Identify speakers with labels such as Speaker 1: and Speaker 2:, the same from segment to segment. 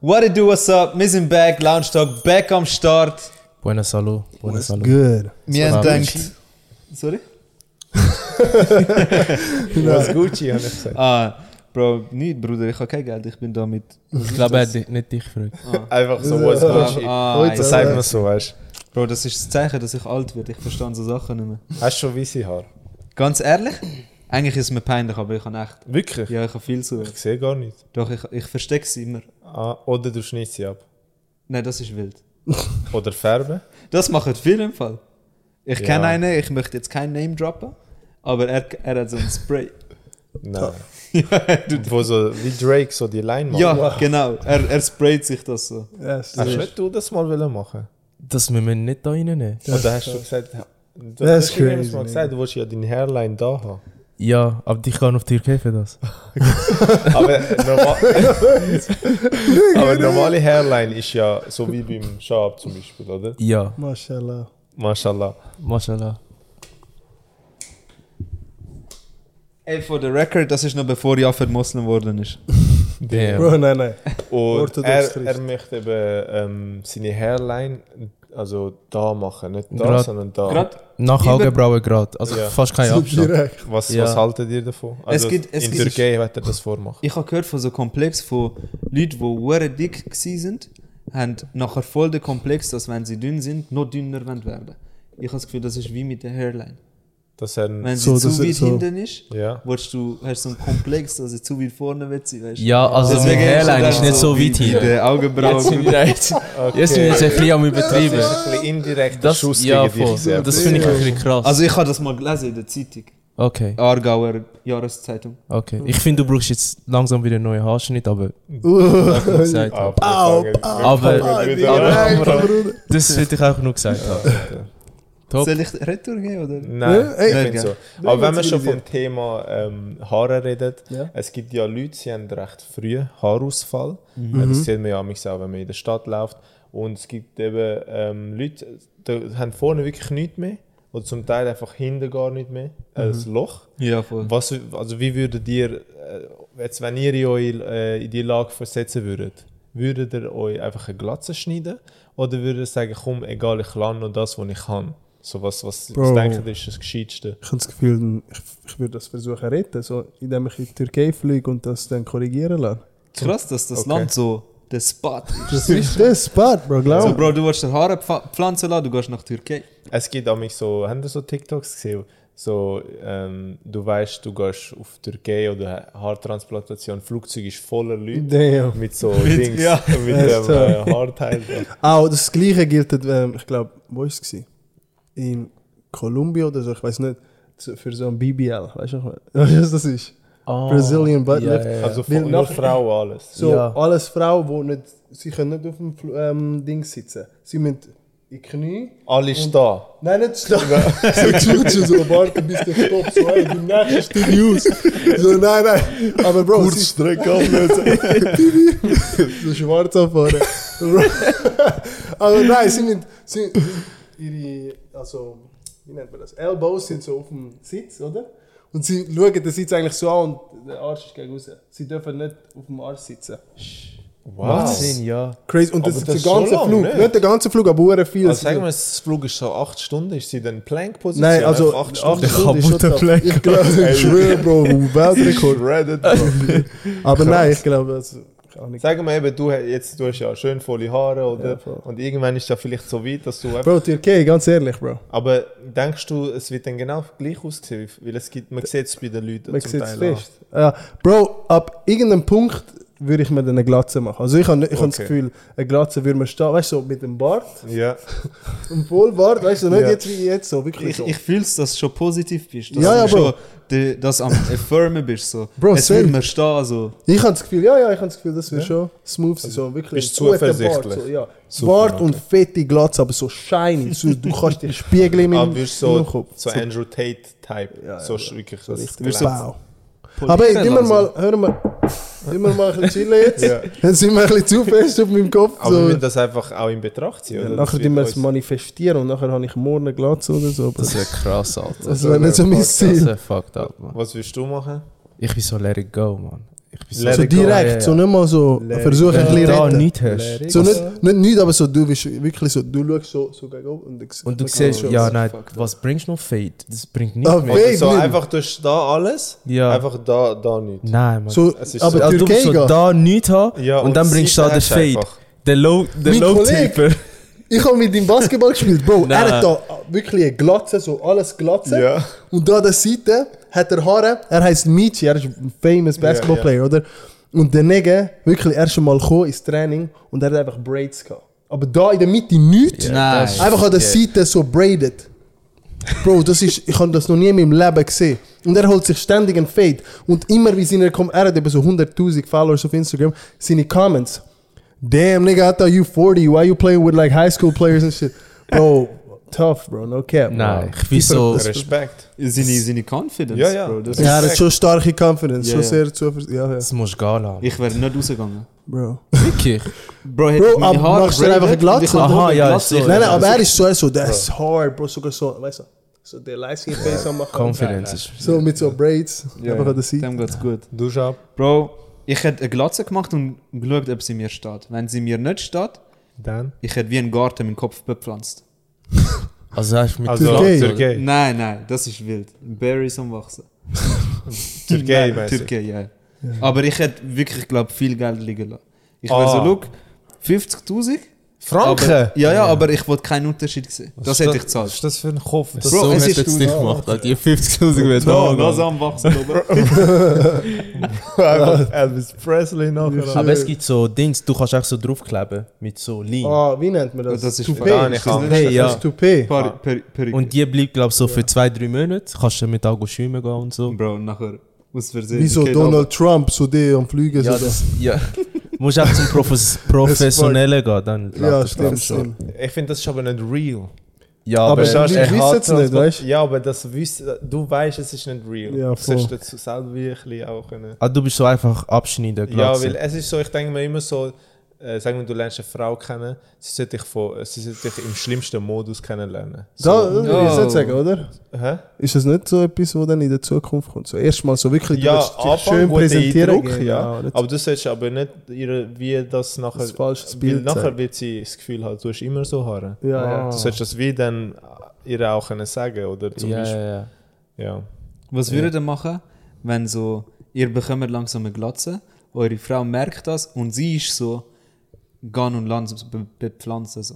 Speaker 1: What it do, what's up? Wir sind back, Lounge Talk, back am Start.
Speaker 2: Buenas Salud. Buenas Salud.
Speaker 3: Good.
Speaker 1: Wir haben
Speaker 2: So,
Speaker 1: gedacht... Sorry?
Speaker 2: Was Gucci, habe ich gesagt.
Speaker 1: Ah, Bro, nicht, Bruder, ich habe kein Geld, ich bin da mit...
Speaker 2: Ich glaube, er hat dich- nicht dich gefragt.
Speaker 4: Einfach so,
Speaker 3: Ja.
Speaker 4: was
Speaker 3: Ah,
Speaker 4: Gucci.
Speaker 1: ah,
Speaker 4: Das
Speaker 1: ja.
Speaker 4: sagt man so, weißt du.
Speaker 1: Bro, das ist das Zeichen, dass ich alt werde, ich verstehe so Sachen nicht mehr.
Speaker 4: Hast du schon weiße Haare?
Speaker 1: Ganz ehrlich, eigentlich ist es mir peinlich, aber ich habe echt...
Speaker 4: Wirklich?
Speaker 1: Ja, ich habe viel zu
Speaker 4: Ich sehe gar nicht.
Speaker 1: Doch, ich, ich verstecke es immer.
Speaker 4: Ah, oder du schneidest sie ab.
Speaker 1: Nein, das ist wild.
Speaker 4: Oder färben.
Speaker 1: Das machen viele im Fall. Ich
Speaker 4: Ja.
Speaker 1: kenne einen, ich möchte jetzt keinen Name droppen, aber er, er hat so ein Spray.
Speaker 4: Nein.
Speaker 1: ja, du,
Speaker 4: Wo so wie Drake so die Line macht.
Speaker 1: ja genau. Er, er sprayt sich das so.
Speaker 3: Yes.
Speaker 4: Hast nicht du das mal wollen machen?
Speaker 2: Das müssen wir nicht da reinnehmen.
Speaker 4: Oder hast du gesagt, das,
Speaker 3: Das ist
Speaker 4: hast du irgendwann
Speaker 3: crazy,
Speaker 4: mal gesagt, du willst ja deine Hairline da haben.
Speaker 2: Ja, aber ich kann auf die Türkei für das.
Speaker 4: Aber, normal, aber normale Hairline ist ja so wie beim Schab zum Beispiel, oder?
Speaker 2: Ja,
Speaker 3: Mashallah.
Speaker 4: Mashallah.
Speaker 2: mashallah.
Speaker 1: Ey, for the record, das ist noch bevor Jafar Moslem geworden ist.
Speaker 2: Damn.
Speaker 3: Bro, nein, nein.
Speaker 4: Und
Speaker 3: Orthodox
Speaker 4: er, er möchte eben ähm, seine Hairline also da machen, nicht da,
Speaker 2: Grad-
Speaker 4: sondern da.
Speaker 1: Gerade,
Speaker 2: Nach Augenbrauen gerade. Also
Speaker 4: Ja.
Speaker 2: fast kein
Speaker 3: So
Speaker 2: Abstand.
Speaker 3: direkt.
Speaker 4: Was,
Speaker 2: Ja.
Speaker 4: was haltet ihr davon? Also
Speaker 1: gibt- es
Speaker 4: in
Speaker 1: gibt-
Speaker 4: Türkei wird er dus das vormachen.
Speaker 1: ich habe gehört von so Komplex von Leuten, die hure dick gsi sind, haben nachher voll den Komplex, dass wenn sie dünn sind, noch dünner wollen werden. Ich habe das Gefühl, das ist wie mit der Hairline.
Speaker 4: Das haben,
Speaker 1: Wenn sie
Speaker 3: So, das
Speaker 1: zu
Speaker 3: ist
Speaker 1: weit
Speaker 3: so.
Speaker 1: hinten ist,
Speaker 4: ja.
Speaker 1: willst du, hast du so einen Komplex, dass sie zu weit vorne wird sein, weißt du?
Speaker 2: Ja, also meine Hairline ist nicht so weit
Speaker 1: Die,
Speaker 2: hin.
Speaker 1: die Augenbrauen.
Speaker 2: Jetzt sind wir jetzt, jetzt sind wir jetzt ein bisschen am übertrieben.
Speaker 4: Das ist ein bisschen indirekter
Speaker 2: Das,
Speaker 4: Schuss
Speaker 2: ja,
Speaker 4: gegen
Speaker 2: voll.
Speaker 4: dich selbst.
Speaker 2: das finde ich wirklich krass.
Speaker 1: also ich habe das mal gelesen in der Zeitung.
Speaker 2: okay,
Speaker 1: Aargauer Jahreszeitung.
Speaker 2: okay. Ich finde, du brauchst jetzt langsam wieder einen neuen Haarschnitt, aber
Speaker 3: Uh,
Speaker 2: ich habe gesagt.
Speaker 4: Ah,
Speaker 2: habe.
Speaker 3: Au,
Speaker 4: wir
Speaker 2: Aber-
Speaker 4: fangen- wir fangen
Speaker 3: Direkt,
Speaker 4: wieder an.
Speaker 3: Bruder.
Speaker 2: Das würde ich auch genug gesagt haben. Top.
Speaker 1: Soll ich Retour gehen, oder?
Speaker 4: Nein,
Speaker 3: Ey,
Speaker 4: ich
Speaker 1: ey,
Speaker 4: finde so. Aber wenn wir schon
Speaker 3: zivilisiert.
Speaker 4: vom Thema ähm, Haare reden,
Speaker 3: Ja.
Speaker 4: es gibt ja Leute, die haben recht früh Haarausfall. Äh, Das sieht man ja manchmal auch, wenn man in der Stadt läuft. Und es gibt eben ähm, Leute, die haben vorne wirklich nichts mehr. Oder zum Teil einfach hinten gar nicht mehr. Ein Loch.
Speaker 1: Ja, voll.
Speaker 4: Was, also wie würdet ihr, äh, jetzt, wenn ihr euch äh, in die Lage versetzen würdet, würdet ihr euch einfach eine Glatze schneiden oder würdet ihr sagen, komm, egal, ich lerne noch das, was ich kann? So was, was, was
Speaker 3: Bro.
Speaker 4: denkt ihr, ist das Gescheiteste?
Speaker 3: Ich habe das Gefühl, ich, ich würde das versuchen retten, so, indem ich in die Türkei fliege und das dann korrigieren lasse.
Speaker 1: Krass, dass das
Speaker 4: Okay.
Speaker 1: Land so der Spot ist. Also,
Speaker 3: Das ist das Part, Bro, glaub
Speaker 1: So,
Speaker 3: mir.
Speaker 1: Bro, du willst dir Haare pfa- pflanzen lassen, du gehst nach Türkei.
Speaker 4: Es gibt auch mich so, habt ihr so TikToks gesehen? So, ähm, du weißt, du gehst auf die Türkei oder Haartransplantation, Flugzeug ist voller Leute
Speaker 3: Damn.
Speaker 4: mit so
Speaker 1: Mit-
Speaker 4: Dings,
Speaker 1: ja.
Speaker 4: mit dem
Speaker 3: Das ist so.
Speaker 4: äh, Haarteil.
Speaker 3: Auch das Gleiche gilt, ähm, ich glaube, wo war es? In Kolumbien oder so, ich weiß nicht, zu- für so ein BBL, weißt du noch? Weißt du, was das ist?
Speaker 2: Ah,
Speaker 3: Brazilian butt
Speaker 2: ja,
Speaker 3: lift.
Speaker 2: ja, ja.
Speaker 4: Also
Speaker 3: Weil
Speaker 4: von, nur
Speaker 3: nach-
Speaker 4: Frauen alles.
Speaker 3: So,
Speaker 2: Ja.
Speaker 3: alles Frauen, die nicht, sie können nicht auf dem Fl- ähm, Ding sitzen. Sie müssen in die Knie.
Speaker 4: Alles ist da.
Speaker 3: Nein, nicht stehen. so klatschen, so warten, bis der Stopp so hey, du nächstes die aus. So, nein, nein. Aber Bro, Kurz strecken, ablösen. so schwarz anfahren. Bro. Aber nein, sie sind, sie, ihre, also, wie nennt man das? Elbows sind so auf dem Sitz, oder? Und sie schauen den Sitz eigentlich so an und der Arsch ist gegen raus. Sie dürfen nicht auf dem Arsch sitzen.
Speaker 4: Was?
Speaker 2: 18, ja.
Speaker 3: Crazy. Und das, ist
Speaker 4: Aber das
Speaker 3: der
Speaker 4: ist schon
Speaker 3: ganze
Speaker 4: lang,
Speaker 3: Flug.
Speaker 4: ne?
Speaker 3: Nicht der ganze Flug, aber verdammt viel.
Speaker 4: Also sagen wir, das Flug ist so 8 Stunden, ist sie dann Plank-Position?
Speaker 3: Nein, also
Speaker 4: einfach acht Stunden.
Speaker 3: Stunden ist schon
Speaker 2: kaputte
Speaker 3: tough.
Speaker 2: Fleck.
Speaker 3: Ich glaube, ich schwöre, Bro, Weltrekord.
Speaker 4: Shredded, bro.
Speaker 3: Aber nein, ich glaube, also, auch nicht.
Speaker 4: Sagen wir eben, du, hast- jetzt, du hast ja schön volle Haare
Speaker 3: Ja,
Speaker 4: oder,
Speaker 3: voll.
Speaker 4: und irgendwann ist ja vielleicht so weit, dass du einfach...
Speaker 3: Bro, Türkei, ganz ehrlich, Bro.
Speaker 4: Aber denkst du, es wird dann genau gleich aussehen? Weil es gibt, man sieht es bei den Leuten
Speaker 3: Man
Speaker 4: zum
Speaker 3: sieht es
Speaker 4: Teil
Speaker 3: fest. Ja, Bro, ab irgendeinem Punkt würde ich mir dann eine Glatze machen. Also ich habe ich habe das
Speaker 4: Okay.
Speaker 3: Gefühl, eine Glatze würde mir stehen, weißt du, so mit dem Bart,
Speaker 4: an. Ja.
Speaker 3: dem Vollbart, weißt du, nicht
Speaker 4: Ja.
Speaker 3: jetzt wie jetzt, so wirklich
Speaker 1: Ich,
Speaker 3: so.
Speaker 1: ich fühle es, dass du schon positiv bist. Dass
Speaker 3: Ja, ja,
Speaker 1: du
Speaker 3: Bro.
Speaker 1: schon de, dass du am Affirmen bist. So.
Speaker 3: Bro,
Speaker 1: es
Speaker 3: same.
Speaker 1: will mir stehen. So.
Speaker 3: Ich habe das Gefühl, ja, ja, ich habe das Gefühl, das wird schon smooth sein. So, wirklich
Speaker 4: Also, bist
Speaker 3: ein guter
Speaker 4: zuversichtlich.
Speaker 3: Bart, so, ja.
Speaker 4: Super,
Speaker 3: Bart
Speaker 4: okay.
Speaker 3: und fette Glatze, aber so shiny. So, du kannst dich spiegeln mit
Speaker 4: Aber wirst so,
Speaker 3: dem
Speaker 4: so,
Speaker 3: Kopf.
Speaker 4: Andrew Tate-Type.
Speaker 3: Ja,
Speaker 4: so
Speaker 3: ja,
Speaker 4: sch- wirklich. So
Speaker 3: Richtig wow. Aber ey, immer mal, hören wir, immer mal ein bisschen chillen jetzt.
Speaker 4: Ja.
Speaker 3: Dann sind wir ein bisschen zu fest auf meinem Kopf.
Speaker 4: Aber wir
Speaker 3: so.
Speaker 4: müssen das einfach auch in Betracht ziehen.
Speaker 3: Ja,
Speaker 4: oder? Das
Speaker 3: nachher
Speaker 4: wird
Speaker 3: tun wir
Speaker 4: uns-
Speaker 3: es manifestieren und nachher habe ich morgen eine Glatze oder so. Aber
Speaker 2: Das wäre krass, Alter.
Speaker 3: das wäre nicht so mein
Speaker 2: Das
Speaker 3: Ziel.
Speaker 2: wäre fucked up, man.
Speaker 4: Was willst du machen?
Speaker 2: Ich bin so let it go, man. Ich bin
Speaker 4: Let
Speaker 3: So
Speaker 4: it go.
Speaker 3: direkt,
Speaker 4: Ja, ja.
Speaker 3: so nicht mal so
Speaker 4: Let it
Speaker 3: versuchen,
Speaker 4: go.
Speaker 3: ein bisschen
Speaker 2: da
Speaker 3: retten.
Speaker 2: nicht hast.
Speaker 3: So nicht, nicht, nicht, aber so, du bist wirklich so, du schaust so, so gegen oben und, du-
Speaker 2: Und du
Speaker 3: man kann
Speaker 2: siehst,
Speaker 3: schon-
Speaker 2: ja, nein, was bringst du noch Fade? Das bringt nichts
Speaker 3: Ah,
Speaker 2: mehr.
Speaker 3: Fade
Speaker 4: Oder so
Speaker 3: nicht.
Speaker 4: einfach durch da alles,
Speaker 2: Ja.
Speaker 4: einfach da, da nichts.
Speaker 2: Nein, Mann.
Speaker 3: So,
Speaker 4: Es ist
Speaker 3: aber
Speaker 4: so-
Speaker 2: also, du
Speaker 3: Türkei
Speaker 2: musst so
Speaker 3: gehen.
Speaker 2: da nichts haben
Speaker 4: Ja,
Speaker 2: und dann
Speaker 4: und
Speaker 2: bringst du da den
Speaker 4: Seite
Speaker 2: Fade.
Speaker 4: einfach.
Speaker 2: Den low den
Speaker 3: Mein
Speaker 2: low
Speaker 3: Kollege.
Speaker 2: tipper
Speaker 3: Ich habe mit ihm Basketball gespielt, Bro.
Speaker 2: Nein.
Speaker 3: Er hat da wirklich eine Glatze, so alles Glatze.
Speaker 4: Ja.
Speaker 3: Und da an der Seite hat er Haare. Er heißt Michi, er ist ein famous Basketballplayer, oder? Und der Nege, wirklich, er ist schon mal gekommen ins Training und er hat einfach Braids gehabt. Aber da in der Mitte nichts.
Speaker 1: Nein.
Speaker 3: Einfach an der Seite so braided. Bro, das ist, ich habe das noch nie in meinem Leben gesehen. Und er holt sich ständig einen Fade. Und immer wie seine, Kom- er hat eben so 100.000 Followers auf Instagram, seine Comments. Damn, nigga, I thought you 40. Why you playing with like high school players and shit? Bro, tough, bro, no cap. bro.
Speaker 2: Nein, ich bin so.
Speaker 4: Respekt.
Speaker 1: Seine, seine Confidence,
Speaker 4: Ja, ja.
Speaker 1: Bro. Das
Speaker 3: Ja, er
Speaker 1: ist,
Speaker 3: hat schon starke Confidence,
Speaker 1: Ja,
Speaker 3: schon
Speaker 1: ja.
Speaker 3: sehr zuversichtlich. Ja, ja.
Speaker 2: Das musst du gar haben.
Speaker 1: ich wäre nicht rausgegangen.
Speaker 3: Bro.
Speaker 2: Wirklich?
Speaker 1: Bro, hätte
Speaker 3: Bro,
Speaker 1: ich meine
Speaker 3: aber
Speaker 1: Haare
Speaker 3: machst du dann einfach eine
Speaker 1: braided und ich
Speaker 3: Glatze?
Speaker 1: hab
Speaker 2: Aha,
Speaker 1: nur eine
Speaker 2: ja,
Speaker 1: Glatze.
Speaker 2: so.
Speaker 1: Ich-
Speaker 3: Nein, nein, aber er ist so, er ist so, that's hard, bro, sogar so, weißt du, so der leisige Face am machen.
Speaker 2: Confidence ist.
Speaker 3: So mit so Braids, einfach an der Seite.
Speaker 1: Dem geht's gut.
Speaker 4: Dusch ab.
Speaker 1: Bro, ich hätte eine Glatze gemacht und geschaut, ob sie mir steht. Wenn sie mir nicht steht,
Speaker 4: Dann?
Speaker 1: ich hätte wie ein Garten meinen Kopf bepflanzt.
Speaker 2: Also hast du mit
Speaker 4: Also,
Speaker 3: Türkei.
Speaker 4: Türkei. Türkei,
Speaker 1: Nein, nein, das ist wild. Berries am Wachsen.
Speaker 4: Türkei
Speaker 1: Nein,
Speaker 4: weiss ich.
Speaker 1: Türkei, ja. Aber ich hätte wirklich, glaube viel Geld liegen lassen. Ich
Speaker 4: Ah.
Speaker 1: wäre so, look, 50.000.
Speaker 4: Franken?
Speaker 1: Aber, ja, ja, aber ich wollte keinen Unterschied sehen. Das hätte ich gezahlt.
Speaker 4: Was ist das für ein Kopf? Das
Speaker 1: Bro,
Speaker 2: so
Speaker 1: es
Speaker 2: hätte
Speaker 1: ist
Speaker 2: jetzt
Speaker 1: du-
Speaker 2: nicht gemacht. Alter. Die 50.000 wäre
Speaker 1: Da,
Speaker 2: da.
Speaker 1: am Wachsen oben.
Speaker 4: einfach Elvis Presley nachher.
Speaker 2: Aber es gibt so Dings, du kannst auch so draufkleben mit so Lean.
Speaker 3: Ah, wie nennt man das?
Speaker 1: Das ist
Speaker 3: Toupet.
Speaker 4: Verdane,
Speaker 3: ist das
Speaker 4: Kampf.
Speaker 3: nicht?
Speaker 2: Hey, ja.
Speaker 3: Das ist Toupet.
Speaker 1: Per, per, per,
Speaker 2: Und die bleibt, glaube ich, so für zwei, drei Monate. Kannst du mit Augen schwimmen gehen und so.
Speaker 1: Bro, nachher aus Versehen.
Speaker 3: Wie so
Speaker 1: geht
Speaker 3: Donald Trump, so der am Fliegen.
Speaker 2: Ja, Also
Speaker 3: so
Speaker 2: das, ja. Musst auch zum Profes Professionellen gehen, dann läuft
Speaker 3: da. ja
Speaker 2: das
Speaker 3: stimmt,
Speaker 2: glaub ich, schon.
Speaker 3: stimmt.
Speaker 4: Ich finde, das ist aber nicht real.
Speaker 2: Ja,
Speaker 3: Aber
Speaker 2: aber, äh,
Speaker 3: es ist
Speaker 4: Verstehst
Speaker 3: Wir
Speaker 4: du? Er hat
Speaker 3: wissen es nicht,
Speaker 4: Transport-
Speaker 3: weißt du?
Speaker 4: Ja, aber das wissen, du weißt, es ist nicht real.
Speaker 3: Ja,
Speaker 4: das
Speaker 3: voll.
Speaker 4: hast du dazu selber wie ein bisschen auch können.
Speaker 2: ah, du bist so einfach abschneiden,
Speaker 4: Ja,
Speaker 2: Glatze.
Speaker 4: weil es ist so, ich denke mir immer so, äh, sagen wir, du lernst eine Frau kennen, sie sollte dich, von, sie sollte dich im schlimmsten Modus kennenlernen.
Speaker 3: Da, das will ich
Speaker 1: Ja.
Speaker 3: jetzt nicht sagen, oder?
Speaker 4: Hä?
Speaker 3: Ist das nicht so etwas, was dann in der Zukunft kommt? So erstmal so wirklich du
Speaker 4: Ja,
Speaker 3: willst dich
Speaker 4: Anfang, schön präsentieren. Druck,
Speaker 3: gehen,
Speaker 4: ja.
Speaker 3: nicht
Speaker 4: Aber du solltest aber nicht ihre, wie das nachher.
Speaker 3: Das falsches
Speaker 4: weil
Speaker 3: Bild
Speaker 4: Nachher
Speaker 3: zeigen.
Speaker 4: wird sie das Gefühl haben, du hast immer so Haare.
Speaker 3: so- ja,
Speaker 2: Ah.
Speaker 3: ja.
Speaker 4: Du solltest das wie dann ihr auch können sagen oder zum
Speaker 2: ja,
Speaker 4: Beispiel.
Speaker 2: ja, ja.
Speaker 4: Ja.
Speaker 1: Was würdet ihr machen, wenn so, ihr bekommt langsam eine Glatze, eure Frau merkt das und sie ist so, Gan und Land so be bepflanzen. So.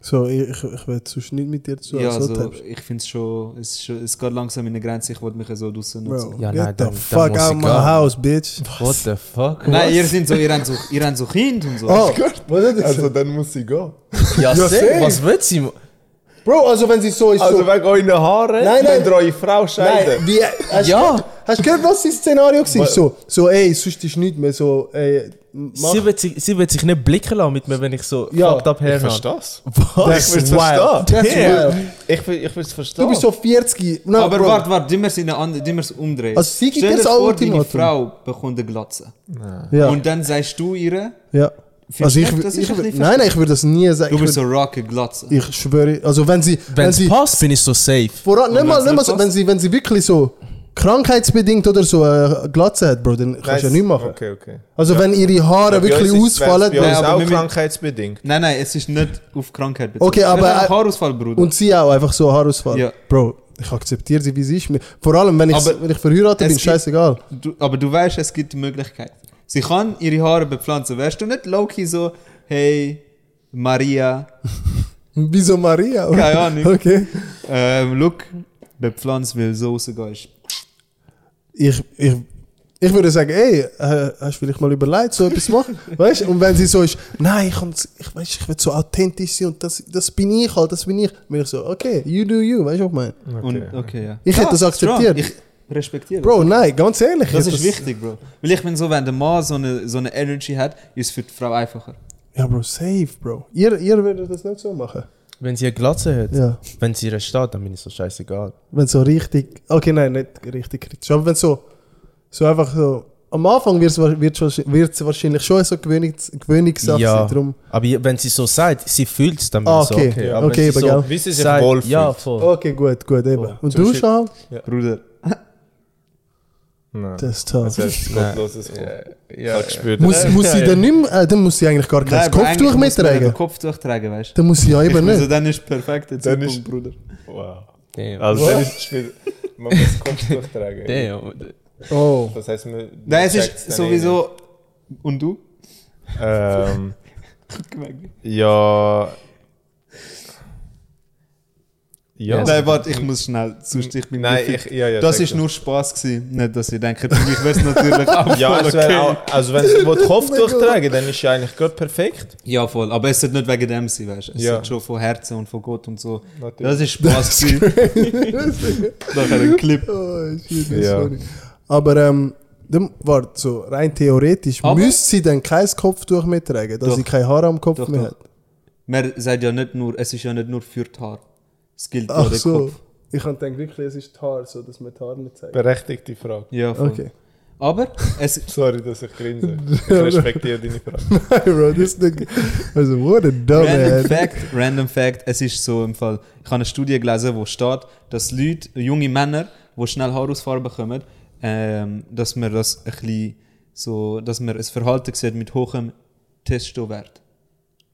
Speaker 3: So, ich, ich, ich will sonst nicht mit dir zu
Speaker 1: ja,
Speaker 3: so
Speaker 1: also,
Speaker 3: tippst.
Speaker 1: ich finde es schon, es ist schon, es geht langsam in eine Grenze, ich wollte mich so draussen nutzen.
Speaker 3: Bro,
Speaker 2: Ja,
Speaker 3: get
Speaker 2: nein,
Speaker 3: the
Speaker 2: dann- dann
Speaker 3: fuck
Speaker 2: muss
Speaker 3: out
Speaker 2: ich
Speaker 3: my
Speaker 2: gehen.
Speaker 3: house, bitch.
Speaker 2: What the fuck?
Speaker 1: Nein, ihr seid so, ihr habt so, ihr habt so Kind und so.
Speaker 3: Oh, was hat das? gesagt?
Speaker 4: dann muss sie gehen.
Speaker 2: Ja,
Speaker 3: safe.
Speaker 2: safe. Was will sie?
Speaker 3: Bro, also wenn sie so ist,
Speaker 4: Also
Speaker 3: so...
Speaker 4: wegen euren Haaren,
Speaker 3: Nein, nein.
Speaker 4: wenn ihr eure Frau scheidet.
Speaker 3: Nein, wie, hast,
Speaker 2: Ja.
Speaker 3: du, hast du gehört, was das Szenario war? So, so, ey, sonst ist nichts mehr so, ey, mach.
Speaker 2: Sie wird, sich, sie wird sich nicht blicken lassen mit mir, wenn ich so
Speaker 3: Ja,
Speaker 2: fucked up her
Speaker 4: Ich verstehe das.
Speaker 2: Was?
Speaker 4: Ich will's verstehen.
Speaker 3: That's
Speaker 2: Yeah.
Speaker 3: wild.
Speaker 4: Ich will es verstehen.
Speaker 3: Du bist so 40. Nein,
Speaker 1: Aber
Speaker 3: Bro.
Speaker 1: warte, warte, dimmer's in eine andere, dimmer's umdrehen.
Speaker 3: Also, sie gibt
Speaker 1: Stell dir
Speaker 3: jetzt auch
Speaker 1: vor, deine
Speaker 3: Ultimatum.
Speaker 1: Frau bekommt eine Glatze.
Speaker 3: Ja.
Speaker 1: Und dann sagst du ihr,
Speaker 3: ja.
Speaker 1: Findest
Speaker 3: Also
Speaker 1: du
Speaker 3: ich,
Speaker 1: nicht, das
Speaker 3: wür-
Speaker 1: ist
Speaker 3: ich,
Speaker 1: ein
Speaker 3: wür-
Speaker 1: bisschen
Speaker 3: nein, nein, ich würde das nie sagen.
Speaker 1: du
Speaker 3: Ich,
Speaker 1: bist
Speaker 3: würd,
Speaker 1: so rock eine Glatze.
Speaker 3: ich schwöre, also wenn sie, wenn,
Speaker 2: Wenn
Speaker 3: sie,
Speaker 2: es passt, bin ich so safe.
Speaker 3: voran, nicht mal,
Speaker 1: wenn's
Speaker 3: nicht mal
Speaker 1: nicht
Speaker 3: so,
Speaker 1: passt?
Speaker 3: wenn sie, wenn sie wirklich so krankheitsbedingt oder so äh, Glatze hat, Bro, dann kannst du ja nichts machen.
Speaker 4: Okay, okay.
Speaker 3: Also wenn ihre Haare
Speaker 4: Ja, bei
Speaker 3: wirklich
Speaker 4: uns ist-
Speaker 3: ausfallen,
Speaker 4: Bei uns
Speaker 1: Nein, aber
Speaker 4: auch
Speaker 1: wir müssen-
Speaker 4: krankheitsbedingt.
Speaker 1: Nein, nein, es ist nicht auf Krankheit bezogen.
Speaker 3: Okay, aber- äh,
Speaker 1: Es ist ein Haarausfall, Bruder.
Speaker 3: und sie auch einfach so Haarausfall,
Speaker 1: Ja.
Speaker 3: Bro, ich akzeptiere sie, wie sie ist. Mir- Vor allem, wenn ich,
Speaker 1: Aber
Speaker 3: wenn ich verheiratet
Speaker 1: es
Speaker 3: bin,
Speaker 1: gibt-
Speaker 3: scheißegal.
Speaker 1: du, aber du weißt, es gibt die Möglichkeit. Sie kann ihre Haare bepflanzen. Wärst du nicht Loki so, hey, Maria,
Speaker 3: Wieso Maria?
Speaker 1: Keine Ahnung.
Speaker 3: Okay.
Speaker 1: ähm, look, bepflanzt, weil so rausgehen ist.
Speaker 3: ich, ich, ich würde sagen, ey, äh, hast du vielleicht mal überlegt, so etwas zu machen? weißt du? Und wenn sie so ist, nein, ich, hab's- ich, weißt, ich will so authentisch sein und das, das bin ich halt, das bin ich, dann bin ich so, okay, you do you, weißt du, was ich meine?
Speaker 1: Okay. Und, okay, ja.
Speaker 3: Ich hätte das
Speaker 1: Strong.
Speaker 3: akzeptiert.
Speaker 1: Ich respektiere
Speaker 3: Bro, nein, ganz ehrlich.
Speaker 1: das. Das
Speaker 3: ich
Speaker 1: ist wichtig, Bro. Weil ich bin so, wenn der Mann so eine, so eine Energy hat, ist es für die Frau einfacher.
Speaker 3: Ja, Bro, safe, Bro. Ihr, ihr würdet das nicht so machen.
Speaker 2: Wenn sie eine Glatze hat,
Speaker 3: Ja.
Speaker 2: wenn sie ihr steht, dann bin ich so scheißegal.
Speaker 3: Wenn so richtig, okay, nein, nicht richtig kritisch, aber wenn so, so einfach so, am Anfang wird es wahrscheinlich schon so gewöhnlich, gewöhnlich Sache sein, drum.
Speaker 2: aber je- wenn sie so sagt, sie fühlt es, dann bin
Speaker 3: Ah,
Speaker 2: ich so
Speaker 3: okay.
Speaker 2: okay.
Speaker 3: Okay,
Speaker 2: Aber wenn sie Oh.
Speaker 3: aber
Speaker 2: so
Speaker 4: Wie sie sich
Speaker 2: sagt-
Speaker 1: Oh.
Speaker 4: wohlfühlt.
Speaker 2: Ja, voll.
Speaker 3: Okay, gut, gut, eben.
Speaker 2: Oh,
Speaker 3: und
Speaker 4: zum
Speaker 3: du,
Speaker 4: Beispiel-
Speaker 3: Schal?
Speaker 1: Bruder,
Speaker 4: Nein.
Speaker 3: Das ist tough.
Speaker 4: Das ist gottloses Kopf.
Speaker 5: Ja,
Speaker 4: Ich
Speaker 5: ja.
Speaker 4: habe gespürt.
Speaker 3: Muss, muss sie dann nicht mehr, äh, dann muss sie eigentlich gar kein
Speaker 1: aber eigentlich
Speaker 3: Kopftuch
Speaker 1: muss
Speaker 3: mehr
Speaker 1: man ja den
Speaker 3: tragen.
Speaker 1: Kopftuch tragen, weißt
Speaker 3: Dann muss sie ja
Speaker 1: du? Ich
Speaker 3: eben
Speaker 1: meine, Also
Speaker 3: nicht.
Speaker 1: dann ist perfekt der
Speaker 4: Dann
Speaker 1: Zeitpunkt,
Speaker 4: ist-
Speaker 1: Bruder.
Speaker 4: Wow.
Speaker 2: Damn.
Speaker 4: Also, das ist gespielt. Man muss das Kopftuch tragen.
Speaker 2: Damn.
Speaker 3: Oh.
Speaker 4: Das heißt, man.
Speaker 1: Nein, es
Speaker 4: man checkt's
Speaker 1: ist
Speaker 4: dann
Speaker 1: sowieso... eh Und du?
Speaker 4: eh nicht. Ähm, ja. Ja.
Speaker 1: Nein, warte, ich muss schnell, sonst ich bin
Speaker 4: Nein,
Speaker 1: gefickt.
Speaker 4: ich, ja, ja,
Speaker 1: Das
Speaker 4: sag
Speaker 1: ist nur Spaß gewesen. Nicht, dass ihr denkt, für mich wäre es natürlich auch
Speaker 4: Ja,
Speaker 1: voll
Speaker 4: es
Speaker 1: okay.
Speaker 4: wär auch, also wenn sie das Kopftuch tragen, dann ist ja eigentlich gerade perfekt.
Speaker 1: Ja, voll. Aber es sollte nicht wegen dem sein, weißt du. Es
Speaker 4: Ja.
Speaker 1: sollte schon von Herzen und von Gott und so.
Speaker 4: Natürlich.
Speaker 1: Das ist Spaß gewesen. Nachher ein Clip.
Speaker 3: Oh, shit, das
Speaker 4: Ja.
Speaker 3: sorry. Aber ähm, dann, warte, so, rein theoretisch,
Speaker 1: Aber-
Speaker 3: müsste sie dann kein Kopftuch mehr tragen, dass
Speaker 1: Doch.
Speaker 3: sie kein Haar am Kopf
Speaker 1: Doch,
Speaker 3: mehr
Speaker 1: doch.
Speaker 3: hat?
Speaker 1: Man sagt ja nicht nur, es ist ja nicht nur für die Haare. Es gilt auch
Speaker 3: Ach
Speaker 1: der
Speaker 3: so.
Speaker 1: Kopf.
Speaker 3: Ich habe gedacht, wirklich, es ist Haar, so dass man die Haare nicht zeigt.
Speaker 4: Berechtigte Frage.
Speaker 1: Ja, voll.
Speaker 3: Okay.
Speaker 1: Aber es,
Speaker 4: Sorry, dass ich grinse. Ich respektiere deine Frage.
Speaker 3: Hey, Bro, das Ding. Also, what a
Speaker 1: Random
Speaker 3: dumbass.
Speaker 1: Fact, random Fact, es ist so im Fall, ich habe eine Studie gelesen, wo steht, dass Leute, junge Männer, die schnell Haarausfall bekommen, ähm, dass man das ein bisschen so, dass man ein Verhalten sieht mit hohem Testo-Wert.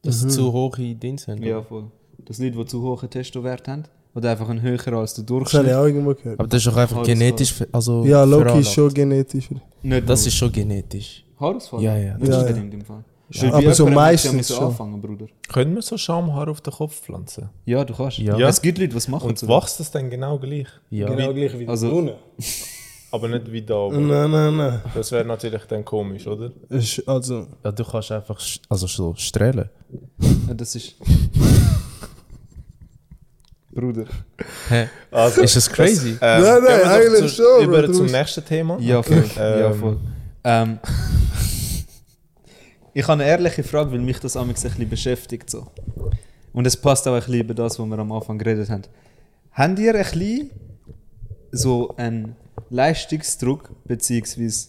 Speaker 2: Das
Speaker 3: Mhm.
Speaker 2: sind zu hohe Dings haben.
Speaker 1: Ja, voll. Dass Leute, die zu hohen Testo-Wert haben, oder einfach einen höheren als der
Speaker 3: Das habe ich
Speaker 1: Durchschnitt.
Speaker 3: auch irgendwo gehört.
Speaker 2: Aber das ist doch einfach
Speaker 1: Alles
Speaker 2: genetisch. ver- Also
Speaker 3: Ja, Loki ist
Speaker 2: veranlagt.
Speaker 3: schon genetisch.
Speaker 1: Nicht
Speaker 2: Das
Speaker 1: nur
Speaker 2: ist schon genetisch.
Speaker 1: Haarausfall?
Speaker 2: Ja, ja.
Speaker 1: Nicht
Speaker 3: Ja, ja.
Speaker 1: unbedingt im Fall.
Speaker 3: Ja. Aber so meistens schon.
Speaker 1: anfangen, Bruder.
Speaker 4: Können wir so Schamhaar auf den Kopf pflanzen?
Speaker 1: Ja, du kannst.
Speaker 2: Ja.
Speaker 1: Es gibt Leute, die es machen.
Speaker 4: Und
Speaker 1: so.
Speaker 4: wächst das dann genau gleich?
Speaker 2: Ja.
Speaker 3: gleich wie
Speaker 1: Also-
Speaker 3: Brunnen.
Speaker 4: Aber nicht wie da oben.
Speaker 3: Nein, nein, nein.
Speaker 4: Das wäre natürlich dann komisch, oder?
Speaker 3: Ist Also,
Speaker 2: Ja, du kannst einfach sch- also so strahlen.
Speaker 1: Ja, Das ist... Bruder.
Speaker 2: Hä?
Speaker 4: Also,
Speaker 2: Ist das crazy?
Speaker 4: Das,
Speaker 3: Nein, nein,
Speaker 4: ähm, gehen wir doch
Speaker 3: eigentlich
Speaker 4: zu,
Speaker 3: schon,
Speaker 4: Über
Speaker 3: Bro, du
Speaker 4: zum
Speaker 3: musst-
Speaker 4: nächsten Thema.
Speaker 1: Ja, voll.
Speaker 4: Ähm,
Speaker 1: ja, voll. Ähm, ich habe eine ehrliche Frage, weil mich das amigs ein bisschen beschäftigt. So. Und es passt auch ein bisschen über das, was wir am Anfang geredet haben. Habt ihr ein bisschen so einen Leistungsdruck, beziehungsweise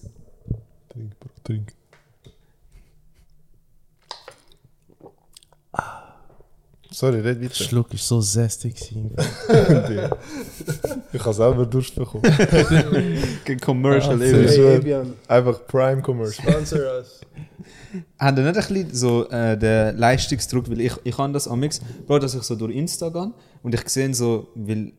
Speaker 4: Trink, Bro, trink. Sorry, red weiter.
Speaker 2: Schluck ist so zästig. gewesen.
Speaker 4: Ich habe selber Durst bekommen.
Speaker 1: ein Commercial
Speaker 4: Ah,
Speaker 1: eben.
Speaker 4: sehr.
Speaker 3: hey,
Speaker 4: so-
Speaker 3: Ebian,
Speaker 4: Einfach Prime Commercial.
Speaker 3: sponsor us.
Speaker 1: Habt ihr nicht ein bisschen so äh, den Leistungsdruck? Weil ich, ich habe das amigs, Bro, dass ich so durch Insta gehe und ich sehe so, weil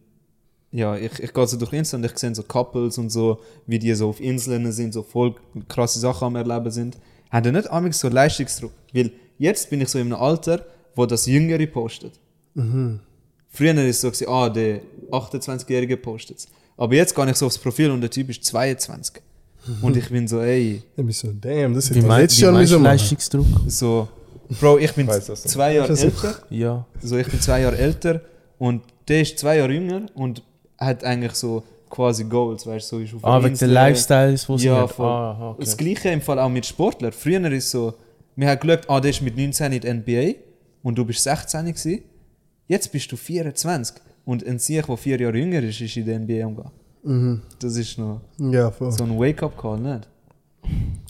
Speaker 1: Ja, ich, ich gehe so durch Insta und ich sehe so Couples und so, wie die so auf Inseln sind, so voll krasse Sachen am Erleben sind. Haben die nicht amigs so Leistungsdruck? Weil jetzt bin ich so in einem Alter, wo das Jüngere postet. Früher war es so, gewesen, ah, der 28-Jährige postet es. Aber jetzt gehe ich so aufs Profil und der Typ ist 22. Und ich bin so, ey,
Speaker 3: Ich bin so, damn, das hätte
Speaker 2: Wie
Speaker 3: ich
Speaker 2: meinst
Speaker 3: letztes
Speaker 2: du
Speaker 3: Jahr müssen machen.
Speaker 2: Leistungsdruck?
Speaker 1: so, Bro, ich bin
Speaker 4: Weiss das nicht.
Speaker 1: zwei Jahre älter.
Speaker 2: Ja.
Speaker 1: So, ich bin zwei Jahre älter und der ist zwei Jahre jünger und hat eigentlich so quasi Goals, weißt du, so ist auf
Speaker 2: Ah, wegen
Speaker 1: Insta-
Speaker 2: den Lifestyles, die sie
Speaker 1: Ja,
Speaker 2: hat.
Speaker 1: voll.
Speaker 2: Ah, okay.
Speaker 1: Das gleiche im Fall auch mit Sportlern. Früher ist so, wir haben geschaut, ah, der ist mit 19 in der NBA und du bist 16 gewesen. Jetzt bist du 24 und ein Sieg, der vier Jahre jünger ist, ist in der NBA umgegangen.
Speaker 3: Mhm.
Speaker 1: Das ist noch
Speaker 3: Ja, voll.
Speaker 1: so ein Wake-up-Call, nicht?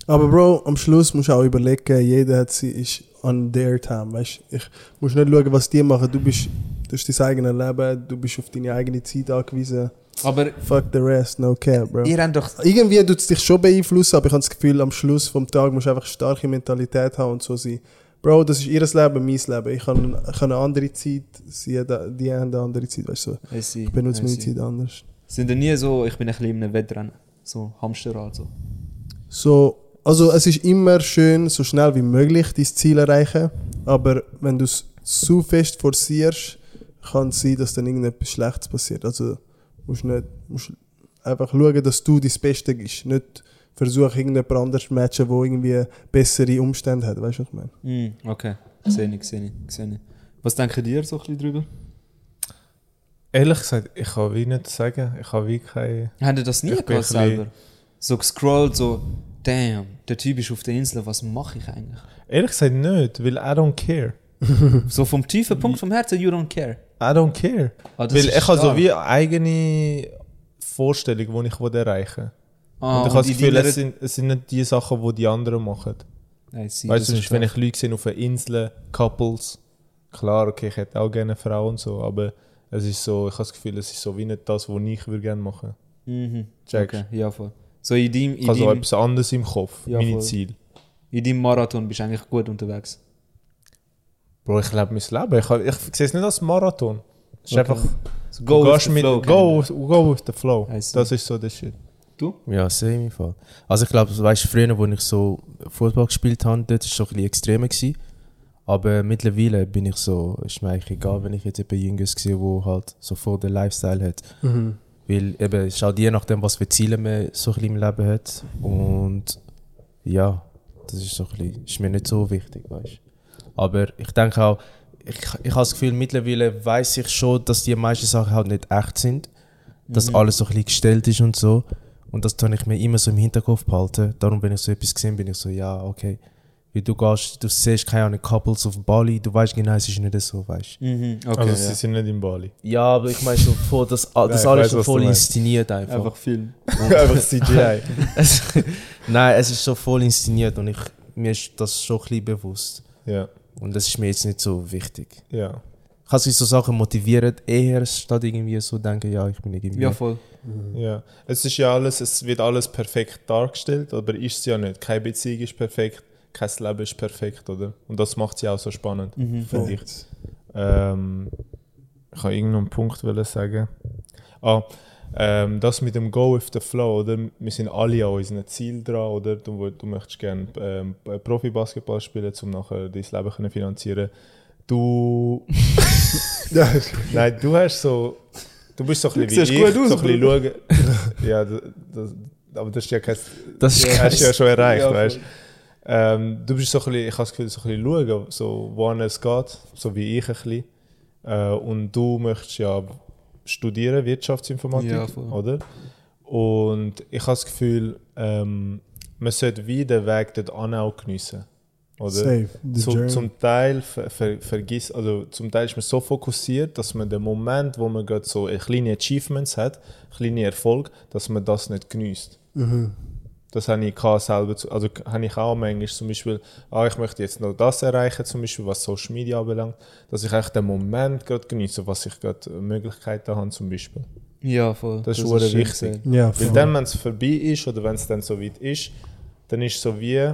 Speaker 3: Aber Bro, am Schluss musst du auch überlegen, jeder hat sie ist on their time, weißt du? Ich muss nicht schauen, was die machen. Du bist, du hast dein eigenes Leben, du bist auf deine eigene Zeit angewiesen.
Speaker 1: Aber
Speaker 3: Fuck the rest, no care, Bro.
Speaker 1: ihr habt doch...
Speaker 3: Irgendwie tut es dich schon beeinflussen, aber ich habe das Gefühl, am Schluss vom Tag musst du einfach starke Mentalität haben und so sein. Bro, das ist ihr Leben, mein Leben. Ich habe, ich habe eine andere Zeit, sie hat, die haben eine andere Zeit, weißt du? so.
Speaker 1: I see,
Speaker 3: Ich benutze
Speaker 1: I
Speaker 3: meine
Speaker 1: see.
Speaker 3: Zeit anders.
Speaker 1: Sind ihr nie so, ich bin ein bisschen in einem Wettrennen. So Hamsterrad, so.
Speaker 3: So, also es ist immer schön, so schnell wie möglich dein Ziel erreichen, aber wenn du es zu fest forcierst, kann es sein, dass dann irgendetwas Schlechtes passiert. Also musst nicht, musst einfach schauen, dass du dein Beste gibst, nicht versuchen, irgendjemand anderes zu matchen, der irgendwie bessere Umstände hat, weißt du, was ich meine?
Speaker 1: Mm, okay, sehe ich, sehe ich, sehe ich. Was denken ihr so ein bisschen drüber?
Speaker 4: Ehrlich gesagt, ich kann wie nicht sagen. Ich habe wie keine.
Speaker 1: Habt ihr das nie
Speaker 4: Ich bin
Speaker 1: gehabt
Speaker 4: ein bisschen-
Speaker 1: selber? So gescrollt, so, damn, der Typ ist auf der Insel, was mache ich eigentlich?
Speaker 4: Ehrlich gesagt nicht, weil I don't care.
Speaker 1: So vom tiefen Punkt vom Herzen, you don't care.
Speaker 4: I don't care.
Speaker 1: Ah, das
Speaker 4: weil
Speaker 1: ist
Speaker 4: ich habe so
Speaker 1: stark.
Speaker 4: wie eine eigene Vorstellung, die ich will erreichen
Speaker 1: Ah,
Speaker 4: und ich habe
Speaker 1: in
Speaker 4: das Gefühl,
Speaker 1: deiner-
Speaker 4: es sind, es sind nicht die Sachen, die die anderen machen.
Speaker 1: I see,
Speaker 4: Weißt
Speaker 1: das
Speaker 4: du, zum
Speaker 1: ist
Speaker 4: Beispiel, wenn
Speaker 1: stark.
Speaker 4: ich Leute sehe auf einer Insel, Couples, klar, okay, ich hätte auch gerne eine Frau und so, aber es ist so, ich habe das Gefühl, es ist so wie nicht das, was ich würde gerne machen
Speaker 1: Mhm.
Speaker 4: Checkst.
Speaker 1: Okay, ja voll. So in deinem, in
Speaker 4: Ich habe so
Speaker 1: deinem,
Speaker 4: etwas anderes im Kopf,
Speaker 1: Ja,
Speaker 4: meine
Speaker 1: voll.
Speaker 4: Ziele.
Speaker 1: in deinem Marathon bist du eigentlich gut unterwegs.
Speaker 4: Bro, ich lebe mein Leben. Ich, hab- ich sehe es nicht als Marathon. Es ist
Speaker 1: Okay.
Speaker 4: einfach,
Speaker 1: So
Speaker 4: go
Speaker 1: go
Speaker 4: du
Speaker 1: with
Speaker 4: gehst
Speaker 1: the
Speaker 4: mit,
Speaker 1: flow.
Speaker 4: go, with- go with the flow.
Speaker 1: I see.
Speaker 4: Das ist so der Shit.
Speaker 2: Ja, sehr im Fall. Also ich glaube, weißt du, früher, wo ich so Fußball gespielt habe, dort war es schon ein bisschen extremer. Gewesen. Aber mittlerweile bin ich so, ist mir eigentlich egal, wenn ich jetzt jemanden Jüngeres sehe, der halt so voll den Lifestyle hat. Weil eben, es ist halt je nachdem, was für Ziele man so ein bisschen im Leben hat. Und ja, das ist, so ein bisschen, ist mir nicht so wichtig, weißt Aber ich denke auch, ich, ich habe das Gefühl, mittlerweile weiß ich schon, dass die meisten Sachen halt nicht echt sind. Dass alles so ein bisschen gestellt ist und so. Und das tue ich mir immer so im Hinterkopf behalten. Darum, wenn ich so etwas sehe, bin ich so, ja, okay. Weil du gehst, du siehst keine Ahnung, Couples auf Bali, du weißt genau, es ist nicht so, weißt
Speaker 1: Mhm, okay,
Speaker 4: Also
Speaker 1: ja.
Speaker 4: sie sind nicht in Bali.
Speaker 2: Ja, aber ich meine so voll, das, das
Speaker 4: ich
Speaker 2: alles
Speaker 4: weiß,
Speaker 2: so
Speaker 4: was du
Speaker 2: voll
Speaker 4: meinst.
Speaker 2: inszeniert einfach.
Speaker 1: Einfach Film.
Speaker 4: Einfach CGI.
Speaker 2: Es- Nein, es ist so voll inszeniert und ich, mir ist das schon ein bisschen bewusst.
Speaker 4: ja,
Speaker 2: Und das ist mir jetzt nicht so wichtig.
Speaker 4: ja.
Speaker 2: Ich kann sich so Sachen motivieren, eher statt irgendwie so denken, ja, ich bin nicht irgendwie.
Speaker 1: Ja, voll.
Speaker 4: Ja, es ist ja alles, es wird alles perfekt dargestellt, aber ist es ja nicht. Keine Beziehung ist perfekt, kein Leben ist perfekt, oder? Und das macht sie auch so spannend, finde ich. Ähm, ich kann irgendeinen Punkt wollen sagen. Ah, ähm, das mit dem Go with the Flow, oder? Wir sind alle an unseren Ziel dran, oder? Du, wo- du möchtest gerne ähm, Profi-Basketball spielen, um nachher dein Leben können finanzieren Du.
Speaker 3: Ja,
Speaker 4: Nein, du hast so. Du bist so ein
Speaker 1: Du
Speaker 4: bisschen
Speaker 1: siehst
Speaker 4: wie ich,
Speaker 1: gut
Speaker 4: so
Speaker 1: aus,
Speaker 4: ein bisschen schauen. Ja, das, das, aber das ist ja kein.
Speaker 2: Das ist
Speaker 4: Ja, hast du ja schon erreicht,
Speaker 1: Ja, voll.
Speaker 4: weißt du? Ähm, du bist so ein bisschen, ich habe das Gefühl, so ein bisschen schauen, so, wohin es geht, so wie ich ein bisschen. Äh, und du möchtest ja studieren, Wirtschaftsinformatik,
Speaker 1: Ja, voll.
Speaker 4: oder? Und ich habe das Gefühl, ähm, man sollte wie den Weg dort an auch geniessen, oder?
Speaker 3: safe. The
Speaker 4: Zum,
Speaker 3: journey.
Speaker 4: zum Teil ver, ver, vergiss, also zum Teil ist man so fokussiert, dass man den Moment, wo man gerade so äh, kleine Achievements hat, kleine Erfolg, dass man das nicht genießt.
Speaker 3: Mhm.
Speaker 4: Das habe ich auch selber, zu- also k- habe ich auch manchmal zum Beispiel, ah, ich möchte jetzt noch das erreichen, zum Beispiel was Social Media anbelangt, dass ich eigentlich den Moment gerade genieße, was ich gerade äh, Möglichkeiten habe zum Beispiel.
Speaker 1: Ja, voll.
Speaker 4: Das ist hure
Speaker 1: schön
Speaker 4: wichtig.
Speaker 1: gesagt.
Speaker 3: ja,
Speaker 4: Weil
Speaker 3: voll.
Speaker 4: dann, wenn es vorbei ist oder wenn es dann so weit ist, dann ist so wie,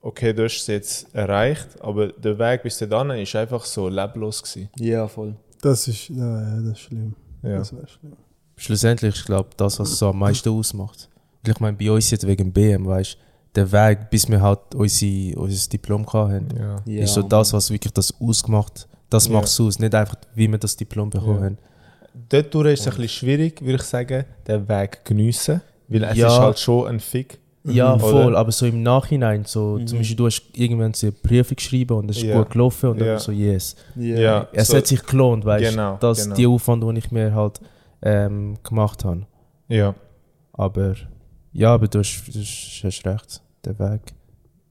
Speaker 4: okay, du hast es jetzt erreicht, aber der Weg bis dahin ist einfach so leblos gewesen.
Speaker 1: Ja, voll.
Speaker 3: das ist, ja, ja, das ist schlimm.
Speaker 4: Ja.
Speaker 3: Das wäre schlimm.
Speaker 2: Schlussendlich ist, glaube das, was so am meisten ausmacht. Weil ich meine, bei uns jetzt wegen BM, weißt der Weg, bis wir halt unsere, unser Diplom hatten,
Speaker 4: Ja.
Speaker 1: Ja,
Speaker 2: ist so das, was wirklich das ausgemacht Das
Speaker 4: Ja.
Speaker 2: macht es aus, nicht einfach, wie wir das Diplom bekommen
Speaker 4: Ja.
Speaker 2: haben.
Speaker 4: Dort durch ist es ein bisschen schwierig, würde ich sagen, den Weg geniessen, weil es
Speaker 2: Ja.
Speaker 4: ist halt schon ein Fick.
Speaker 2: Ja,
Speaker 4: Mhm.
Speaker 2: voll,
Speaker 4: Oder? Mhm.
Speaker 2: aber so im Nachhinein, so zum Beispiel, du hast irgendwann so Briefe geschrieben und es ist
Speaker 4: Ja.
Speaker 2: gut gelaufen und
Speaker 4: Ja.
Speaker 2: dann so, yes.
Speaker 1: Ja.
Speaker 2: Es
Speaker 4: so,
Speaker 2: hat sich gelohnt, weißt
Speaker 4: Genau,
Speaker 2: du, dass
Speaker 4: genau.
Speaker 2: die Aufwand, den ich mir halt ähm, gemacht habe.
Speaker 4: ja.
Speaker 2: Aber ja, aber du hast, du hast hast recht, der Weg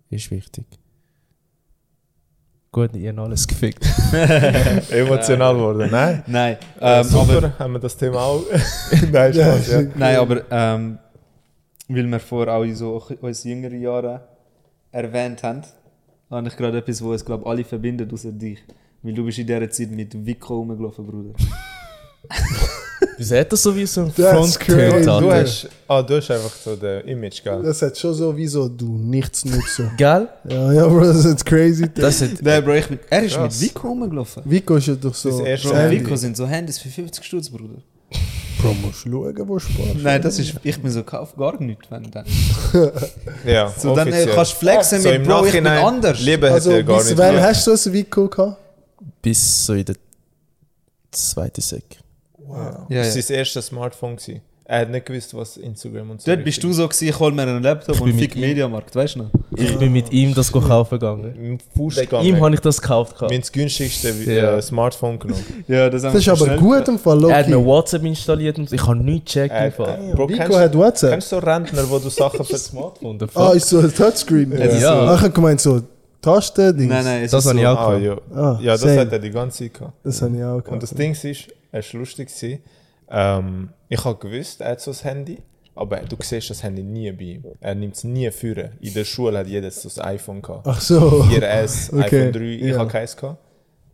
Speaker 2: ist wichtig. Gut, ihr habt alles gefickt.
Speaker 4: Emotional worden, nein?
Speaker 1: Nein,
Speaker 4: Ähm,
Speaker 1: ähm,
Speaker 4: Super,
Speaker 1: aber,
Speaker 4: haben wir das Thema auch. nein, Spaß, ja.
Speaker 1: nein, aber ähm, weil wir vorher auch in so uns jüngeren Jahren erwähnt haben, habe ich gerade etwas, was es glaube alle verbindet, außer dich. Weil du bist in dieser Zeit mit Vico rumgelaufen, Bruder.
Speaker 2: Wieso hat das so wie so ein
Speaker 3: That's crazy.
Speaker 2: Alter?
Speaker 4: Du hast, ah, du hast einfach so den Image, gell?
Speaker 3: Das hat schon so wie so, du, nichts nutzen.
Speaker 2: Gell?
Speaker 3: ja, ja, Bro, das ist crazy.
Speaker 2: Das hat,
Speaker 1: Nein, Bro, ich bin, er ist
Speaker 4: Krass.
Speaker 1: mit Vico rumgelaufen.
Speaker 3: Vico ist ja doch so.
Speaker 4: Das erste
Speaker 1: Bro,
Speaker 4: Handy.
Speaker 1: Vico sind so Handys für 50 Stutz, Bruder.
Speaker 3: Bro, musst schauen, wo Spaß.
Speaker 1: Nein, das ist, ich bin so kauf gar nichts, wenn dann.
Speaker 4: Ja,
Speaker 1: So, dann äh,
Speaker 4: offiziell.
Speaker 1: kannst du flexen mit Bro, ich bin anders.
Speaker 4: Liebe hat
Speaker 3: Also,
Speaker 4: er gar
Speaker 3: bis
Speaker 4: nicht.
Speaker 3: wann
Speaker 4: gemacht.
Speaker 3: hast du so ein Vico gehabt?
Speaker 2: bis so in der zweiten Sek.
Speaker 1: Ja, ja.
Speaker 4: Das war sein erstes Smartphone. Gewesen. Er hat nicht gewusst, was Instagram und so
Speaker 1: Dort bist du so gewesen, ich hol mir einen Laptop
Speaker 2: bin
Speaker 1: und
Speaker 2: mit
Speaker 1: fick
Speaker 2: ihm.
Speaker 1: Mediamarkt, weißt du noch?
Speaker 2: Ich bin mit ihm das kaufen gegangen.
Speaker 4: Mit Fuß
Speaker 2: Ihm
Speaker 4: gegangen.
Speaker 2: habe ich das gekauft. gehabt.
Speaker 4: Wir haben das günstigste
Speaker 2: Ja.
Speaker 4: äh, Smartphone genommen.
Speaker 1: Ja, das, haben
Speaker 3: Das ist
Speaker 1: wir
Speaker 3: aber
Speaker 1: schnell-
Speaker 3: gut im Fall,
Speaker 2: Er hat mir
Speaker 3: Loki.
Speaker 2: WhatsApp installiert und ich habe nichts gecheckt.
Speaker 4: Äh,
Speaker 2: im
Speaker 4: äh,
Speaker 2: Fall.
Speaker 4: Bro,
Speaker 3: Vico
Speaker 4: kennst,
Speaker 3: hat WhatsApp.
Speaker 4: kennst du so Rentner, wo du Sachen für
Speaker 2: Smartphone, der
Speaker 3: Ah,
Speaker 2: Fuck.
Speaker 3: ist so ein Touchscreen.
Speaker 1: Es ist
Speaker 2: Ja.
Speaker 3: Ah, ich hab gemeint, so Tasten-Dings.
Speaker 1: Nein, nein, es
Speaker 2: Das
Speaker 1: ist
Speaker 2: habe
Speaker 1: so.
Speaker 2: ich auch
Speaker 4: Ah,
Speaker 2: gekauft.
Speaker 4: ja.
Speaker 3: Ah,
Speaker 4: ja, das
Speaker 3: same.
Speaker 4: hat er die ganze Zeit gehabt.
Speaker 3: Das habe ich auch
Speaker 4: Und das
Speaker 3: gehabt.
Speaker 4: Ding ist, es war lustig. gewesen. Ähm, ich habe gewusst, er hat so ein Handy, aber du siehst das Handy nie bei ihm. Er nimmt es nie führen. In der Schule hat jeder so ein iPhone gehabt.
Speaker 3: Ach so.
Speaker 4: 4S,
Speaker 3: Oh, Okay,
Speaker 4: iPhone 3, ich
Speaker 3: ja.
Speaker 4: habe keins gehabt.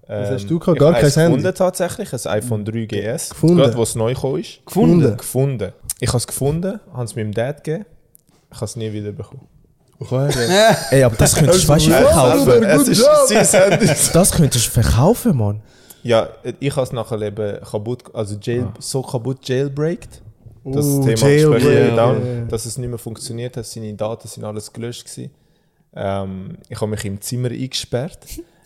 Speaker 3: Was
Speaker 4: Ähm,
Speaker 3: hast du gehabt?
Speaker 4: ich
Speaker 3: Gar
Speaker 4: habe
Speaker 3: kein
Speaker 4: eins
Speaker 3: Handy?
Speaker 4: gefunden tatsächlich, ein iPhone 3 GS.
Speaker 3: Gefunden?
Speaker 4: Gerade, wo es neu gekommen ist.
Speaker 1: Gefunden.
Speaker 3: Gefunden.
Speaker 4: Gefunden. Ich habe es gefunden, habe es meinem Dad gegeben. Ich habe es nie wieder bekommen.
Speaker 3: Oh,
Speaker 2: Ey, aber das könntest du weißt du,
Speaker 3: Ja,
Speaker 2: verkaufen.
Speaker 3: aber
Speaker 4: es
Speaker 3: gut,
Speaker 4: ist
Speaker 3: ja.
Speaker 4: sein Handy.
Speaker 2: Das könntest du verkaufen, Mann.
Speaker 4: Ja, ich habe es nachher eben kaputt, also jail, so kaputt jailbreakt. Das
Speaker 2: Uh,
Speaker 3: Oh,
Speaker 4: Thema später
Speaker 3: jailbreak.
Speaker 4: down,
Speaker 3: Ja, ja, ja.
Speaker 4: dass es nicht mehr funktioniert hat, seine Daten sind alles gelöscht gewesen. Ähm, ich habe mich im Zimmer eingesperrt,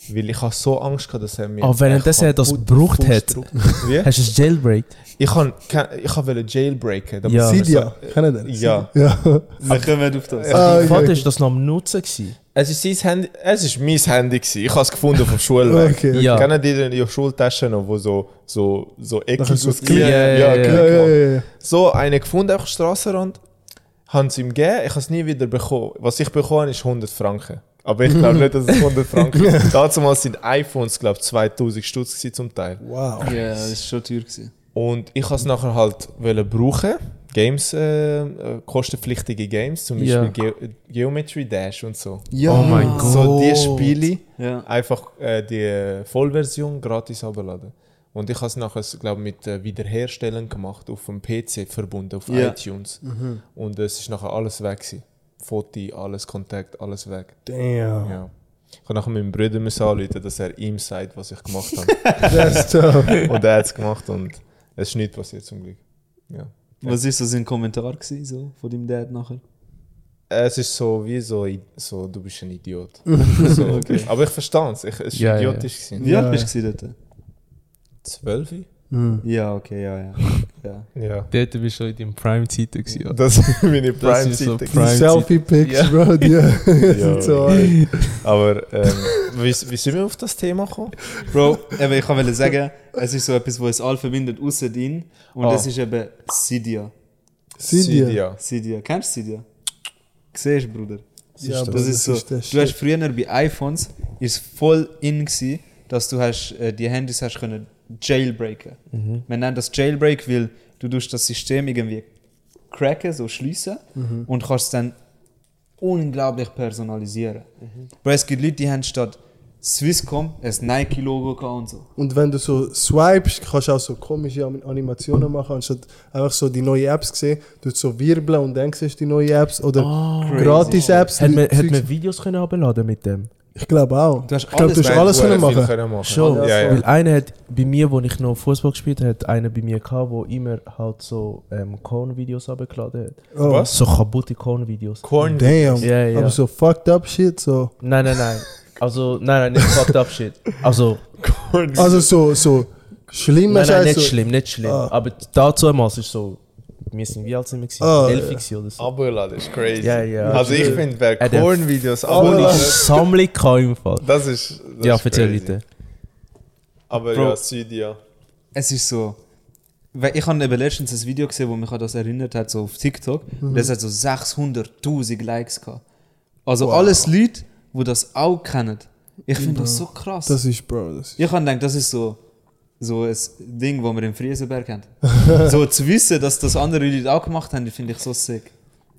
Speaker 4: weil ich habe so Angst hatte, dass er mir.
Speaker 2: Aber Ah, während
Speaker 4: echt
Speaker 2: das er das
Speaker 4: kaputt
Speaker 2: gebraucht
Speaker 4: Fuß
Speaker 2: hat.
Speaker 4: drückt. Wie?
Speaker 2: Hast du es jailbreakt?
Speaker 4: Ich han- ke- ich han wollte jailbreaken. damit
Speaker 2: Ja.
Speaker 4: es mir so-
Speaker 3: Cydia, kennt ihr?
Speaker 4: Ja.
Speaker 3: Ja.
Speaker 1: Wir kommen auf das.
Speaker 3: Ah,
Speaker 2: Mein
Speaker 3: ja.
Speaker 2: Vater Also ist das noch am Nutzen. gewesen.
Speaker 4: Es ist sein Handy, es ist mein Handy gewesen. Ich habe es gefunden vom Schulweg.
Speaker 3: Okay, okay.
Speaker 2: Ja.
Speaker 4: Kennen die denn ihre Schultaschen noch, wo so so so genau. eckig
Speaker 3: Nachher so
Speaker 4: und klein-
Speaker 2: Ja, ja, ja, ja.
Speaker 3: Ja,
Speaker 4: klein
Speaker 3: ja,
Speaker 4: gemacht.
Speaker 3: ja, ja.
Speaker 4: So einen gefunden auf dem Strassenrand, haben sie ihm gegeben, ich habe es nie wieder bekommen. Was ich bekommen habe, ist 100 Franken. Aber ich glaube nicht, dass es 100 Franken sind. Damals sind iPhones, glaube ich, 2000 Stutz gewesen zum Teil.
Speaker 3: Wow.
Speaker 1: Ja, das ist schon teuer gewesen.
Speaker 4: Und ich habe es nachher halt wollen brauchen. Games, äh, äh, kostenpflichtige Games, zum
Speaker 2: Ja.
Speaker 4: Beispiel Ge Geometry Dash und so.
Speaker 1: Ja.
Speaker 2: Oh mein Gott.
Speaker 4: So die Spiele,
Speaker 1: Ja.
Speaker 4: einfach äh, die Vollversion gratis abladen. Und ich habe es nachher, glaube mit äh, Wiederherstellen gemacht, auf dem PC verbunden, auf
Speaker 1: Ja.
Speaker 4: iTunes. Und es ist nachher alles weg. Gewesen. Foti, alles, Kontakt, alles weg.
Speaker 3: Damn.
Speaker 4: Ja. Ich habe nachher meinem Bruder müssen anrufen, dass er ihm sagt, was ich gemacht habe.
Speaker 3: That's tough.
Speaker 4: und er hat es gemacht und es ist nichts passiert zum Glück. Ja.
Speaker 1: Was ist so sein Kommentar gewesen, so, von deinem Dad nachher?
Speaker 4: Es ist so wie so, i- so du bist ein Idiot. so, Aber ich verstehe es. Ich, es war
Speaker 2: Ja, ja, ja.
Speaker 4: idiotisch. Ja,
Speaker 1: Wie
Speaker 3: Ja,
Speaker 1: alt bist du gewesen dort?
Speaker 4: Zwölf?
Speaker 3: Mhm.
Speaker 1: Ja, okay, ja, ja. ja.
Speaker 4: Ja.
Speaker 2: Dort bist du in deinem Prime-Zeiten.
Speaker 4: Das ist meine
Speaker 2: Das ist so
Speaker 4: Prime-Zeit.
Speaker 3: Die Selfie-Pics, bro, die sind so hart.
Speaker 4: Aber ähm, wie, wie sind wir auf das Thema gekommen?
Speaker 1: Bro, eben, ich wollte sagen, es ist so etwas, was uns alle verbindet, außer ihn. Und
Speaker 4: Ah.
Speaker 1: das ist eben Cydia.
Speaker 3: Cydia.
Speaker 1: Cydia. Kennst du Cydia? Siehst du, Bruder?
Speaker 3: Ja,
Speaker 1: Das ist so.
Speaker 3: der
Speaker 1: Du hast
Speaker 3: Shit.
Speaker 1: früher bei iPhones ist voll in gsi, dass du hast, äh, die Handys hast können jailbreaken.
Speaker 3: Mhm.
Speaker 1: Man nennt das Jailbreak, weil du tust das System irgendwie cracken, so schliessen
Speaker 3: Mhm.
Speaker 1: und kannst es dann unglaublich personalisieren.
Speaker 3: Mhm.
Speaker 1: Weil es gibt Leute, die haben statt Swisscom ein Nike-Logo gehabt und so.
Speaker 3: Und wenn du so swipest, kannst du auch so komische Anim- Animationen machen, anstatt einfach so die neuen Apps gesehen, du so wirbeln und dann siehst du die neuen Apps oder
Speaker 1: Crazy.
Speaker 3: Gratis-Apps.
Speaker 2: Hat man,
Speaker 3: die
Speaker 2: hat man
Speaker 3: Zeugs-
Speaker 2: Videos können abladen mit dem?
Speaker 3: ich glaube auch.
Speaker 1: Du hast
Speaker 3: ich glaube,
Speaker 1: alles
Speaker 3: du hast
Speaker 1: rein-
Speaker 3: alles können
Speaker 4: Viel
Speaker 3: machen.
Speaker 4: können machen.
Speaker 2: Schon.
Speaker 4: Ja, ja.
Speaker 2: Weil einer hat bei mir, wo ich noch Fußball gespielt habe, hat einer bei mir gehabt, wo immer halt so ähm, Korn-Videos abgeladen hat.
Speaker 3: Oh,
Speaker 4: Was?
Speaker 2: So kaputte Korn-Videos.
Speaker 4: Corn.
Speaker 3: Damn.
Speaker 2: Ja, ja.
Speaker 3: Aber so fucked up shit, so.
Speaker 2: Nein, nein, nein. Also, nein, nein, nicht fucked up shit. Also,
Speaker 4: Corn.
Speaker 3: Also so, so schlimmer
Speaker 2: nein, nein, nicht
Speaker 3: so-
Speaker 2: schlimm, nicht schlimm.
Speaker 3: Ah.
Speaker 2: Aber dazu mal ist so, wir sind wie alt sind wir gewesen?
Speaker 3: Ah,
Speaker 2: Elf gewesen oder so.
Speaker 4: Abladen ist crazy.
Speaker 2: Ja, ja.
Speaker 4: Also ich finde, wer
Speaker 2: Äh, der-
Speaker 4: Corn-Videos
Speaker 3: Ah.
Speaker 2: Und ich
Speaker 4: abladen,
Speaker 2: sammle keinen im Fall.
Speaker 4: das ist. Das
Speaker 2: Ja,
Speaker 4: ist
Speaker 2: erzähl
Speaker 4: crazy.
Speaker 2: bitte.
Speaker 4: Aber
Speaker 1: Bro.
Speaker 4: ja, Cydia.
Speaker 1: es ist so. Weil ich habe eben letztens ein Video gesehen, wo mich an das erinnert hat, so auf TikTok. Und das hat so 600.000 Likes gehabt. Also alles Leute, die das auch kennen. Ich finde das so krass.
Speaker 3: Das ist, Bro, das ist...
Speaker 1: ich habe gedacht, das ist so, so ein Ding, das man im Friesenberg kennt. so zu wissen, dass das andere Leute auch gemacht haben, finde ich so sick.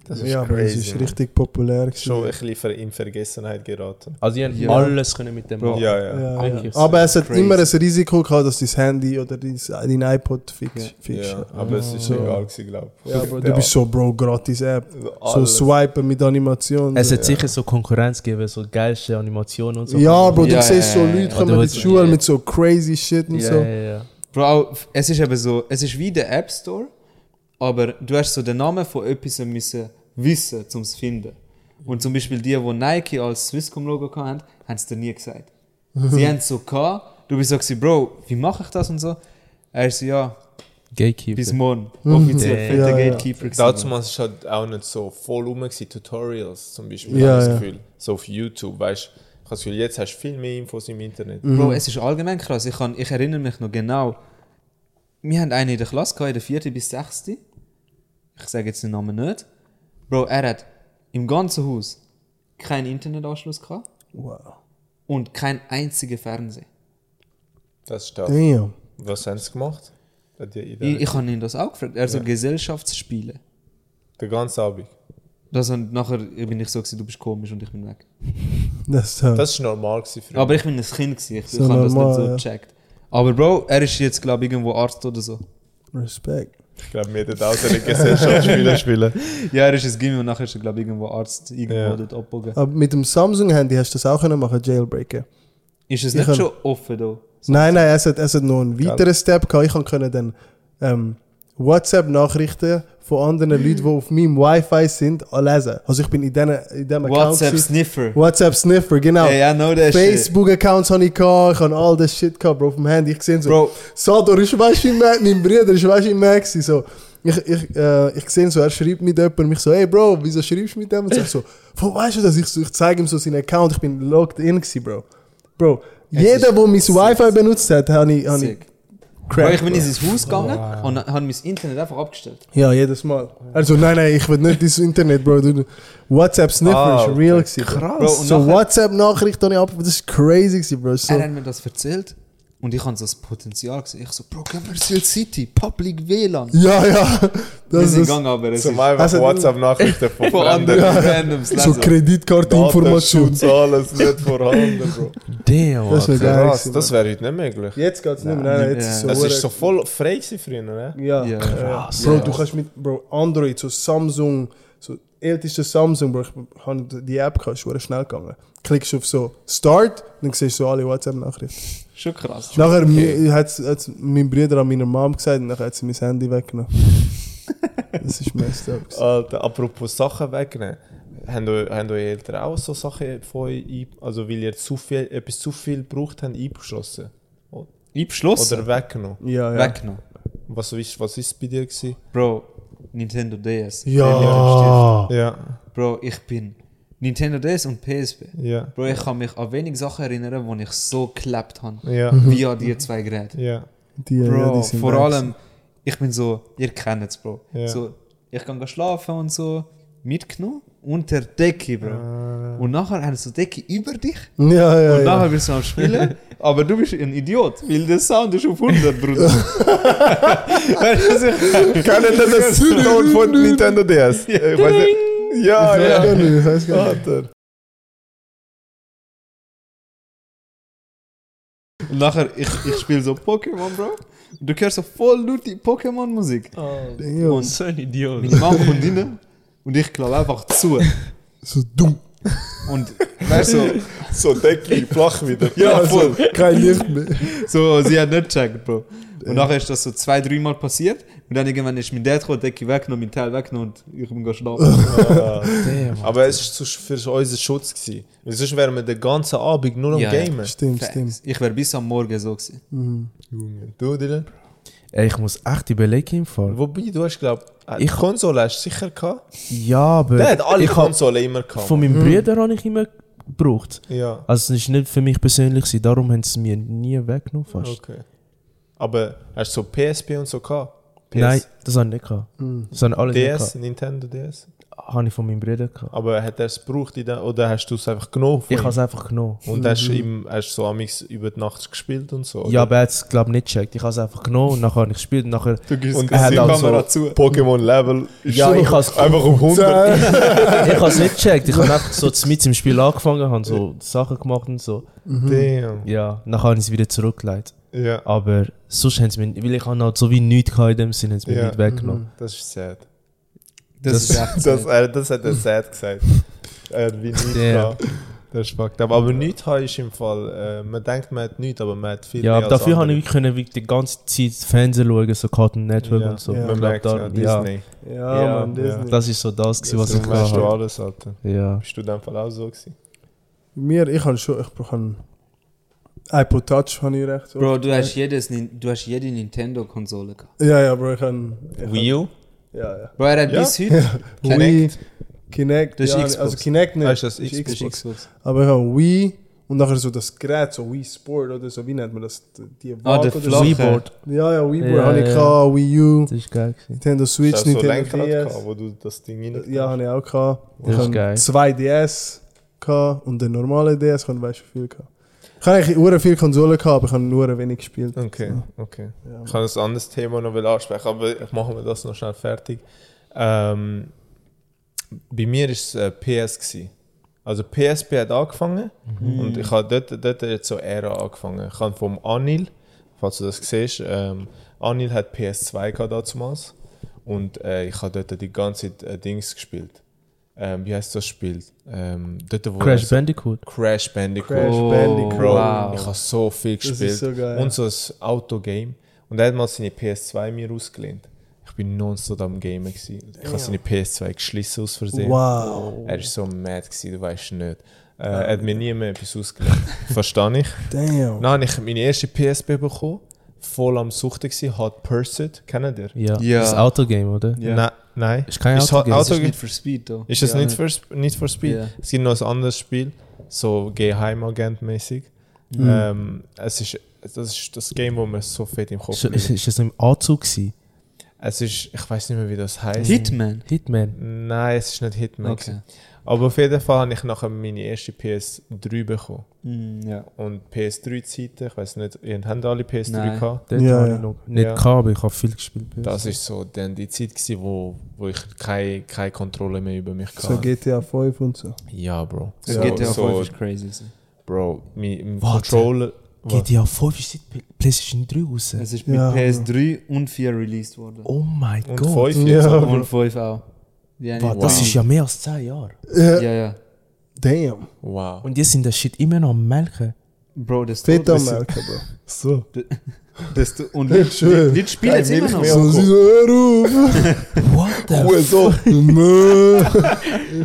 Speaker 4: Das ist
Speaker 3: Ja, aber es
Speaker 4: crazy.
Speaker 3: ist richtig populär gewesen.
Speaker 4: Schon ein bisschen ver- in Vergessenheit geraten.
Speaker 2: Also, die haben
Speaker 1: Ja.
Speaker 2: alles können mit dem
Speaker 1: Bro.
Speaker 2: machen.
Speaker 4: Ja, ja.
Speaker 3: Ja, ja.
Speaker 2: Eigentlich
Speaker 3: Aber es hat
Speaker 1: crazy.
Speaker 3: immer ein Risiko gehabt, dass dein Handy oder dein, dein iPod fix, fix.
Speaker 4: Ja, aber es ist
Speaker 3: So.
Speaker 4: egal, glaube ich.
Speaker 3: Ja, Bro, du bist so, Bro, gratis App. So swipen mit Animationen.
Speaker 2: Es hat sicher so Konkurrenz gegeben, so geilste Animationen und so.
Speaker 3: ja, Bro, du
Speaker 1: Ja,
Speaker 3: siehst
Speaker 1: ja,
Speaker 3: so
Speaker 1: ja, ja.
Speaker 3: Leute kommen
Speaker 2: Oder
Speaker 3: in die
Speaker 2: heute-
Speaker 3: Schule mit so crazy shit und
Speaker 2: Ja,
Speaker 3: so.
Speaker 2: ja, ja.
Speaker 1: Bro, auch- es ist eben so, es ist wie der App Store, aber du hast so den Namen von etwas müssen wissen, um es zu finden. Und zum Beispiel die, die Nike als Swisscom-Logo hatten, haben es dir nie gesagt. Sie haben es so gehabt, du bist so gewesen, Bro, wie mache ich das und so. Er ist so, ja,
Speaker 2: Gatekeeper.
Speaker 1: bis morgen. Offiziell,
Speaker 2: Ja,
Speaker 1: fetter
Speaker 3: ja, ja.
Speaker 1: Gatekeeper. gewesen,
Speaker 4: Dazu
Speaker 1: Mann.
Speaker 4: war es halt auch nicht so voll rum, gewesen. Tutorials zum Beispiel,
Speaker 3: Ja,
Speaker 4: habe ich
Speaker 3: ja.
Speaker 4: das Gefühl. So auf YouTube, weißt du. Ich habe das Gefühl, jetzt hast du viel mehr Infos im Internet.
Speaker 3: Mhm.
Speaker 1: Bro, es ist allgemein krass. Ich, kann, ich erinnere mich noch genau. Wir haben einen in der Klasse, gehabt, in der vierten bis sechsten. Ich sage jetzt den Namen nicht. Bro, er hat im ganzen Haus keinen Internetanschluss gehabt
Speaker 3: Wow.
Speaker 1: und keinen einzigen Fernseher.
Speaker 4: Das ist da.
Speaker 3: Damn.
Speaker 4: Was haben sie gemacht? Hat die Idee?
Speaker 1: Ich, ich habe ihn das auch gefragt. Also Gesellschaftsspiele.
Speaker 4: Den ganzen Abend.
Speaker 1: Das und nachher bin ich so gewesen, du bist komisch und ich bin weg.
Speaker 3: Das ist tough.
Speaker 4: Das war normal gewesen früher.
Speaker 1: Aber ich bin ein Kind gewesen. Ich,
Speaker 3: So
Speaker 1: ich habe das
Speaker 3: normal,
Speaker 1: nicht so
Speaker 3: ja.
Speaker 1: gecheckt. Aber Bro, er ist jetzt glaube ich irgendwo Arzt oder so.
Speaker 3: Respekt.
Speaker 4: Ich glaube, wir hätten auch so eine Gesellschaftsspieler spielen.
Speaker 1: Ja, er ist ein Gimmi und nachher ist er, glaube ich, irgendwo Arzt irgendwo
Speaker 4: Ja.
Speaker 1: dort abgebogen.
Speaker 3: Aber mit dem Samsung-Handy hast du das auch können machen, Jailbreaken.
Speaker 1: Ist es
Speaker 3: Ich
Speaker 1: nicht
Speaker 3: kann-
Speaker 1: schon offen da?
Speaker 3: Nein, nein, es hat, es hat noch einen weiteren Step gehabt. Ich konnte dann ähm, WhatsApp-Nachrichten von anderen Leuten, die auf meinem Wi-Fi sind, lesen. Also ich bin in, diesen- in diesem Account.
Speaker 1: WhatsApp
Speaker 3: gewesen.
Speaker 1: Sniffer.
Speaker 3: WhatsApp-Sniffer, genau.
Speaker 1: Hey, I know that shit.
Speaker 3: Facebook-Accounts habe ich gehabt, ich habe all das Shit gehabt, Bro, auf dem Handy. Ich sehe so,
Speaker 1: Bro,
Speaker 3: Sador ist weißt du, mein, mein Bruder ist weißt du, mein so. Ich, ich, äh, ich sehe so, er schreibt mit jemandem und mich so, hey Bro, wieso schreibst du mit dem? Und ich so, wo weißt du das? Ich, so, ich zeige ihm so seinen Account, ich bin logged in gewesen, Bro. Bro, jeder,
Speaker 1: ist
Speaker 3: der mein Wi-Fi benutzt hat, habe ich, habe ich
Speaker 1: sick. Bro,
Speaker 3: cracked,
Speaker 1: ich bin in
Speaker 3: Bro.
Speaker 1: sein Haus gegangen und habe mein Internet einfach abgestellt.
Speaker 3: Ja, jedes Mal. Also, nein, nein, ich will nicht dieses Internet, Bro. Du- WhatsApp-Sniffer
Speaker 4: Ah,
Speaker 3: ist
Speaker 4: okay.
Speaker 3: real gewesen, Bro.
Speaker 1: Bro, und
Speaker 3: So
Speaker 1: nachher-
Speaker 3: WhatsApp-Nachrichten habe ich ab, das ist crazy gewesen, Bro. So.
Speaker 1: Er hat mir das erzählt und ich habe so das Potenzial gesehen. Ich so, Bro, gehen wir Seal City, Public WLAN.
Speaker 3: Ja, ja.
Speaker 1: Wir
Speaker 3: Das
Speaker 1: sind
Speaker 3: ist
Speaker 1: gegangen, aber es ist
Speaker 4: Zum einfach
Speaker 3: Also,
Speaker 4: WhatsApp-Nachrichten von
Speaker 1: von
Speaker 4: Fremden.
Speaker 1: anderen Randoms.
Speaker 3: so Kreditkarteninformation.
Speaker 4: Datenschutz, alles nicht vorhanden, Bro.
Speaker 2: Damn, Alter.
Speaker 3: Das wäre geil.
Speaker 4: Krass,
Speaker 3: gewesen,
Speaker 4: das wäre heute nicht möglich.
Speaker 3: Jetzt geht's nicht mehr. Nein,
Speaker 1: Nein,
Speaker 3: jetzt
Speaker 1: ja.
Speaker 3: ist so.
Speaker 4: Das
Speaker 3: hure-
Speaker 4: ist so voll frei gewesen früher, ne?
Speaker 3: Ja. äh,
Speaker 1: Ja.
Speaker 2: Krass,
Speaker 3: Bro,
Speaker 2: ja.
Speaker 3: du kannst mit Bro, Android, so Samsung, so älteste Samsung, Bro, ich habe die App gehabt, ist hure schnell gegangen. Klickst auf so Start, dann siehst du so alle WhatsApp-Nachrichten.
Speaker 1: Schon krass.
Speaker 3: Nachher hat hat's mein Bruder an meiner Mom gesagt und nachher hat sie mein Handy weggenommen. das ist messed up. gewesen.
Speaker 4: Alter, Äh, apropos Sachen wegnehmen. Haben eu- haben eure Eltern auch so Sachen von euch, ein- also weil ihr zu viel, etwas zu viel braucht, haben eingeschlossen?
Speaker 1: Ich beschlossen.
Speaker 4: Oder weggenommen?
Speaker 3: Ja, ja.
Speaker 1: Weggenommen.
Speaker 4: Was ist, was ist bei dir gewesen?
Speaker 1: Bro, Nintendo DS.
Speaker 3: Ja.
Speaker 4: Ja,
Speaker 1: Bro, ich bin Nintendo DS und PSP.
Speaker 4: ja,
Speaker 1: Bro, ich kann mich an wenige Sachen erinnern, wo ich so geklebt habe.
Speaker 4: ja,
Speaker 1: Wie an die zwei Geräte.
Speaker 4: ja.
Speaker 3: Die, Hm. ja,
Speaker 1: Bro,
Speaker 3: die sind
Speaker 1: vor
Speaker 3: weg.
Speaker 1: allem, ich bin so, ihr kennt es, Bro.
Speaker 4: Ja.
Speaker 1: So, ich kann schlafen und so, mitgenommen, unter Decke, Bro. Und nachher hast du Decke über dich
Speaker 3: Ja, Ah. ja,
Speaker 1: und
Speaker 3: ja.
Speaker 1: nachher bist du am Spielen, aber du bist ein Idiot, weil der Sound ist auf 100, Bruder. Weißt du, was ich-
Speaker 4: Kennen Sie das Ton von Nintendo DS? Ich weiß nicht. Ja,
Speaker 3: Ja,
Speaker 4: ja.
Speaker 3: ja, ich weiß gar nicht.
Speaker 4: Alter.
Speaker 1: und nachher, ich, ich spiele so Pokémon, Bro. Und du hörst so voll laut die Pokémon-Musik.
Speaker 3: Ja.
Speaker 1: Und
Speaker 2: So ein Idiot.
Speaker 1: meine Mama kommt rein und ich klappe einfach zu.
Speaker 3: So dumm.
Speaker 1: Und weißt du, so,
Speaker 4: So Decke, flach wieder.
Speaker 3: Ja, voll. Kein Licht mehr.
Speaker 1: So, sie hat nicht gecheckt, Bro. Und nachher ist das so zwei, dreimal passiert. Und dann irgendwann ist mein Dad gekommen, die Decke weggenommen, mein Teil weggenommen und ich bin geschlafen.
Speaker 4: Ah, Aber es war zu- für unseren Schutz. Gewesen. Weil sonst wären wir den ganzen Abend nur am
Speaker 1: Ja, ja.
Speaker 4: Gamen.
Speaker 3: Stimmt, stimmt.
Speaker 1: ich wäre bis am Morgen so gewesen.
Speaker 4: Junge. Du, Dylan?
Speaker 2: Ey, ich muss echt überlegen im Fall.
Speaker 4: Wobei, du hast, glaube ich,
Speaker 2: Ich-
Speaker 4: Konsole hast du sicher gehabt.
Speaker 2: Ja, aber...
Speaker 4: Der hat alle
Speaker 2: ich hab-
Speaker 4: Konsolen immer gehabt.
Speaker 2: Von
Speaker 3: Mhm.
Speaker 2: meinem Bruder habe ich immer gebraucht.
Speaker 4: ja,
Speaker 2: Also es war nicht für mich persönlich, gewesen, darum haben sie es mir nie weggenommen fast.
Speaker 4: okay. Aber hast du so PSP und so gehabt? PS,
Speaker 2: Nein, das habe ich nicht gehabt.
Speaker 3: Mhm.
Speaker 2: Das habe ich alles
Speaker 4: DS,
Speaker 2: nicht
Speaker 4: Nintendo DS.
Speaker 2: gehabt. Habe ich von meinem Bruder gehabt.
Speaker 4: Aber hat er es gebraucht in der, oder hast du es einfach genommen? von
Speaker 2: Ich
Speaker 4: ihm?
Speaker 2: habe es einfach genommen.
Speaker 4: und hast du ihm hast so amigs über die Nacht gespielt und so?
Speaker 2: Ja,
Speaker 4: oder?
Speaker 2: aber er hat es glaube ich nicht gecheckt. Ich habe es einfach genommen und nachher habe ich gespielt und nachher...
Speaker 4: Und
Speaker 2: er hat
Speaker 4: die
Speaker 2: auch
Speaker 4: Kamera
Speaker 2: so-
Speaker 4: zu. Pokémon Level ist
Speaker 2: Ja,
Speaker 4: so
Speaker 2: ich has-
Speaker 4: einfach um 100.
Speaker 2: ich habe es nicht gecheckt. Ich habe einfach so mit im Spiel angefangen, habe so Sachen gemacht und so.
Speaker 4: Damn.
Speaker 2: Ja, nachher habe ich es wieder zurückgelegt.
Speaker 4: Ja,
Speaker 2: Aber sonst haben sie mir... Weil ich habe halt so wie nichts gehabt in dem Sinne, haben sie mir
Speaker 4: Ja. Mhm.
Speaker 2: nicht weggenommen.
Speaker 4: das ist sad.
Speaker 1: Das,
Speaker 2: Das-
Speaker 1: ist echt
Speaker 4: Das,
Speaker 1: so.
Speaker 4: äh, das hat er sad gesagt. Er hat wie nichts
Speaker 2: Ja.
Speaker 4: gehabt. Das ist fucked up. Aber nichts haben ist im Fall, äh, man denkt, man hat nichts, aber man hat viel
Speaker 2: Ja,
Speaker 4: mehr
Speaker 2: aber dafür habe
Speaker 4: andere.
Speaker 2: ich können wie die ganze Zeit Fernsehen schauen, so Cartoon Network
Speaker 4: ja.
Speaker 2: und so.
Speaker 3: Ja.
Speaker 2: Ich
Speaker 4: Man
Speaker 2: glaub,
Speaker 4: merkt ja,
Speaker 2: darum- ja,
Speaker 4: Disney.
Speaker 3: Ja,
Speaker 2: Ja,
Speaker 3: Mann, Disney.
Speaker 2: Das ist so das, gewesen, was ich
Speaker 4: Darum hast du
Speaker 2: gemacht
Speaker 4: alles, Alter.
Speaker 2: Ja.
Speaker 4: Bist du in dem Fall auch so gewesen?
Speaker 3: Mir, ich habe schon, ich brauche einen iPod Touch, habe ich recht.
Speaker 1: Bro, du hast, jedes, Nin- du hast jede Nintendo-Konsole gehabt.
Speaker 3: Ja, ja, Bro, ich habe...
Speaker 4: Wii U?
Speaker 3: Ja, ja.
Speaker 1: Bro, er hat
Speaker 4: Ja.
Speaker 1: bis heute
Speaker 3: Kinect. Wii, Kinect,
Speaker 1: Das ist
Speaker 3: ja,
Speaker 1: Xbox.
Speaker 3: also Kinect nicht.
Speaker 4: Ah, ist das
Speaker 1: Das ist Xbox.
Speaker 3: Aber ich habe Wii und nachher so das Gerät, so Wii Sport oder so, wie nennt man das? Die
Speaker 1: Ah, der
Speaker 3: Waage oder
Speaker 1: Flache.
Speaker 2: Wii-Board.
Speaker 3: so. Ja, ja, Wii Board
Speaker 2: Ja,
Speaker 3: habe ich
Speaker 2: ja.
Speaker 3: gehabt, Wii U,
Speaker 2: Das ist geil. gewesen.
Speaker 3: Nintendo
Speaker 4: Hast du
Speaker 3: Switch,
Speaker 4: auch so
Speaker 3: Nintendo
Speaker 4: Lenkrad gehabt,
Speaker 3: DS.
Speaker 4: wo du das Ding rein
Speaker 3: Ja, habe ich auch gehabt.
Speaker 2: Das
Speaker 3: Ich
Speaker 2: ist
Speaker 3: habe
Speaker 2: geil.
Speaker 3: zwei DS gehabt und den normalen DS, ich habe weißt du viel gehabt. Ich habe eigentlich hure viele Konsolen gehabt, aber ich habe nur wenig gespielt.
Speaker 4: Okay, okay.
Speaker 3: Ja.
Speaker 4: Ich kann ein anderes Thema noch will ansprechen, aber ich mache mir das noch schnell fertig. Ähm, bei mir war es äh, PS. Gewesen. Also PSP hat angefangen und ich habe dort, dort jetzt so Ära angefangen. Ich habe vom Anil, falls du das siehst, ähm, Anil hat PS2 gehabt damals. Und äh, ich habe dort die ganze Zeit äh, Dings gespielt. Ähm, wie heißt das Spiel? Ähm, dort, wo
Speaker 2: Crash Bandicoot.
Speaker 4: Crash Bandicoot.
Speaker 3: Crash
Speaker 1: Oh,
Speaker 3: Bandicoot.
Speaker 4: Bro,
Speaker 1: Wow.
Speaker 4: ich habe so viel
Speaker 3: Das ist
Speaker 4: gespielt.
Speaker 3: so geil.
Speaker 4: Und so ein Autogame. Und er hat mal seine PS2 mir ausgelehnt. Ich bin nonstop am Gamen. Gewesen. Ich habe seine PS2 geschlossen aus Versehen.
Speaker 3: Wow.
Speaker 4: Er war so mad, gewesen, du weißt nicht. Äh, er hat mir nie mehr etwas ausgelehnt. Verstehe ich.
Speaker 3: Damn.
Speaker 4: Dann habe ich meine erste PSP bekommen. Voll am Suchten gewesen, Hot Pursuit. Kennt ihr?
Speaker 2: Ja.
Speaker 1: Ja.
Speaker 2: Das Autogame, oder?
Speaker 1: Ja.
Speaker 4: Nein, nein.
Speaker 2: Ist kein
Speaker 4: Hot-
Speaker 2: Autogame.
Speaker 1: Das ist
Speaker 4: Autogame-
Speaker 1: nicht für Speed, da.
Speaker 4: ist das
Speaker 1: Ja. ne.
Speaker 4: nicht, für, nicht for Speed?
Speaker 1: Ja.
Speaker 4: Es gibt noch ein anderes Spiel, so Geheimagent-mäßig. Ähm, es ist, das ist das Game, wo man so fett im Kopf
Speaker 2: Ist, ist,
Speaker 4: liegt.
Speaker 2: ist das im Anzug gewesen?
Speaker 4: Es ist, ich weiß nicht mehr, wie das heißt.
Speaker 1: Hitman?
Speaker 2: Hitman.
Speaker 4: Nein, es ist nicht Hitman.
Speaker 1: Okay.
Speaker 4: gewesen. Aber auf jeden Fall habe ich nachher meine erste PS3 bekommen.
Speaker 1: Mm, ja.
Speaker 4: Und PS3-Zeiten, ich weiß nicht, ihr habt alle PS3
Speaker 1: Nein.
Speaker 4: gehabt?
Speaker 2: Dort
Speaker 3: Ja,
Speaker 2: habe
Speaker 3: ja.
Speaker 2: ich noch nicht
Speaker 4: Ja.
Speaker 2: gehabt, aber ich habe viel gespielt.
Speaker 4: Das ist so dann die Zeit, gewesen, wo, wo ich keine, keine Kontrolle mehr über mich
Speaker 3: So
Speaker 4: hatte.
Speaker 3: GTA 5 und so.
Speaker 4: ja, Bro.
Speaker 1: So,
Speaker 4: So,
Speaker 1: GTA
Speaker 4: so,
Speaker 1: 5 ist crazy. gewesen.
Speaker 4: Bro, mein mein
Speaker 2: Warte.
Speaker 4: Controller.
Speaker 2: GTA 5 ist seit Pl- PlayStation 3 raus.
Speaker 1: Es ist mit
Speaker 3: Ja.
Speaker 1: PS3 und 4 released worden.
Speaker 2: Oh mein
Speaker 4: Und
Speaker 2: Gott.
Speaker 4: fünf
Speaker 3: Ja.
Speaker 4: jetzt. aber-
Speaker 1: Und 5 auch. Ja,
Speaker 2: Boah,
Speaker 1: nicht-
Speaker 2: Das ist ja mehr als 10 Jahre.
Speaker 1: Ja,
Speaker 3: Ja.
Speaker 1: ja.
Speaker 3: Äh, Damn.
Speaker 4: Wow.
Speaker 2: Und die sind das Shit immer noch am Melken.
Speaker 1: Bro, das tut.
Speaker 3: Feta
Speaker 1: Das,
Speaker 3: Melke, Bro. So.
Speaker 1: das tut. Und Leute
Speaker 3: Schön.
Speaker 1: Leute spielen es immer noch.
Speaker 3: So, sie so, hör auf.
Speaker 2: What the,
Speaker 3: so. Mö.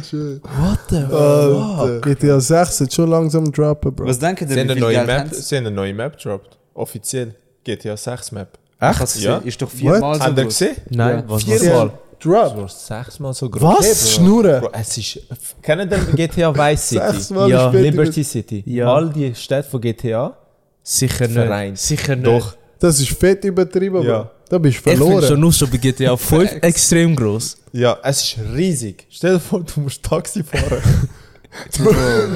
Speaker 3: Schön.
Speaker 2: what the fuck?
Speaker 3: Alter. GTA 6 hat schon langsam droppen, Bro.
Speaker 1: Was denken ihr,
Speaker 4: Sie haben, eine
Speaker 1: viel
Speaker 4: neue
Speaker 1: Geld
Speaker 4: Map,
Speaker 1: haben sie?
Speaker 4: sie haben eine neue Map gedroppt. Offiziell. GTA 6 Map.
Speaker 1: Ich hab's
Speaker 4: Ja.
Speaker 1: gesehen. Ist doch viermal
Speaker 4: Habt
Speaker 1: so
Speaker 4: ihr
Speaker 1: groß.
Speaker 4: gesehen?
Speaker 2: Nein,
Speaker 1: Ja.
Speaker 2: was
Speaker 3: Vier-
Speaker 2: was?
Speaker 4: Mal. Das
Speaker 3: Drop.
Speaker 4: war sechsmal so groß.
Speaker 3: Was? Schnurren.
Speaker 4: Bro, es ist. Kennt ihr GTA Vice City?
Speaker 3: Sechsmal
Speaker 2: Ja,
Speaker 3: später.
Speaker 4: Liberty City.
Speaker 2: Ja.
Speaker 4: All die Städte von GTA.
Speaker 2: Sicher nicht.
Speaker 4: Verein.
Speaker 2: Sicher nicht.
Speaker 4: Doch.
Speaker 3: Das ist fett übertrieben, Bro.
Speaker 4: Ja.
Speaker 3: Da bist du
Speaker 2: Ich bin schon
Speaker 3: verloren.
Speaker 2: nur schon bei GTA 5 extrem groß.
Speaker 4: Ja, es ist riesig. Stell dir vor, du musst Taxi fahren.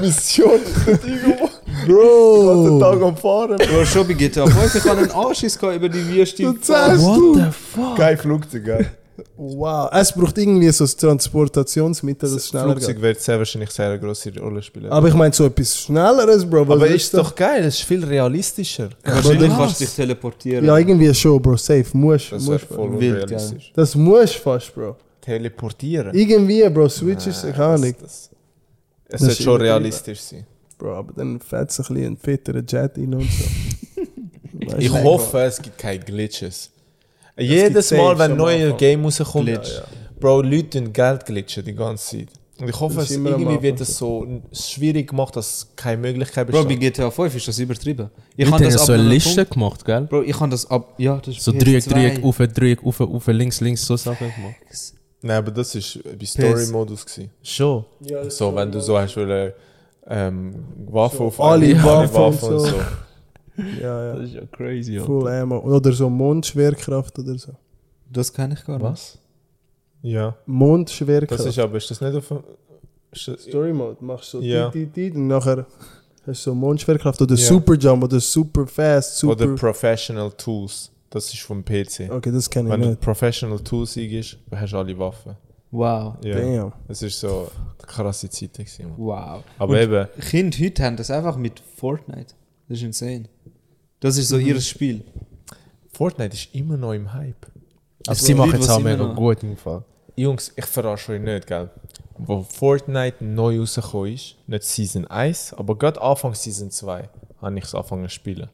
Speaker 4: Mission irgendwo. Den Tag
Speaker 3: Bro.
Speaker 4: am Fahren.
Speaker 1: Bro, schon bei GTA 5. Ich habe einen Anschiss gehabt über die Wüste.
Speaker 3: Du zählst
Speaker 2: What
Speaker 3: du.
Speaker 2: the fuck?
Speaker 4: Kein Flugzeug, gell?
Speaker 3: Wow. Es braucht irgendwie so ein Transportationsmittel, das schneller geht.
Speaker 4: Flugzeug wird sehr wahrscheinlich sehr eine grosse Rolle spielen.
Speaker 3: Aber ich meine, so etwas Schnelleres, Bro. was
Speaker 4: Aber
Speaker 3: ist
Speaker 4: ist
Speaker 3: das?
Speaker 4: doch geil, es ist viel realistischer.
Speaker 1: Wahrscheinlich
Speaker 3: was?
Speaker 1: kannst du dich teleportieren.
Speaker 3: Ja, irgendwie schon, Bro. Safe. Musst.
Speaker 4: Das wäre
Speaker 3: musst Bro.
Speaker 4: voll
Speaker 1: Wild,
Speaker 4: unrealistisch.
Speaker 3: das musst fast, Bro.
Speaker 4: Teleportieren.
Speaker 3: Irgendwie, Bro. Switch ist sich auch nicht.
Speaker 4: Äh, Das, das, es
Speaker 3: Das
Speaker 4: wird
Speaker 3: ist
Speaker 4: schon
Speaker 3: übertrieben.
Speaker 4: realistisch sein.
Speaker 3: Bro, aber dann fährt sich ein bisschen ein fetterer Jet rein und so. Weißt
Speaker 4: Ich
Speaker 3: du?
Speaker 4: hoffe, es gibt keine Glitches. Jedes
Speaker 3: safe
Speaker 4: Mal,
Speaker 3: schon
Speaker 4: wenn ein
Speaker 3: am
Speaker 4: neues
Speaker 3: Anfang.
Speaker 4: Game rauskommt,
Speaker 1: Glitch.
Speaker 4: Bro, Leute tun Geld glitchen die ganze Zeit. Und ich hoffe,
Speaker 3: Das ist
Speaker 4: es
Speaker 3: immer am
Speaker 4: irgendwie wird
Speaker 3: Anfang
Speaker 4: es so n- schwierig gemacht, dass keine Möglichkeit
Speaker 1: Bro, bei
Speaker 4: besteht.
Speaker 1: GTA 5 ist das übertrieben. Ich
Speaker 2: Ich
Speaker 1: habe
Speaker 2: habe
Speaker 1: das ab
Speaker 2: so eine
Speaker 1: einem
Speaker 2: Liste
Speaker 1: Punkt-
Speaker 2: gemacht, gell?
Speaker 1: Bro, ich habe das ab. Ja, das ist
Speaker 2: So Dreieck, Dreieck, auf, Dreieck, auf, auf, links, links, so Sachen gemacht.
Speaker 4: Nein, aber das ist bei Story-Modus. gewesen.
Speaker 2: Schon.
Speaker 4: So, wenn du so hast, will, ähm, Waffe auf
Speaker 3: alle
Speaker 4: alle
Speaker 3: Waffen
Speaker 4: Waffen
Speaker 3: und
Speaker 4: und
Speaker 3: so.
Speaker 4: so.
Speaker 3: Ja, ja.
Speaker 2: ist ja crazy,
Speaker 3: Full Ammo. Oder so Mondschwerkraft oder so.
Speaker 1: Das kenne ich gar nicht.
Speaker 2: Was?
Speaker 4: Ja,
Speaker 3: Mondschwerkraft.
Speaker 4: das ist aber, ist das nicht auf dem- ist das-
Speaker 3: Story Mode. Machst so
Speaker 4: Ja.
Speaker 3: die, die, die. Und nachher hast du so Mondschwerkraft oder
Speaker 4: Ja. Oh,
Speaker 3: Super Jump oder Super Fast. Super.
Speaker 4: Oder Professional Tools. Das ist vom PC.
Speaker 3: okay, das kenne ich
Speaker 4: Wenn du
Speaker 3: nicht.
Speaker 4: Professional Tools eingibst, hast du alle Waffen.
Speaker 1: Wow.
Speaker 4: Ja.
Speaker 3: Damn.
Speaker 4: Es ist so krasse Zeiten. gewesen, Mann.
Speaker 1: Wow.
Speaker 4: Aber eben,
Speaker 1: Kinder heute haben das einfach mit Fortnite. Das ist insane. Das ist so
Speaker 2: Mhm.
Speaker 1: ihr Spiel.
Speaker 4: Fortnite ist immer noch im Hype.
Speaker 1: Also
Speaker 2: sie machen
Speaker 1: Leute,
Speaker 2: es
Speaker 1: was
Speaker 2: auch
Speaker 1: sie
Speaker 2: mega
Speaker 1: machen.
Speaker 2: gut im Fall.
Speaker 4: Jungs, ich verarsche euch nicht, gell? Wo Fortnite neu rausgekommen ist, nicht Season 1, aber gerade Anfang Season 2, habe ich es angefangen zu spielen.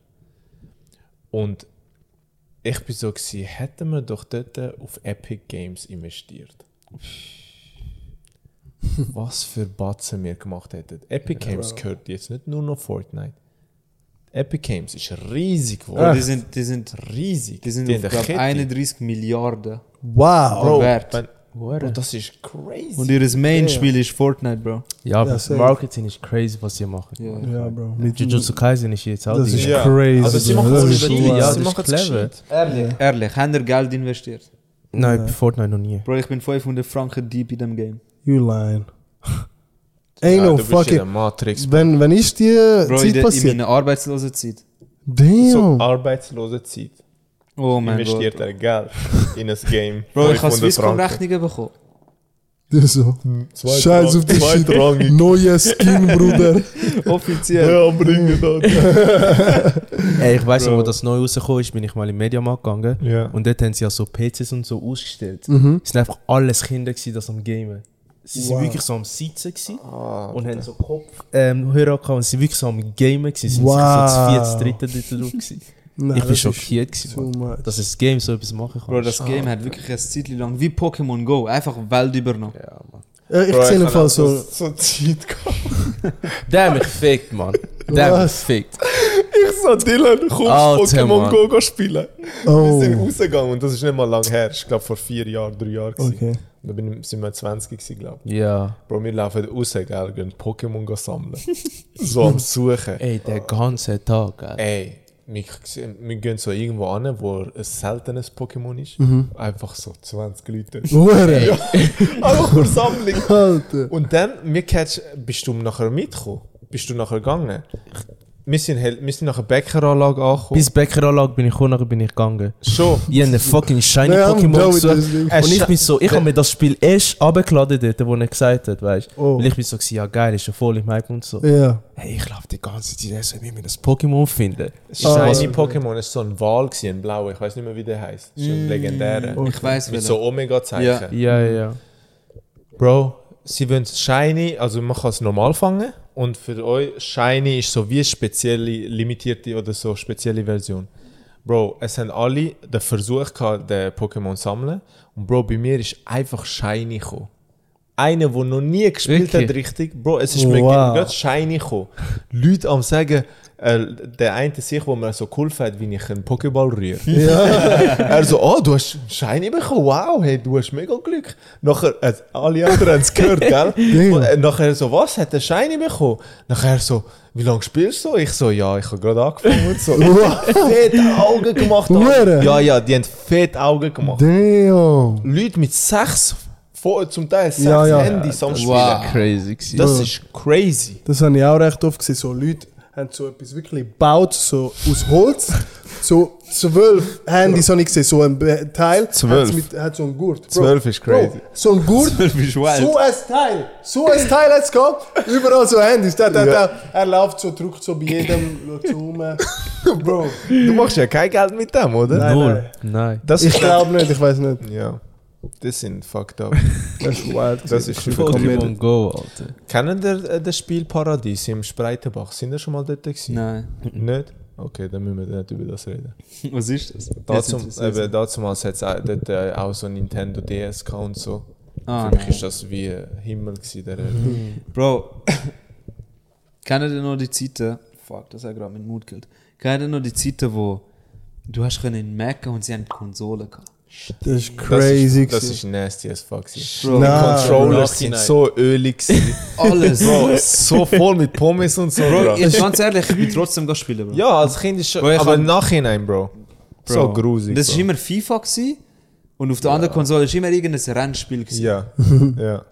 Speaker 4: Und ich bin so, gewesen, hätten wir doch dort auf Epic Games investiert. Was für Batzen wir gemacht hätten. Epic Games gehört jetzt nicht nur noch Fortnite. Epic Games ist riesig
Speaker 1: Bro, die
Speaker 4: geworden.
Speaker 1: sind, die sind,
Speaker 4: Riesig.
Speaker 1: Ah. die sind
Speaker 4: Die
Speaker 1: auf
Speaker 4: haben eine
Speaker 1: glaub,
Speaker 4: Kette.
Speaker 1: 31 Milliarden.
Speaker 3: Wow.
Speaker 4: Bro,
Speaker 1: wert.
Speaker 4: wenn- Bro,
Speaker 2: Hure.
Speaker 4: das ist crazy.
Speaker 1: Und ihr Main-Spiel ist Fortnite, Bro.
Speaker 2: Ja, aber
Speaker 3: Ja,
Speaker 2: das
Speaker 3: safe.
Speaker 2: Marketing ist crazy, was sie machen.
Speaker 1: Ja.
Speaker 3: Ja, Bro. Mit
Speaker 2: Jujutsu Kaisen ist jetzt auch
Speaker 3: Das
Speaker 2: die-
Speaker 3: ist Ja. crazy,
Speaker 4: Also sie
Speaker 3: Bro.
Speaker 4: machen
Speaker 3: Das
Speaker 4: es
Speaker 3: ist
Speaker 4: übertrieben,
Speaker 3: wahr.
Speaker 4: ja,
Speaker 3: Das
Speaker 4: sie
Speaker 2: ist
Speaker 4: machen es
Speaker 2: clever.
Speaker 4: gescheit.
Speaker 1: Ehrlich? Ehrlich, habt ihr Geld investiert?
Speaker 2: Nein, bei Fortnite noch nie.
Speaker 1: Bro, ich bin 500 Franken deep in dem Game.
Speaker 3: You lying. Ain't
Speaker 4: Ja,
Speaker 3: no
Speaker 4: du bist in der
Speaker 3: fucking.
Speaker 4: Matrix.
Speaker 3: Wenn, wenn ist die eh,
Speaker 1: Bro, in,
Speaker 3: Zeit
Speaker 1: der, in
Speaker 3: passiert?
Speaker 1: meiner arbeitslosen Zeit.
Speaker 3: Damn.
Speaker 4: So arbeitslose Zeit
Speaker 1: Oh mein Gott.
Speaker 4: investiert er Geld in ein Game.
Speaker 1: Bro, ich habe
Speaker 4: 500 Franken.
Speaker 1: Swisscom-Rechnungen bekommen.
Speaker 3: Der so.
Speaker 4: Zweit-
Speaker 3: Scheiß auf die Shit.
Speaker 4: Zweitrangig.
Speaker 3: Neuer Skin, Bruder.
Speaker 1: Offiziell.
Speaker 4: Ja, bringen das.
Speaker 2: Ey, ich weiß noch,
Speaker 1: Bro.
Speaker 2: wo das neu rausgekommen ist, bin ich mal im Mediamarkt gegangen.
Speaker 4: Ja.
Speaker 2: Und dort haben sie ja so PCs und so ausgestellt.
Speaker 3: Mhm.
Speaker 2: Es sind einfach alles Kinder, gewesen, das am Gamen. Sie sind
Speaker 3: Wow.
Speaker 2: wirklich so am Sitzen gewesen
Speaker 4: Ah.
Speaker 2: und haben so Kopfhörer ähm, Hörer gehabt und sie sind wirklich so am Gamen gewesen. Sie sind
Speaker 3: Wow.
Speaker 2: so zu viert, dritte, dritte drauf gewesen.
Speaker 3: Nein,
Speaker 2: Ich bin
Speaker 3: das ist
Speaker 2: schockiert
Speaker 3: too
Speaker 2: gewesen, Mann,
Speaker 3: much.
Speaker 2: dass das Game so etwas machen kann.
Speaker 1: Bro, das Game hat wirklich eine Zeit lang wie Pokémon Go einfach Welt übernommen.
Speaker 3: Äh, Ich sehe im Fall so.
Speaker 4: So Zeit gehabt.
Speaker 2: Der hat mich fickt, Mann. Der hat mich fickt.
Speaker 4: Ich so, Dylan, kommst
Speaker 2: Alter,
Speaker 4: Pokémon
Speaker 2: Mann.
Speaker 4: Go go spielen. Wir sind
Speaker 3: Oh.
Speaker 4: rausgegangen und das ist nicht mal lang her. Ich glaube vor vier Jahren, drei Jahren. gewesen.
Speaker 3: Okay.
Speaker 4: Da bin, sind wir 20 gewesen, glaube ich.
Speaker 2: Ja.
Speaker 4: Bro, wir laufen raus, gell, gehen Pokémon go sammeln. so am Suchen.
Speaker 2: Ey, der ganze Tag, ey.
Speaker 4: Ey, wir, g- wir gehen so irgendwo an, wo ein seltenes Pokémon ist.
Speaker 1: Mhm.
Speaker 4: Einfach so 20 Leute.
Speaker 3: Hure.
Speaker 4: Einfach für Sammlung.
Speaker 3: Alter.
Speaker 4: Und dann, mir catch, bist du nachher mitgekommen? Bist du nachher gegangen? Wir sind, hel- wir sind nachher Bäckeranlage angekommen.
Speaker 2: Bis Bäckeranlage bin ich gekommen, nachher bin ich gegangen.
Speaker 4: Schon.
Speaker 1: Ah,
Speaker 2: Ich habe einen fucking shiny
Speaker 3: Ja, I'm done
Speaker 2: Pokémon
Speaker 3: with this
Speaker 2: gesucht.
Speaker 3: thing.
Speaker 4: Äh,
Speaker 2: Und ich
Speaker 4: scha-
Speaker 2: bin so, ich habe mir das Spiel erst abgeladen dort, wo er gesagt hat, weißt du.
Speaker 3: Oh.
Speaker 2: Weil ich bin so, gewesen, ja geil, ist ja voll im Hype und so.
Speaker 3: Ja.
Speaker 2: Hey, ich laufe die ganze Zeit, also, ich will das Pokémon finden.
Speaker 1: also-
Speaker 4: Shiny Pokémon ist so ein Wal, gewesen, ein blauer, ich weiß nicht mehr, wie der heißt. Ist ein legendärer.
Speaker 1: Mm. Ich weiß
Speaker 4: Mit
Speaker 1: nicht.
Speaker 4: so Omega-Zeichen.
Speaker 2: Ja, ja.
Speaker 4: Bro, sie wollen Shiny, also man kann es normal fangen. Und für euch, Shiny ist so wie eine spezielle, limitierte oder so spezielle Version. Bro, es haben alle den Versuch gehabt, den Pokémon zu sammeln. Und Bro, bei mir ist einfach Shiny gekommen. Einer, der noch nie gespielt
Speaker 2: Wirklich?
Speaker 4: hat, richtig. Bro, es ist mir
Speaker 3: Wow.
Speaker 4: gerade Shiny gekommen. Leute am sagen, äh, der eine sich, wo mir so geholfen hat, wie ich einen Pokéball rühre. Er so, oh, du hast einen Schein bekommen, wow, hey, du hast mega Glück. Nachher, äh, alle anderen haben es gehört, gell? Und, äh, nachher so, was, hat der Schein bekommen? Nachher so, wie lange spielst du? Ich so, ja, ich habe gerade angefangen und so. fett Augen gemacht.
Speaker 3: Hure.
Speaker 4: Ja, ja, die haben fett Augen gemacht.
Speaker 3: Damn.
Speaker 4: Leute mit sechs, vor, zum Teil sechs
Speaker 3: Ja, ja.
Speaker 4: Handys am Spielen.
Speaker 1: Wow.
Speaker 2: Crazy gewesen.
Speaker 4: Das ist crazy.
Speaker 3: Das habe ich auch recht oft gesehen. So Leute haben so etwas wirklich gebaut, so aus Holz. So zwölf Handys habe ich gesehen. So ein Be- Teil.
Speaker 4: Zwölf.
Speaker 3: hat's Mit, hat so einen Gurt. Bro,
Speaker 4: Zwölf ist crazy.
Speaker 3: Bro, so ein Gurt.
Speaker 1: bist wild.
Speaker 3: So ein Teil. So ein Teil hat es gehabt. Überall so Handys. Da, da, da. Er läuft so, drückt so bei jedem, schaut so rum. Bro,
Speaker 4: Du machst ja kein Geld mit dem, oder?
Speaker 3: Nein.
Speaker 2: Null. Nein.
Speaker 4: Das
Speaker 3: ich glaube nicht, ich weiß nicht.
Speaker 4: Ja. Das sind fucked up.
Speaker 3: Das ist wild.
Speaker 4: Das ist
Speaker 2: Pokémon Go, Alter.
Speaker 4: Kennen ihr äh, das Spiel Paradies im Spreitenbach? Sind ihr schon mal dort gewesen?
Speaker 1: Nein.
Speaker 4: Nicht? Okay, dann müssen wir nicht über das reden.
Speaker 1: Was ist das?
Speaker 4: Dazu,
Speaker 1: Jetzt interessiert
Speaker 4: eben, dazumals hat es auch, dort, äh, auch so Nintendo DS gehabt und so.
Speaker 1: Ah,
Speaker 4: Für mich
Speaker 1: nein.
Speaker 4: ist das wie äh, Himmel gewesen. Der,
Speaker 1: mich. Bro, kennt ihr noch die Zeiten? Fuck, das hat gerade mit Mut gehört. Kennt ihr noch die Zeiten, wo du hast können in Mecca und sie haben Konsolen gehabt?
Speaker 3: Das ist crazy.
Speaker 4: Das ist, das
Speaker 3: gewesen.
Speaker 4: ist nasty as fuck. gewesen.
Speaker 1: Bro,
Speaker 3: Nein. Ah,
Speaker 4: Controllers
Speaker 2: Nachhinein.
Speaker 4: sind so ölig gewesen.
Speaker 1: alles.
Speaker 4: Bro, so voll mit Pommes und so. Bro,
Speaker 1: ich, ganz ehrlich, ich bin trotzdem gegangen spielen, Bro.
Speaker 4: ja, als Kind ist schon.
Speaker 1: Bro, ich
Speaker 4: aber
Speaker 1: hab-
Speaker 4: im Nachhinein, Bro. So grusig.
Speaker 1: Das war
Speaker 4: Bro.
Speaker 1: immer FIFA gewesen, und auf der anderen Konsole war immer irgendein Rennspiel. Gewesen.
Speaker 4: Ja. ja.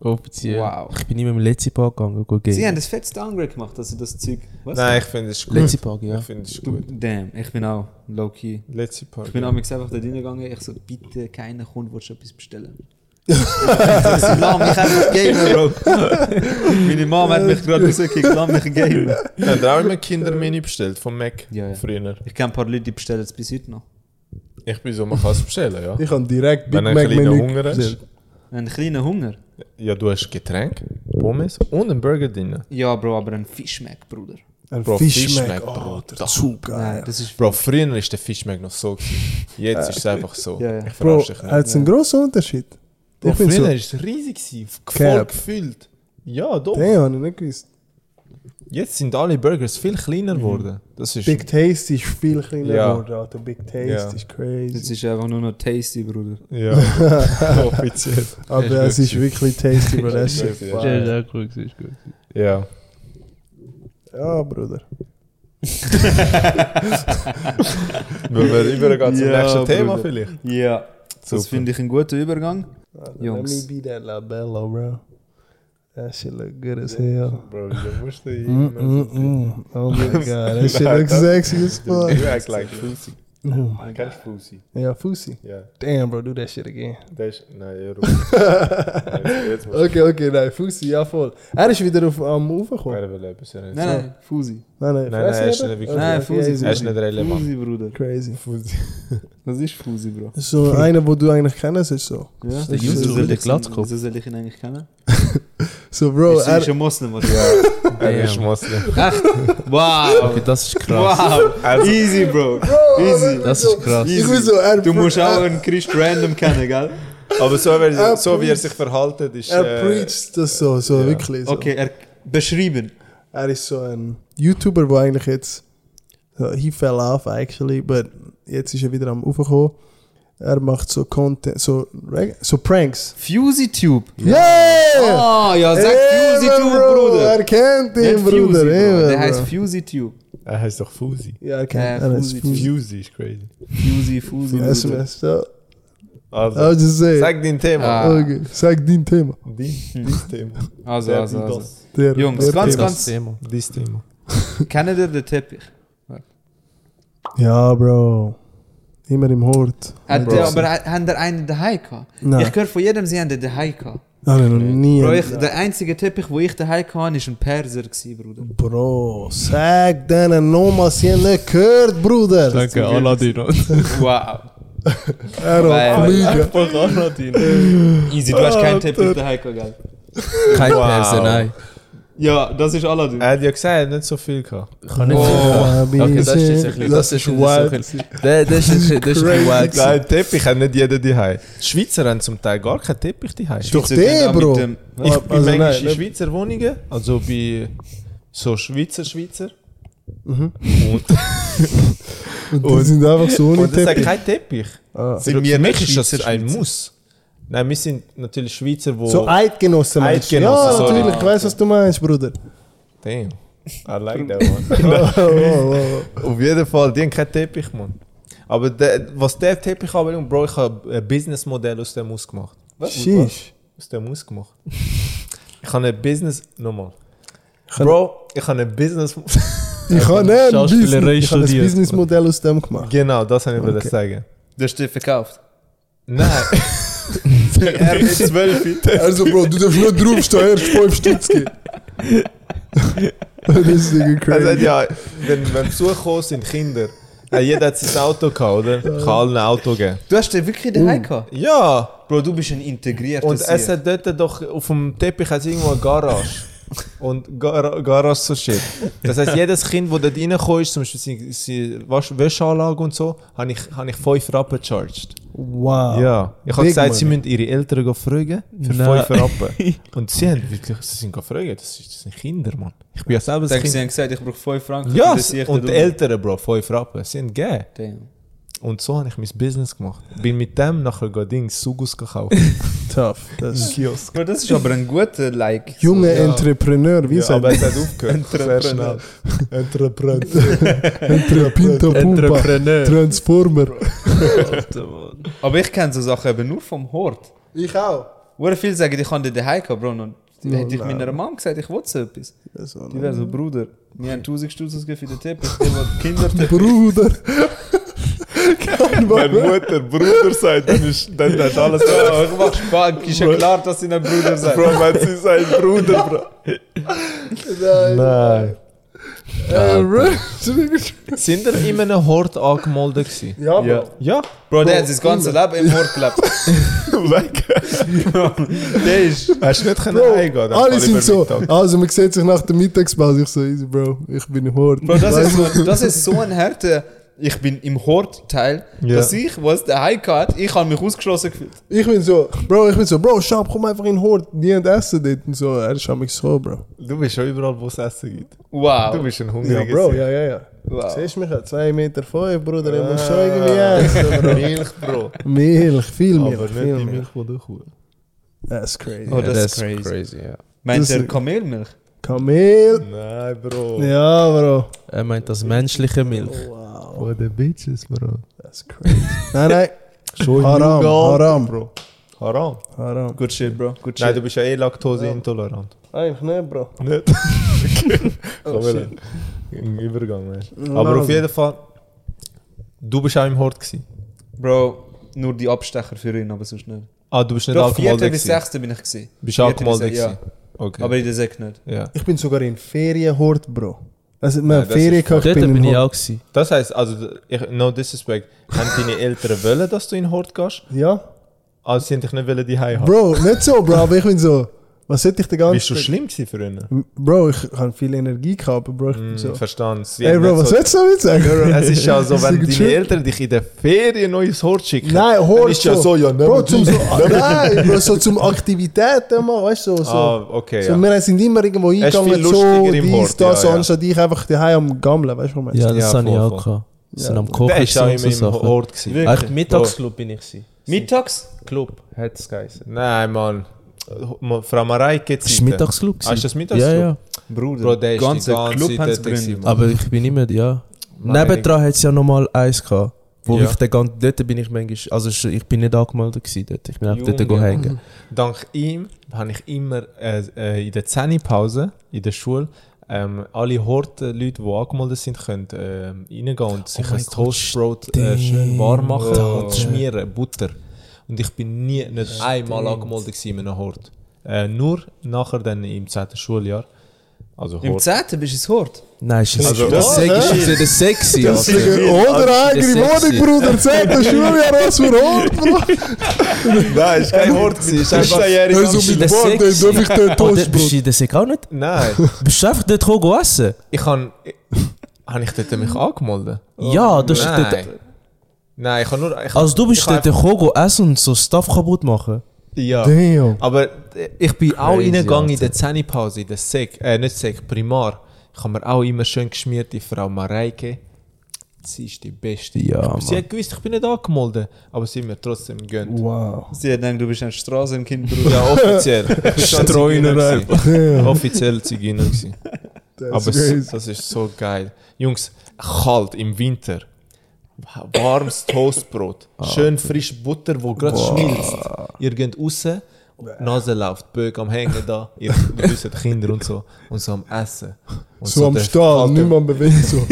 Speaker 2: Offiziell.
Speaker 1: Wow.
Speaker 2: Ich bin immer im letzten Park gegangen, go
Speaker 1: Sie haben
Speaker 2: gamen.
Speaker 1: das fettes Downgrade gemacht, dass sie das Zeug.
Speaker 3: Also
Speaker 1: Was?
Speaker 4: Nein, ich finde es gut.
Speaker 2: Letzte Park, ja.
Speaker 4: Ich finde es
Speaker 1: Du,
Speaker 4: gut.
Speaker 1: damn, ich bin auch low-key.
Speaker 4: Letzte Part.
Speaker 1: Ich bin amigs einfach da reingegangen, ich so, bitte, keiner kommt, willst du etwas bestellen? Lass mich einfach gamen, Bro. Meine Mom hat mich gerade rausgekickt, lass mich gamen.
Speaker 4: Ja, da habe ich mir Kindermenü bestellt vom Mac
Speaker 1: Ja, ja.
Speaker 4: früher.
Speaker 1: Ich kenne ein paar Leute, die bestellen es bis heute noch.
Speaker 4: Ich bin so, man kann es bestellen, ja.
Speaker 3: Ich habe direkt Big
Speaker 4: Wenn ein
Speaker 3: Mac
Speaker 4: kleiner
Speaker 3: Menü
Speaker 4: Hunger hast.
Speaker 3: bestellt.
Speaker 1: Ein kleiner Hunger?
Speaker 4: Ja, du hast Getränk, Pommes und einen Burger drin.
Speaker 1: Ja, Bro, aber ein Fischmeck, Bruder.
Speaker 3: Ein
Speaker 4: Bro,
Speaker 3: Fisch
Speaker 4: Fisch
Speaker 3: Mac.
Speaker 4: Mac,
Speaker 3: Oh,
Speaker 4: Bro.
Speaker 3: der zu geil.
Speaker 4: Ah,
Speaker 1: Nein, das ist...
Speaker 4: Bro, früher war der Fischmeck noch so. gewesen. Jetzt ist es einfach so.
Speaker 1: Ja, ja.
Speaker 4: Ich
Speaker 3: Bro,
Speaker 4: verarsch dich nicht.
Speaker 3: hat es einen grossen Unterschied?
Speaker 4: Bro,
Speaker 3: ich bin
Speaker 4: früher
Speaker 3: so,
Speaker 4: war
Speaker 3: den
Speaker 4: es riesig, gewesen, voll
Speaker 3: Cap.
Speaker 4: gefüllt. Ja, doch.
Speaker 3: habe ich nicht gewusst.
Speaker 4: Jetzt sind alle Burgers viel
Speaker 1: Mhm.
Speaker 4: kleiner geworden. Das ist
Speaker 3: Big Taste ist viel kleiner
Speaker 4: Ja.
Speaker 3: geworden, Alter. Big Taste
Speaker 4: Ja.
Speaker 3: ist
Speaker 1: Das
Speaker 3: crazy.
Speaker 1: ist einfach nur noch tasty, Bruder.
Speaker 4: ja. offiziell.
Speaker 3: Aber es ist wirklich tasty, Bro. Das ist
Speaker 4: Ja,
Speaker 3: fire.
Speaker 2: auch gut, ist gut.
Speaker 4: Ja.
Speaker 3: Ja, Bruder.
Speaker 4: Wenn wir übergehen zum
Speaker 1: Ja,
Speaker 4: nächsten Thema
Speaker 1: Bruder.
Speaker 4: vielleicht.
Speaker 1: Ja,
Speaker 4: Super.
Speaker 1: das finde ich einen guten Übergang. Jungs.
Speaker 3: Let me be that labello, bro. That shit look good as hell.
Speaker 4: Bro, du musst dich
Speaker 2: mm.
Speaker 3: Mm -mm -mm. Oh my god, that shit looks sexy as fuck.
Speaker 4: act like pussy.
Speaker 3: Oh.
Speaker 4: Kennst du Fusi?
Speaker 3: Ja, Fusi.
Speaker 4: Ja.
Speaker 3: Damn, bro, do that shit again.
Speaker 4: Der ist. Nein, ja, Nein, jetzt muss
Speaker 3: Okay, okay, nein, Fusi, ja voll. Er ist wieder auf, am Ufer
Speaker 4: ich.
Speaker 3: gekommen.
Speaker 4: Er will etwas. Nein,
Speaker 1: Nein, nein, Fusi.
Speaker 3: Nein, nein,
Speaker 4: nein,
Speaker 3: Fresse
Speaker 4: er ist
Speaker 3: eben?
Speaker 4: nicht wirklich.
Speaker 3: Okay,
Speaker 1: Nein,
Speaker 3: okay,
Speaker 1: Fusi.
Speaker 3: easy.
Speaker 4: Er ist nicht relevant.
Speaker 1: Fusi, Bruder.
Speaker 3: Crazy.
Speaker 1: Das ist Fusi, Bro.
Speaker 3: Das ist so einer, den du eigentlich kennst, ist so.
Speaker 1: Ja,
Speaker 2: der User,
Speaker 1: Wieso
Speaker 2: der
Speaker 1: soll ich-
Speaker 2: Glatzkopf.
Speaker 1: Wieso soll ich ihn eigentlich kennen?
Speaker 3: So, Bro,
Speaker 1: ist er
Speaker 3: er,
Speaker 1: schon Moslem, oder? Ja.
Speaker 4: Er ist Moslem.
Speaker 1: Wow.
Speaker 2: Okay, das ist krass.
Speaker 1: Wow. Easy, Bro. Easy.
Speaker 2: Das ist krass.
Speaker 3: ich bin so, er,
Speaker 1: Du musst auch
Speaker 3: er,
Speaker 1: einen Christ random kennen, gell?
Speaker 4: Aber so, wie
Speaker 3: Er
Speaker 4: er, so wie er sich
Speaker 3: preacht.
Speaker 4: verhalten, ist. äh,
Speaker 3: er preacht das so, so
Speaker 4: ja.
Speaker 3: wirklich. So.
Speaker 1: Okay, er beschrieben.
Speaker 3: Er ist so ein YouTuber, der eigentlich jetzt. so, he fell off actually, but jetzt ist er wieder am Ufer gekommen. Er macht so Content, so, Reg- so Pranks.
Speaker 1: Fusi Tube.
Speaker 3: Yeah!
Speaker 1: Ah, ja, sag Fusi
Speaker 3: Eben,
Speaker 1: Tube,
Speaker 3: Bro,
Speaker 1: Bruder.
Speaker 3: Er kennt
Speaker 1: Nicht
Speaker 3: ihn,
Speaker 1: Fusi,
Speaker 3: Bruder.
Speaker 1: Bro.
Speaker 3: eben,
Speaker 1: Der
Speaker 3: Bro.
Speaker 1: heißt Fusi Tube.
Speaker 4: Er heißt doch Fusi.
Speaker 3: Ja, er kennt
Speaker 1: Äh,
Speaker 3: er heißt
Speaker 1: Fusi.
Speaker 3: Fusi.
Speaker 4: Fusi ist crazy.
Speaker 1: Fusi, Fusi. Bruder.
Speaker 3: SMS, ja.
Speaker 4: Also,
Speaker 3: I'll just say.
Speaker 4: sag dein Thema.
Speaker 1: Ah.
Speaker 3: Okay, sag dein Thema.
Speaker 4: Dein, dein Thema.
Speaker 1: Also,
Speaker 4: Der,
Speaker 1: also,
Speaker 4: die,
Speaker 1: also.
Speaker 4: das.
Speaker 3: Der,
Speaker 1: Jungs,
Speaker 3: der
Speaker 1: ganz,
Speaker 3: Thema.
Speaker 1: ganz.
Speaker 2: Thema.
Speaker 4: Dein Thema.
Speaker 1: Kennt ihr den Teppich?
Speaker 3: Ja, Bro. Immer im Hort.
Speaker 1: Hat
Speaker 3: Bro.
Speaker 1: der, aber ha- haben der einen daheim gehabt?
Speaker 3: Nein.
Speaker 1: Ich höre von jedem, sie haben den daheim gehabt.
Speaker 3: Nein, nein, noch nie.
Speaker 1: Bro, ich, der einzige Teppich, wo ich daheim gehabt habe, war ein Perser, gewesen, Bruder.
Speaker 3: Bro, sag denen nochmal, sie haben nicht gehört, Bruder.
Speaker 2: Danke, Aladdin.
Speaker 1: Wow.
Speaker 3: Er hat
Speaker 1: Weil-
Speaker 3: Flieger.
Speaker 2: Einfach Aladdin.
Speaker 1: Easy, du hast keinen Teppich daheim gehabt, gell?
Speaker 2: Kein
Speaker 4: Wow.
Speaker 2: Perser, nein.
Speaker 1: Ja, das ist Aladdin.
Speaker 4: Er hat ja gesagt, er hat nicht so viel gehabt.
Speaker 2: Ich kann nicht.
Speaker 3: Oh,
Speaker 2: okay, das ist jetzt ein bisschen. Das ist jetzt so ein bisschen. Der- Das ist jetzt ein bisschen wild. gewesen.
Speaker 4: Nein, Teppich hat nicht jeder daheim. Die Schweizer haben zum Teil gar keinen Teppich daheim. Ich
Speaker 3: Doch
Speaker 1: Schweizer tun
Speaker 3: der,
Speaker 1: auch mit
Speaker 3: Bro.
Speaker 1: dem-
Speaker 4: bin
Speaker 3: Also
Speaker 4: manchmal
Speaker 3: nein,
Speaker 4: in
Speaker 3: nicht-
Speaker 4: Schweizer Wohnungen, also bei so Schweizer Schweizer.
Speaker 3: Mhm. Und die sind einfach so ohne
Speaker 4: Und das hat
Speaker 3: Teppich.
Speaker 4: kein Teppich.
Speaker 3: Ah.
Speaker 4: Für mich
Speaker 1: nicht
Speaker 4: ist das
Speaker 1: Schweizer,
Speaker 4: ein Muss. Nein, wir sind natürlich Schweizer, wo...
Speaker 3: So Eidgenossen, meinst du?
Speaker 4: Eidgenossen,
Speaker 3: Ja,
Speaker 4: sorry.
Speaker 3: natürlich, ich weiß, was du meinst, Bruder.
Speaker 4: Damn. I like that one.
Speaker 3: Oh, oh, oh, oh.
Speaker 4: Auf jeden Fall, die haben keinen Teppich, Mann. Aber der, was der Teppich aber, Junge, Bro, ich habe ein Businessmodell aus dem ausgemacht.
Speaker 3: Sheesh.
Speaker 4: Aus dem ausgemacht. Ich habe ein Business... Nochmal. Bro, ich habe ein Business...
Speaker 3: Ich habe nicht ein
Speaker 2: Schauspielerei
Speaker 3: Business- dus ich habe ein
Speaker 2: studiert.
Speaker 3: Businessmodell aus dem gemacht.
Speaker 4: genau, das habe ich okay. sagen.
Speaker 1: Du hast den verkauft.
Speaker 4: Nein. er ist zwölf.
Speaker 3: Also, Bro, du darfst nicht draufstehen, erst 5 Stutz geben. das ist irgendwie
Speaker 4: Also,
Speaker 3: crazy.
Speaker 4: ja, wenn wir Besuch gekommen sind, Kinder. Ja, jeder hat sein Auto gehabt, oder? Ich kann allen ein Auto geben.
Speaker 1: Du hast den wirklich daheim gehabt?
Speaker 4: Ja!
Speaker 1: Bro, du bist ein integrierter
Speaker 4: Und es
Speaker 1: Sieg.
Speaker 4: hat dort doch auf dem Teppich hat irgendwo eine Garage. Und Gar Garage so shit. Das heißt, jedes Kind, das dort reingekommen ist, zum Beispiel seine- seine Wasch- Wäscheanlage und so, habe ich, habe ich 5 Rappen gecharged.
Speaker 3: Wow.
Speaker 4: Ja. Ah, Ich habe
Speaker 3: Big
Speaker 4: gesagt, sie
Speaker 3: money.
Speaker 4: müssen ihre Eltern gehen fragen für
Speaker 2: Nein.
Speaker 4: 5 Rappen. Und sie haben wirklich, sie sind gefragt, das, ist- das sind Kinder, Mann. Ich bin ja selber ein
Speaker 1: Sag, sie
Speaker 4: Kind.
Speaker 1: haben gesagt, ich brauche 5 Franken.
Speaker 4: Ja,
Speaker 1: dann sehe ich
Speaker 4: und die
Speaker 1: den
Speaker 4: Eltern, Bro, 5 Rappen, sie haben gegeben.
Speaker 1: Damn.
Speaker 4: Und so habe ich mein Business gemacht. Bin mit dem nachher go Dings Sugus gekauft. Im
Speaker 3: Tough. Das ist
Speaker 4: Kiosk.
Speaker 1: Bro, das ist aber ein guter Like.
Speaker 3: Junge
Speaker 4: Ja.
Speaker 3: Entrepreneur, wie
Speaker 4: Ja,
Speaker 3: sagt
Speaker 4: aber
Speaker 3: man?
Speaker 4: es hat aufgehört. Sehr schnell.
Speaker 3: Entrepreneur. Entrepinta Pumpa.
Speaker 2: Entrepreneur.
Speaker 3: Transformer.
Speaker 1: Aber ich kenne so Sachen eben nur vom Hort.
Speaker 3: Ich auch.
Speaker 1: Oder viele sagen, ich habe den daheim gehabt, Bro. Und die
Speaker 3: Ja,
Speaker 1: hätte ich
Speaker 3: nein.
Speaker 1: meiner Mom gesagt, ich will so etwas.
Speaker 3: So,
Speaker 1: Die
Speaker 3: ne?
Speaker 1: wäre so, Bruder, wir haben 1000 Stutz ausgegeben für den Teppich. Ich will Kinderteppich.
Speaker 3: Bruder. Kein
Speaker 4: Wenn
Speaker 3: Mann.
Speaker 4: Mutter Bruder sagt, dann ist dann hat alles
Speaker 1: Ja, ich mach Spaß. Ist ja klar, dass sie ein Bruder sind.
Speaker 4: Bro, wenn sie sagt Bruder, Bro. Nein.
Speaker 3: Äh, Bro.
Speaker 4: Sind ihr immer einem Hort angemeldet gewesen?
Speaker 3: Ja, Bro.
Speaker 1: Ja.
Speaker 4: Ja.
Speaker 1: Bro, der hat sein ganzes Leben im Hort gelebt.
Speaker 4: Weg.
Speaker 1: Der ist...
Speaker 4: Hast du nicht können
Speaker 3: Bro,
Speaker 4: heimgehen können?
Speaker 3: alle sind so. Also, man sieht sich nach der Mittagspause. Ich so, easy, Bro. Ich bin im Hort.
Speaker 1: Bro, das
Speaker 3: Weißt
Speaker 1: ist, so, das ist so ein härter. Ich bin im Hort-Teil,
Speaker 4: Ja.
Speaker 1: dass ich, was der Hike hat, ich habe mich ausgeschlossen gefühlt.
Speaker 3: Ich bin so, Bro, ich bin so, Bro, Schab, komm einfach in den Hort, die haben Essen dort und so. Er ist mich so, Bro.
Speaker 4: Du bist schon überall, wo es Essen gibt. Du
Speaker 1: Wow.
Speaker 4: bist ein
Speaker 3: Ja,
Speaker 4: hungriger
Speaker 3: Bro, ja, ja, ja.
Speaker 1: Wow.
Speaker 3: Siehst du mich, 2 Meter fünf, Bruder, ich muss schon irgendwie essen, Bro.
Speaker 4: Bro. Ah. Milch, Bro.
Speaker 3: Milch, viel Milch,
Speaker 4: Aber nicht
Speaker 3: viel
Speaker 4: die
Speaker 3: Milch.
Speaker 4: Milch, die du kaufst.
Speaker 3: That's crazy.
Speaker 1: Oh, das,
Speaker 2: Ja,
Speaker 1: ist crazy.
Speaker 2: ja.
Speaker 1: Meint
Speaker 3: Das
Speaker 1: ihr
Speaker 3: ist-
Speaker 1: Kamelmilch?
Speaker 3: Kamel.
Speaker 4: Nein, Bro.
Speaker 3: Ja, Bro.
Speaker 2: Er meint das menschliche Milch.
Speaker 3: Wow,
Speaker 4: For the bitches, Bro.
Speaker 3: that's crazy. nein, nein.
Speaker 4: Schon
Speaker 3: Haram,
Speaker 4: Jugal.
Speaker 3: haram, Bro.
Speaker 4: Haram.
Speaker 3: Haram.
Speaker 1: Good shit, Bro. Good
Speaker 4: Nein,
Speaker 1: shit.
Speaker 4: du bist ja eh laktoseintolerant.
Speaker 3: Eigentlich nicht, Bro.
Speaker 4: Nicht? Komm, wir- Im Übergang, weißt du. Aber
Speaker 3: Nein.
Speaker 4: auf jeden Fall, Du bist auch im Hort gewesen.
Speaker 1: Bro, nur die Abstecher für ihn, aber sonst nicht.
Speaker 4: Ah, du bist nicht
Speaker 1: Bro, vierte
Speaker 4: angemeldet
Speaker 1: bis
Speaker 4: gewesen.
Speaker 1: sechste bin ich gewesen.
Speaker 4: Bist
Speaker 1: Vierte
Speaker 4: angemeldet
Speaker 1: bis sech-
Speaker 4: gewesen. Okay.
Speaker 1: Ja, aber in der Sek nicht.
Speaker 4: ja.
Speaker 3: Ich bin sogar in Ferienhort, Bro. Also, wir haben
Speaker 4: das ist
Speaker 3: Ferien
Speaker 2: Dort
Speaker 3: gehabt, ich bin
Speaker 2: bin
Speaker 3: in
Speaker 2: ich
Speaker 3: Hort.
Speaker 2: auch. Gewesen.
Speaker 4: Das heisst, also, ich, no disrespect, haben deine Eltern wollen, dass du in den Hort gehst?
Speaker 3: Ja?
Speaker 4: Also, sie haben dich nicht wollen, die haben.
Speaker 3: Bro, nicht so, Bro, aber ich bin so. Was sollte ich den ganzen
Speaker 4: Bist du schlimm gewesen für ihn?
Speaker 3: Bro, ich habe viel Energie gehabt, aber Bro, ich bin so.
Speaker 4: Mm, Verstanden. Sie
Speaker 3: Ey,
Speaker 4: haben
Speaker 3: Bro,
Speaker 4: nicht
Speaker 3: was
Speaker 4: so-
Speaker 3: willst du damit sagen?
Speaker 4: Es ist ja so,
Speaker 3: Ist
Speaker 4: wenn
Speaker 3: gut
Speaker 4: deine
Speaker 3: schön?
Speaker 4: Eltern dich in der Ferien neues Hort schicken.
Speaker 3: Nein, Hort
Speaker 4: Dann ist ja
Speaker 3: so.
Speaker 4: so, ja, nehmen
Speaker 3: Bro,
Speaker 4: die.
Speaker 3: zum so, nein, Bro, so zum Aktivitäten machen, weißt du, so. so.
Speaker 4: Ah, okay.
Speaker 3: so
Speaker 4: ja.
Speaker 3: Wir sind immer irgendwo
Speaker 4: ist
Speaker 3: eingegangen,
Speaker 4: viel
Speaker 3: so,
Speaker 4: lustiger im
Speaker 3: dies,
Speaker 4: Hort,
Speaker 3: das,
Speaker 4: ja, ja.
Speaker 3: anstatt ich einfach daheim am Gammeln, weißt du, was ich
Speaker 2: Ja,
Speaker 3: meine?
Speaker 2: das
Speaker 4: Ja,
Speaker 2: habe ich
Speaker 4: voll,
Speaker 2: auch.
Speaker 4: voll.
Speaker 2: Gehabt.
Speaker 3: Ja.
Speaker 2: Sind am
Speaker 4: Der
Speaker 2: Kochen
Speaker 4: ist auch
Speaker 2: gewesen und
Speaker 4: immer
Speaker 2: so
Speaker 4: im
Speaker 2: Sachen.
Speaker 4: Hort gewesen.
Speaker 1: Wirklich?
Speaker 2: Eigentlich Mittagsclub bin ich. Gewesen.
Speaker 1: Mittags?
Speaker 2: Club hat es geheißen.
Speaker 4: Nein, Mann. Mo- Frau Mareike
Speaker 2: Das war Mittagsclub.
Speaker 4: Ah, ist das
Speaker 2: gewesen.
Speaker 4: Mittagsclub?
Speaker 2: Ja, ja.
Speaker 1: Bruder,
Speaker 4: Bro, der ist die
Speaker 1: ganze
Speaker 4: ganze
Speaker 1: Club
Speaker 4: Zeit
Speaker 1: haben sie
Speaker 4: dort gewesen,
Speaker 1: gegründet.
Speaker 4: Mann.
Speaker 2: Aber ich bin immer, ja.
Speaker 4: Nein,
Speaker 2: Nebendran hat es ja nochmal eins gehabt. Wo
Speaker 4: Ja.
Speaker 2: ich den ganzen, dort bin ich manchmal, also sch- ich bin nicht angemeldet gewesen dort. Ich bin einfach dort
Speaker 4: Junge.
Speaker 2: go hängen.
Speaker 4: Dank ihm habe ich immer äh, äh, in der Zähnepause in der Schule ähm, alle Horten-Leute, die angemeldet sind, können ähm, reingehen und sich
Speaker 2: Oh mein
Speaker 4: ein
Speaker 2: Gott,
Speaker 4: Toastbrot äh, schön warm machen
Speaker 2: stimmt.
Speaker 4: und schmieren, Butter. Und ich bin nie, nicht einmal angemeldet gewesen in einem Hort. Äh, nur nachher dann im 10. Schuljahr. Also
Speaker 1: Im
Speaker 4: Hort.
Speaker 1: 10. bist du ins Hort?
Speaker 2: Nein, ist das,
Speaker 4: Also-
Speaker 2: das,
Speaker 3: Ja,
Speaker 2: das,
Speaker 3: ne?
Speaker 2: ist das sexy.
Speaker 3: Das
Speaker 2: Alter.
Speaker 3: ist oder eigene
Speaker 2: sexy.
Speaker 3: Wohnung, Bruder, zählt der Schuljahr was für Ort, Bro.
Speaker 4: Nein, es war kein Hort, es war
Speaker 3: Also
Speaker 2: ist
Speaker 3: mit
Speaker 2: das
Speaker 3: Worten
Speaker 2: sexy?
Speaker 3: darf ich den
Speaker 2: Oh, dort bist
Speaker 3: Toastbrot.
Speaker 2: du in der Sek auch nicht?
Speaker 4: Nein,
Speaker 2: Bist du einfach dort go essen?
Speaker 4: ich habe... Habe ich dort mich angemeldet?
Speaker 2: ja, das ist
Speaker 4: Nein.
Speaker 2: dort.
Speaker 4: Nein, ich habe nur... Ich,
Speaker 2: Also du
Speaker 4: ich
Speaker 2: bist
Speaker 4: habe
Speaker 2: dort go go essen und so Stuff kaputt machen.
Speaker 4: Ja.
Speaker 3: Damn.
Speaker 4: Aber äh, ich bin auch
Speaker 2: Crazy,
Speaker 4: reingegangen in
Speaker 2: Alter.
Speaker 4: der Zähnepause, in der Sek, äh, nicht Sek, Primar. Ich habe mir auch immer schön geschmiert, die Frau Mareike. Sie ist die Beste.
Speaker 2: Ja,
Speaker 4: sie
Speaker 2: Mann.
Speaker 4: hat gewusst, ich bin nicht angemeldet, aber sie hat mir trotzdem gegönnt.
Speaker 3: Wow.
Speaker 1: Sie hat gedacht, du bist ein Straßenkind, Bruder.
Speaker 4: Ja, offiziell. Ich bin schon
Speaker 2: Streuner
Speaker 4: Zigeuner gewesen. Offiziell Zigeuner gewesen. Aber s- das ist so geil. Jungs, kalt im Winter. Warmes Toastbrot. Schön frisch Butter, wo gerade schmilzt. Ihr geht raus, die Nase läuft, die Böcke am Hängen da. Ihr wisst Kinder und so. Und so am Essen. Und
Speaker 3: So am
Speaker 4: der
Speaker 3: Stahl,
Speaker 4: alte-
Speaker 3: niemand bewegt so.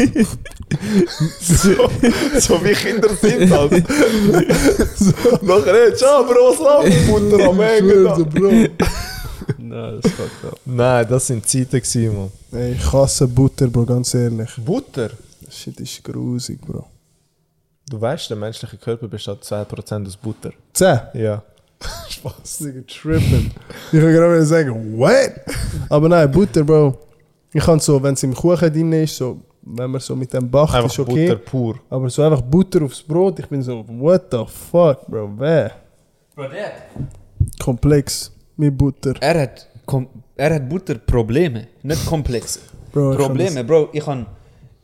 Speaker 4: So wie Kinder sind halt. Nachher redest du, ah, Bro, was läuft? Butter am Hängen da.
Speaker 3: so, Bro.
Speaker 2: Nein, das fuckt up.
Speaker 4: Nein, das sind Zeiten gewesen, Mann.
Speaker 3: Ey, ich hasse Butter, Bro, ganz ehrlich.
Speaker 4: Butter?
Speaker 3: Shit ist grusig, Bro.
Speaker 4: Du weißt, der menschliche Körper besteht 2% aus Butter.
Speaker 3: 10.
Speaker 4: Ja.
Speaker 3: Spaß, Digga, trippen. Ich würde gerade wieder sagen, what? Aber nein, Butter, Bro. Ich kann so, wenn es im Kuchen drin ist, so, wenn man so mit dem bacht,
Speaker 4: Einfach
Speaker 3: ist okay.
Speaker 4: Butter pur.
Speaker 3: Aber so einfach Butter aufs Brot, ich bin so, what the fuck, Bro, wer?
Speaker 1: Bro, der?
Speaker 3: Komplex mit Butter.
Speaker 1: Er hat, kom er hat Butterprobleme, nicht komplexe.
Speaker 3: Bro, ich kann
Speaker 1: Probleme, Bro. Ich kann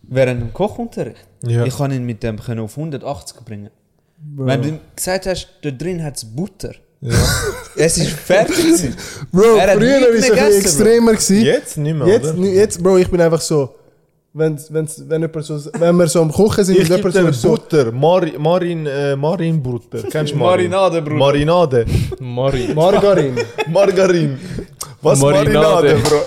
Speaker 1: während dem Kochunterricht,
Speaker 4: Ja.
Speaker 1: ich kann ihn mit dem können auf 180 bringen.
Speaker 3: Bro,
Speaker 1: Wenn du ihm gesagt hast, da drin hat es Butter. es ist fertig. gewesen.
Speaker 3: Bro
Speaker 1: er hat
Speaker 3: früher
Speaker 1: nicht
Speaker 3: war es ein bisschen
Speaker 1: gegessen,
Speaker 3: extremer. Gewesen.
Speaker 4: Jetzt nicht mehr,
Speaker 3: Jetzt,
Speaker 4: oder?
Speaker 3: nu- jetzt, Bro, ich bin einfach so, wenn's, wenn's, wenn, jemand so, wenn wir so am Kochen sind
Speaker 4: Ich
Speaker 3: und
Speaker 4: gebe
Speaker 3: jemand
Speaker 4: dir
Speaker 3: so, so
Speaker 4: Butter, Mari, Marin, äh, Marinbutter. Kennst du Marin?
Speaker 1: Marinade, Bruder.
Speaker 4: Marinade.
Speaker 2: Mari.
Speaker 3: Margarine.
Speaker 4: Margarin. Was
Speaker 2: Marinade.
Speaker 4: Marinade, Bro?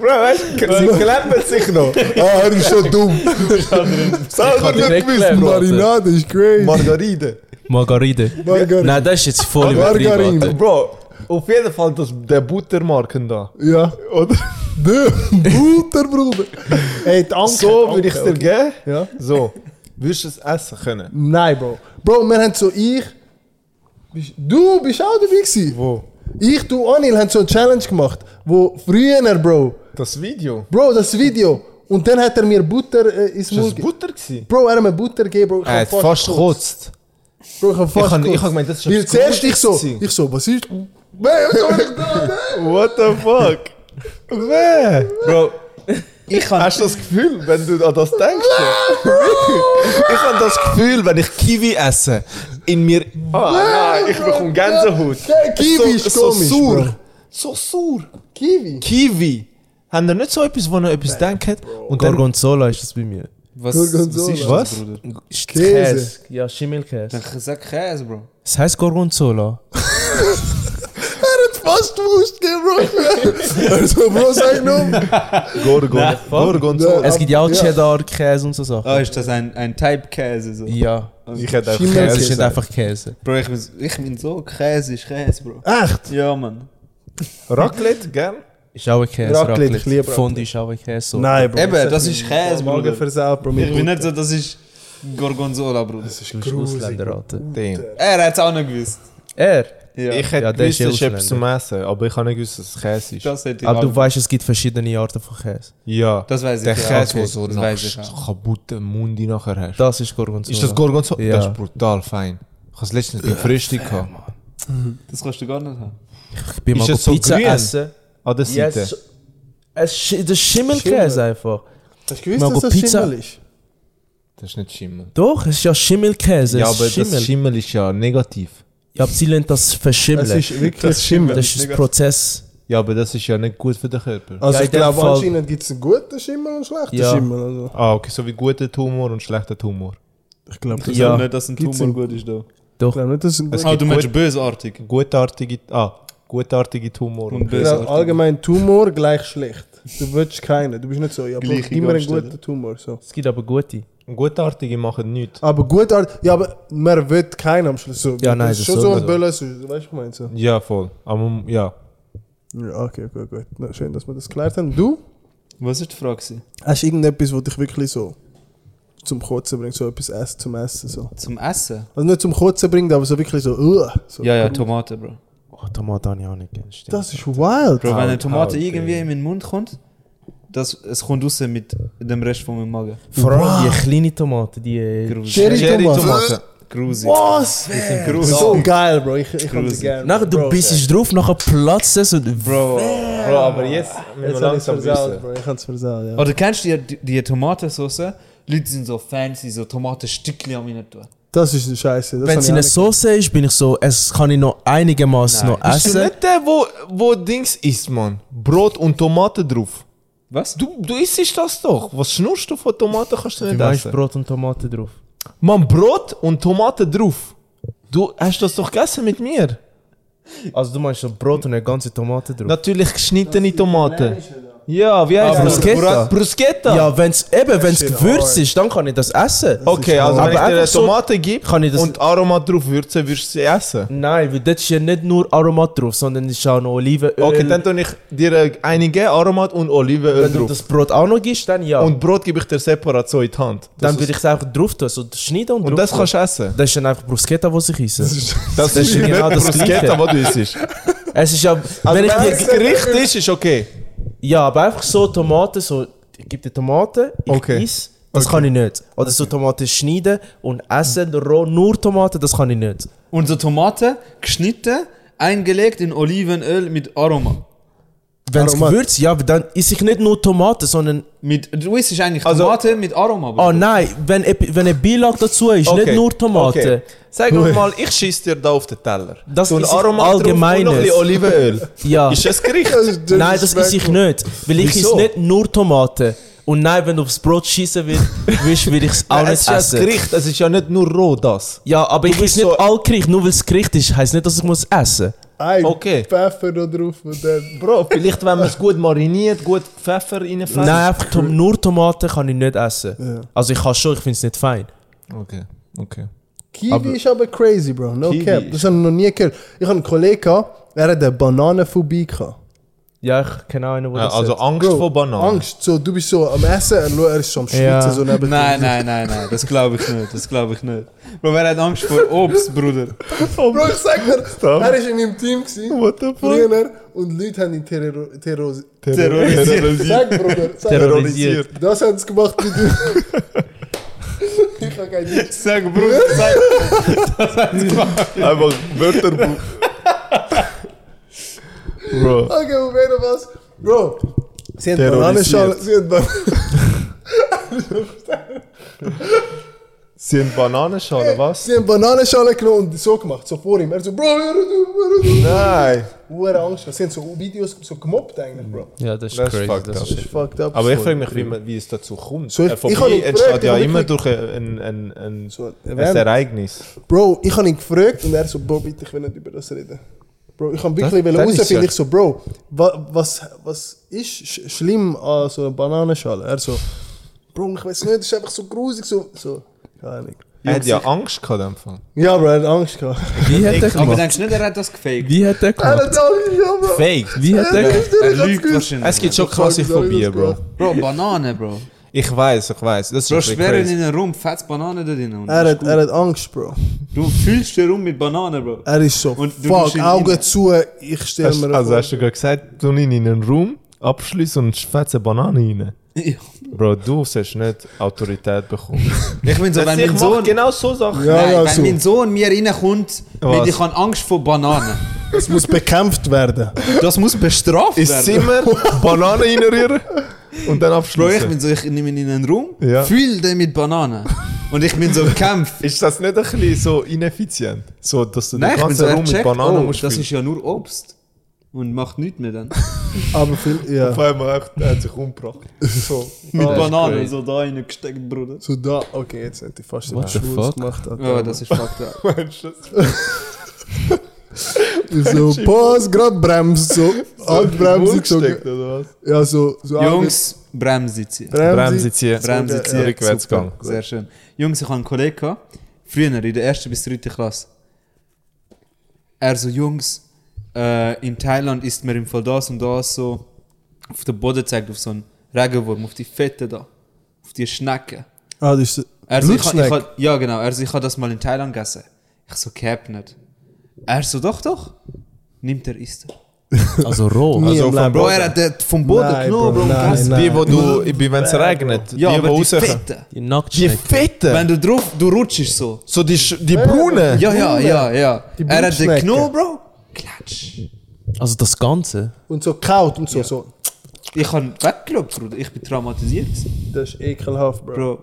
Speaker 4: Bro, weißt du, sie kleben sich noch.
Speaker 3: ah, er ist schon dumm.
Speaker 4: Selber
Speaker 2: Ich kann
Speaker 4: nicht
Speaker 2: direkt
Speaker 4: gewusst,
Speaker 2: kleben.
Speaker 4: Bro.
Speaker 3: Marinade ist crazy.
Speaker 4: Margaride.
Speaker 2: Margaride.
Speaker 3: Margarine.
Speaker 2: Nein, das ist jetzt voll übertrieben.
Speaker 3: Margarine.
Speaker 2: Alter.
Speaker 4: Bro, auf jeden Fall das, der Buttermarken da.
Speaker 3: Ja.
Speaker 4: Oder?
Speaker 3: De Butterbruder. Ey, die Anke.
Speaker 4: So würde
Speaker 3: Anke,
Speaker 4: ich es dir
Speaker 3: okay.
Speaker 4: geben.
Speaker 3: Ja?
Speaker 4: So. Würdest du es essen können?
Speaker 3: Nein, Bro. Bro, wir haben so ich. Bist- Du bist auch dabei gewesen.
Speaker 4: Wo?
Speaker 3: Ich, du, Anil, haben so eine Challenge gemacht, wo früher, Bro.
Speaker 4: Das Video.
Speaker 3: Bro, das Video. Und dann hat er mir Butter äh, ins
Speaker 4: Ist
Speaker 3: Mund
Speaker 4: das Butter gewesen?
Speaker 3: Bro, er hat mir Butter gegeben, Bro. Ich
Speaker 4: Er hat
Speaker 3: hab
Speaker 4: fast
Speaker 3: gekotzt.
Speaker 4: gekotzt.
Speaker 3: Bro, ich hab fast
Speaker 4: Ich hab- ich
Speaker 3: gekotzt.
Speaker 4: hab gemeint, das ist
Speaker 3: Weil
Speaker 4: das
Speaker 3: zuerst ich so,
Speaker 4: Gute.
Speaker 3: ich so, was ist... Bro, was hab ich da?
Speaker 4: What the fuck? Wer?
Speaker 1: Bro, ich kann.
Speaker 4: Hast du das Gefühl, wenn du an das denkst? ich habe das Gefühl, wenn ich Kiwi esse, in mir. Ah, nein, ich bekomme Gänsehaut.
Speaker 3: Nein, Kiwi ist
Speaker 4: so,
Speaker 3: komisch,
Speaker 4: so
Speaker 3: Bro.
Speaker 4: sauer. So sauer.
Speaker 3: Kiwi.
Speaker 4: Kiwi. Haben da nicht so etwas, wo noch etwas denkt? Und dann.
Speaker 2: Gorgonzola ist das bei mir.
Speaker 1: Was, was
Speaker 3: Gorgonzola.
Speaker 1: ist
Speaker 4: Was?
Speaker 1: das, Bruder?
Speaker 2: Ist
Speaker 3: Käse.
Speaker 2: Käse. Ja, Schimmelkäse.
Speaker 1: Ich sag Käse, Bro.
Speaker 2: Es heißt Gorgonzola.
Speaker 3: Er hat fast Wurst geben, Bro. Er so, Bro, sag nur.
Speaker 4: Gorgon. Gorgonzola.
Speaker 2: Es gibt ja auch
Speaker 3: Ja.
Speaker 2: Cheddar, Käse und so Sachen.
Speaker 1: Ah, ist das ein, ein Type Käse? So?
Speaker 2: Ja.
Speaker 4: Ich hätte einfach
Speaker 3: Schimmel-
Speaker 2: Es
Speaker 4: Käse
Speaker 2: ist nicht
Speaker 4: gesagt.
Speaker 2: einfach Käse.
Speaker 1: Bro, ich bin, ich bin so, Käse ist Käse, Bro.
Speaker 3: Echt?
Speaker 1: Ja, Mann.
Speaker 4: Raclette, gell?
Speaker 2: Ist auch ein Käse.
Speaker 3: Raclette, ich liebe Raclette.
Speaker 2: Fondue ist auch ein Käse. so.
Speaker 3: Nein, Bro.
Speaker 1: Eben, das ist Käse, Bro.
Speaker 4: Morgen
Speaker 1: Ich
Speaker 4: versaut, Bro.
Speaker 1: bin nicht so, das ist Gorgonzola, Bro.
Speaker 2: Du musst Ausländer raten.
Speaker 4: Damn.
Speaker 1: Er hat es auch nicht gewusst.
Speaker 2: Er?
Speaker 1: Ja.
Speaker 4: Ich hätte
Speaker 2: Ja, der ist
Speaker 4: gewusst, es ist
Speaker 2: Ausländer.
Speaker 4: etwas zum Essen, aber ich habe nicht gewusst, dass es Käse ist.
Speaker 1: das hätte ich
Speaker 2: Aber
Speaker 1: auch.
Speaker 2: du weißt, es gibt verschiedene Arten von Käse.
Speaker 4: ja.
Speaker 1: Das weiß ich
Speaker 4: der
Speaker 1: ja,
Speaker 4: Käse,
Speaker 1: okay,
Speaker 4: der so
Speaker 1: das
Speaker 4: nach
Speaker 1: weiß ich auch.
Speaker 4: kaputten Mundi nachher hast.
Speaker 2: Das ist Gorgonzola.
Speaker 4: ist das Gorgonzola?
Speaker 2: Ja.
Speaker 4: Das ist brutal fein. Ich habe es letztens beim Frühstück gehabt.
Speaker 1: das kannst du gar nicht haben.
Speaker 2: Ich bin mal
Speaker 4: Ist
Speaker 2: go
Speaker 4: es so
Speaker 2: Pizza
Speaker 4: grün?
Speaker 2: essen.
Speaker 4: An der Seite.
Speaker 2: Yes. Es sch das ist Schimmelkäse
Speaker 3: Schimmel.
Speaker 2: einfach.
Speaker 3: Hast du gewusst,
Speaker 2: Man
Speaker 3: dass das
Speaker 2: geht Pizza-
Speaker 3: Schimmel ist?
Speaker 4: Das ist nicht Schimmel.
Speaker 2: Doch, es ist ja Schimmelkäse.
Speaker 4: Ja,
Speaker 2: es ist
Speaker 4: aber
Speaker 2: Schimmel.
Speaker 4: das Schimmel ist ja negativ.
Speaker 2: ja, aber sie lernen das verschimmeln.
Speaker 3: Es
Speaker 2: Das ist,
Speaker 3: ist wirklich Schimmel.
Speaker 2: das ist ein Prozess.
Speaker 4: Ja, aber das ist ja nicht gut für den Körper.
Speaker 3: Also
Speaker 2: Ja,
Speaker 3: ich
Speaker 2: in dem
Speaker 3: glaube,
Speaker 2: Fall-
Speaker 3: anscheinend gibt es einen guten Schimmel und einen schlechten
Speaker 2: Ja.
Speaker 3: Schimmel. Also.
Speaker 4: Ah, okay, so wie guter Tumor und schlechter Tumor.
Speaker 3: Ich glaube
Speaker 1: Ich
Speaker 2: Ja.
Speaker 1: glaube nicht, dass ein
Speaker 3: Gibt's
Speaker 1: Tumor
Speaker 3: ihn?
Speaker 1: gut ist da.
Speaker 3: nicht, dass ein
Speaker 4: Es
Speaker 1: Ah,
Speaker 4: gibt
Speaker 1: du meinst
Speaker 4: gut-
Speaker 1: bösartig.
Speaker 4: Gutartige, ah, gutartige Tumor.
Speaker 1: Und
Speaker 4: Und
Speaker 3: Ich glaub,
Speaker 1: bösartig.
Speaker 3: Genau, allgemein Tumor gleich schlecht. Du willst keinen, du bist nicht so. Ich habe
Speaker 1: Gleiche
Speaker 3: immer einen
Speaker 1: Gangstelle.
Speaker 3: guten Tumor. So.
Speaker 2: Es gibt aber gute.
Speaker 4: gutartige machen nichts.
Speaker 3: Aber gut, Ar- ja, aber man will keinen am Schluss. So.
Speaker 2: Ja, nein,
Speaker 3: das ist
Speaker 2: das
Speaker 3: schon
Speaker 2: ist
Speaker 3: so
Speaker 2: so.
Speaker 3: ein Böllers, weißt du, was ich meine? So.
Speaker 4: Ja, voll. Aber, ja.
Speaker 3: Ja, okay, gut, gut. Na, schön, dass wir das geklärt haben. Du,
Speaker 1: Was ist die Frage? gewesen?
Speaker 3: hast du irgendetwas, was dich wirklich so zum Kotzen bringt, so etwas Ess, zum Essen? So.
Speaker 1: Zum Essen?
Speaker 3: Also nicht zum Kotzen bringt, aber so wirklich so, uh, so.
Speaker 1: Ja, ja, Tomate, Bro.
Speaker 2: Oh, Tomate habe ich auch nicht gern. Stimmt.
Speaker 3: Das ist wild.
Speaker 1: Bro, wenn eine Tomate
Speaker 4: haut,
Speaker 1: irgendwie
Speaker 4: ey.
Speaker 1: in meinen Mund kommt, das, es kommt raus mit dem Rest von meinem Magen.
Speaker 2: Vor allem
Speaker 3: Wow.
Speaker 2: die kleinen Tomaten, die. äh,
Speaker 1: Grusig.
Speaker 3: Cherry- Tomate.
Speaker 1: Grusig.
Speaker 3: Was?
Speaker 1: Grusig.
Speaker 3: So geil, Bro. Ich, ich kann die
Speaker 1: Grusig.
Speaker 3: gerne.
Speaker 2: Nachher du
Speaker 3: Bro.
Speaker 2: bist drauf, nachher platzt es und.
Speaker 1: Bro.
Speaker 4: Bro, aber jetzt müssen wir
Speaker 3: Jetzt habe ich es
Speaker 4: langsam
Speaker 3: versaut,
Speaker 4: wissen.
Speaker 3: Bro. Ich habe es versaut, ja.
Speaker 1: Oder kennst du die, die Tomatensauce? Leute sind so fancy, so Tomatenstückchen an meinen tun.
Speaker 3: Das ist eine Scheiße. das
Speaker 2: Wenn
Speaker 3: hab
Speaker 2: es
Speaker 3: ich
Speaker 2: in
Speaker 3: auch
Speaker 2: einer
Speaker 3: nicht
Speaker 2: Sauce ist, bin ich so, es kann ich noch einigermaßen
Speaker 1: Nein.
Speaker 2: noch essen.
Speaker 4: der, wo, wo Dings isst, man? Brot und Tomate drauf.
Speaker 1: Was?
Speaker 4: Du, du isst das doch. Was schnurst du von Tomaten? Kannst du
Speaker 2: Du
Speaker 4: nicht
Speaker 2: meinst
Speaker 4: essen.
Speaker 2: Brot und Tomate drauf.
Speaker 4: Man, Brot und Tomate drauf. Du hast das doch gegessen mit mir.
Speaker 2: Also du meinst so Brot und eine ganze Tomate drauf.
Speaker 4: Natürlich geschnittene Tomaten. Ja, wie heißt
Speaker 2: Ah,
Speaker 4: das?
Speaker 2: Bruschetta.
Speaker 4: Bruschetta.
Speaker 2: ja, wenn's eben, wenn's
Speaker 3: shit
Speaker 2: gewürzt
Speaker 3: hard.
Speaker 2: ist, dann kann ich das essen.
Speaker 4: Okay, also
Speaker 2: Aber
Speaker 4: wenn ich dir eine
Speaker 2: einfach so-
Speaker 4: Tomate gebe
Speaker 2: Kann ich das-
Speaker 4: und Aroma drauf würze, wirst du sie essen.
Speaker 2: Nein, weil dort ist ja nicht nur Aromat drauf, sondern es ist auch noch Olivenöl.
Speaker 4: Okay, dann tue ich dir eine geben, Aromat und Olivenöl
Speaker 2: Äh, Wenn du
Speaker 4: drauf.
Speaker 2: das Brot auch noch gibst, dann ja.
Speaker 4: Und Brot gebe ich dir separat so in die Hand.
Speaker 2: dann würde ich es einfach drauf tun, so schneiden und,
Speaker 4: und
Speaker 2: drauf
Speaker 4: das kannst du essen.
Speaker 2: tun. Das ist dann einfach Bruschetta, was ich esse.
Speaker 4: Das,
Speaker 2: ist
Speaker 4: nicht
Speaker 2: genau das
Speaker 4: Bruschetta,
Speaker 2: Gleiche.
Speaker 4: was du isst.
Speaker 2: es ist ja, wenn ich
Speaker 4: Also Wenn es
Speaker 2: dir,
Speaker 4: Gericht ist, ist okay.
Speaker 2: ja, aber einfach so Tomaten, so, ich gebe dir Tomaten, ich
Speaker 4: Okay.
Speaker 2: esse, das kann ich nicht. Oder so Tomaten schneiden und essen, roh, nur Tomaten, das kann ich nicht.
Speaker 1: Und so Tomate geschnitten, eingelegt in Olivenöl mit Aroma.
Speaker 2: Wenn es
Speaker 3: Aromat.
Speaker 2: gewürzt, ja, aber dann esse ich nicht nur Tomaten, sondern
Speaker 1: Mit, du isst eigentlich
Speaker 4: Also-
Speaker 1: Tomate mit Aroma. Bro.
Speaker 2: Oh nein, wenn, ep- wenn eine Beilage dazu ist,
Speaker 4: okay.
Speaker 2: nicht nur Tomate.
Speaker 4: Okay. Sag mir mal, ich schieße dir da auf den Teller.
Speaker 2: Das
Speaker 4: Tu ein
Speaker 2: ist ein
Speaker 4: Aromat drauf und noch
Speaker 2: allgemeines.
Speaker 4: ein bisschen Olivenöl.
Speaker 2: Ja.
Speaker 4: Ist das Gericht?
Speaker 3: Das ist-
Speaker 2: nein, das
Speaker 3: ist
Speaker 2: esse ich nicht. Weil ich
Speaker 4: Wieso?
Speaker 2: esse nicht nur Tomate. Und nein, wenn du aufs Brot schießen willst, würde ich es auch
Speaker 4: Nein,
Speaker 2: nicht
Speaker 4: es ist ja das
Speaker 2: essen.
Speaker 4: Gericht, es ist ja nicht nur roh das.
Speaker 2: ja, aber ich
Speaker 4: bist
Speaker 2: esse nicht
Speaker 4: so-
Speaker 2: all Gericht, nur weil es Gericht ist, heisst nicht, dass ich muss essen
Speaker 3: Ei,
Speaker 4: Okay.
Speaker 3: Pfeffer da drauf und dann.
Speaker 4: Bro, vielleicht wenn man es gut mariniert, gut Pfeffer reinfällt.
Speaker 2: Nein, einfach Tom nur Tomate kann ich nicht essen. Also ich kann schon, ich finde es nicht fein.
Speaker 4: Okay, okay.
Speaker 3: Kiwi ist aber crazy, Bro. No
Speaker 4: Kiwi
Speaker 3: cap. Dus Das
Speaker 4: ist-
Speaker 3: habe ich noch nie gehört. Ich habe einen Kollegen, gehabt, er hat eine Bananenphobie. gehabt.
Speaker 2: Ja, ich kenne auch einen, der das
Speaker 4: also
Speaker 2: hat.
Speaker 4: Angst
Speaker 3: Bro,
Speaker 4: vor Bananen.
Speaker 3: Angst. So, du bist so am um, Essen, er, nur- er ist so am Schwitzen.
Speaker 2: Ja.
Speaker 3: So neben
Speaker 1: Nein, nein, nein, nein, das glaube ich nicht, das glaube ich nicht. Bro, wer hat Angst vor Obst, Bruder?
Speaker 3: Oh, Bro, ich sag dir, er war in meinem Team. Gewesen, What the fuck? Früher, und Leute haben ihn terror terror
Speaker 1: Terrorisiert.
Speaker 3: Sag, Bruder. Sag,
Speaker 2: terrorisiert.
Speaker 3: Das haben sie gemacht mit dir. ich habe kein Nichts.
Speaker 1: Sag, Bruder, sag.
Speaker 4: Einfach Wörterbuch. Bro.
Speaker 3: Okay, Moment, was? Bro, sie hat
Speaker 4: Terrorisiert.
Speaker 3: Bananenschale. Sie hat Ban
Speaker 4: Sie haben Bananenschalen, was?
Speaker 3: Sie haben Bananenschale genommen und so gemacht, so vor ihm. Er so, Bro, hör du, hör du.
Speaker 4: Nein.
Speaker 3: Hure Angst. Das sind so Videos so gemobbt eigentlich, Bro.
Speaker 2: Ja, das ist
Speaker 4: Das
Speaker 2: crazy.
Speaker 4: ist fucked
Speaker 2: Das
Speaker 4: up.
Speaker 2: ist
Speaker 3: Das ist fucked up.
Speaker 4: Aber ich
Speaker 3: So.
Speaker 4: frage mich, wie, man, wie es dazu kommt.
Speaker 3: So, ich-
Speaker 4: Eine
Speaker 3: ich hab
Speaker 4: Phobie
Speaker 3: ihn
Speaker 4: entsteht
Speaker 3: gefragt,
Speaker 4: ja
Speaker 3: ich hab
Speaker 4: immer
Speaker 3: ihn
Speaker 4: durch ein, ein, ein, ein,
Speaker 3: So,
Speaker 4: ein
Speaker 3: erwähnt.
Speaker 4: Ereignis.
Speaker 3: Bro, ich habe ihn gefragt und er so, Bro, bitte, ich will nicht über das reden. Bro, ich habe wirklich
Speaker 4: Das-
Speaker 3: das,
Speaker 4: das ist
Speaker 3: herausfinden.
Speaker 4: so.
Speaker 3: Ich so, Bro, wa, was, was ist sch schlimm an so einer Bananenschale? Er so, Bro, ich weiß nicht, das ist einfach so grusig. So, so keine Ahnung.
Speaker 4: Er hat ja Angst gehabt am Anfang.
Speaker 3: Ja, Bro, er hat Angst gehabt.
Speaker 2: Wie hat er
Speaker 1: Aber
Speaker 2: gemacht?
Speaker 1: denkst du nicht, er hat das gefaked?
Speaker 2: Wie hat er
Speaker 3: Er
Speaker 2: gemacht?
Speaker 3: hat Angst gehabt, Bro.
Speaker 4: Fake.
Speaker 2: Wie hat er gemacht?
Speaker 1: Er
Speaker 3: hat's
Speaker 1: lügt
Speaker 3: gewusst.
Speaker 1: wahrscheinlich.
Speaker 4: Es gibt schon
Speaker 3: Ich frag
Speaker 4: krasse
Speaker 3: mich, soll ich das
Speaker 4: Phobien, Bro.
Speaker 3: glauben?
Speaker 1: Bro, Banane, Bro.
Speaker 4: Ich weiß, ich weiß. Das ist
Speaker 1: Bro,
Speaker 4: ein bisschen
Speaker 1: schweren
Speaker 4: crazy.
Speaker 1: in den Raum, fetz Banane da drin. und
Speaker 3: Er
Speaker 1: ist
Speaker 3: hat,
Speaker 1: gut.
Speaker 3: er hat Angst, Bro.
Speaker 1: du fühlst dich rum mit Banane, Bro.
Speaker 3: Er ist so,
Speaker 1: Und du tust
Speaker 3: fuck,
Speaker 1: ihn
Speaker 3: Augen
Speaker 1: rein.
Speaker 3: zu, ich stelle
Speaker 4: Hast,
Speaker 3: mir
Speaker 4: also
Speaker 3: vor.
Speaker 4: hast du gerade gesagt, du ihn in einen Raum, abschließt und schwätzt eine Banane rein.
Speaker 1: Ja.
Speaker 4: Bro, du sollst nicht Autorität bekommen.
Speaker 1: Ich bin so, wenn mein Sohn...
Speaker 4: genau so Sachen.
Speaker 3: Ja,
Speaker 1: Nein,
Speaker 3: ja,
Speaker 1: wenn
Speaker 3: so.
Speaker 1: mein Sohn mir reinkommt,
Speaker 4: Was?
Speaker 1: mit ich habe Angst vor Bananen.
Speaker 3: Es muss bekämpft werden.
Speaker 1: Das muss bestraft
Speaker 4: Ins
Speaker 1: werden.
Speaker 4: Zimmer, Banane reinrühren und dann
Speaker 1: Bro, ich
Speaker 4: abschließen.
Speaker 1: bin so, ich nehme ihn in einen Raum,
Speaker 4: Ja.
Speaker 1: füll den mit Bananen. Und ich bin so kämpf.
Speaker 4: Ist das nicht ein bisschen so ineffizient? So, dass du
Speaker 1: Nein,
Speaker 4: den
Speaker 1: ich bin so
Speaker 4: ganzen Raum mit
Speaker 1: ercheckt,
Speaker 4: Bananen
Speaker 1: oh,
Speaker 4: musst
Speaker 1: das
Speaker 4: füllen.
Speaker 1: ist ja nur Obst. Und macht nichts mehr dann.
Speaker 3: Aber viel, ja.
Speaker 4: Auf einmal echt, er hat sich umgebracht. So.
Speaker 1: Mit
Speaker 4: Das ist
Speaker 1: Bananen,
Speaker 4: crazy.
Speaker 1: so da reingesteckt, Bruder.
Speaker 3: So da, okay, jetzt hätte ich fast den
Speaker 2: What the
Speaker 3: Schwulz
Speaker 2: fuck?
Speaker 3: gemacht. Alter.
Speaker 1: Ja, das ist fucked up.
Speaker 4: Meinst du das?
Speaker 3: So, Pause, gerade bremst, so, Handbremse
Speaker 4: Mund
Speaker 3: gezogen.
Speaker 4: gesteckt, oder was?
Speaker 3: Ja, so, so
Speaker 1: Jungs, bremse sie.
Speaker 3: Bremse.
Speaker 4: Bremse ziehen.
Speaker 1: Bremse
Speaker 4: Ja,
Speaker 1: ziehen.
Speaker 4: Rückwärtsgang.
Speaker 1: Super, Sehr schön. Jungs, ich habe einen Kollegen, gehabt, früher in der ersten bis dritten Klasse. Er so, Jungs, äh, in Thailand isst man im Fall das und das so auf den Boden zeigt, auf so einen Regenwurm, auf die Fette da, auf die Schnecke.
Speaker 3: Ah, das ist
Speaker 1: Er so, ich, ha- ich,
Speaker 3: Blutschneck.
Speaker 1: ha- ja, genau. Er so, ich habe das mal in Thailand gegessen. Ich so, cap nicht. Er so, doch, doch. Nimmt er, isst er.
Speaker 2: Also roh.
Speaker 3: Nie im Leben.
Speaker 1: Bro, er hat den vom Boden
Speaker 3: Nein,
Speaker 1: genommen,
Speaker 3: Bro,
Speaker 1: Bro. und
Speaker 3: nein,
Speaker 1: gegessen.
Speaker 3: nein.
Speaker 4: Die, wo du, wenn es regnet,
Speaker 1: Ja,
Speaker 4: die,
Speaker 1: aber
Speaker 4: wo
Speaker 1: die
Speaker 4: rauskommen.
Speaker 1: Fette.
Speaker 2: Die
Speaker 4: Die
Speaker 2: Nacktschnecke.
Speaker 4: Fette!
Speaker 1: Wenn du drauf, du rutschst so.
Speaker 4: So die, Sch- die Brune!
Speaker 1: Ja, ja, ja, ja.
Speaker 3: Die
Speaker 1: Er hat den
Speaker 3: Blutschnecke.
Speaker 1: genommen, Bro. Klatsch.
Speaker 2: Also das Ganze.
Speaker 3: Und so kaut und so, so.
Speaker 1: Ich hab weggeschaut, Bruder. Ich bin traumatisiert. gewesen,
Speaker 3: Das ist ekelhaft, Bro.
Speaker 1: Bro.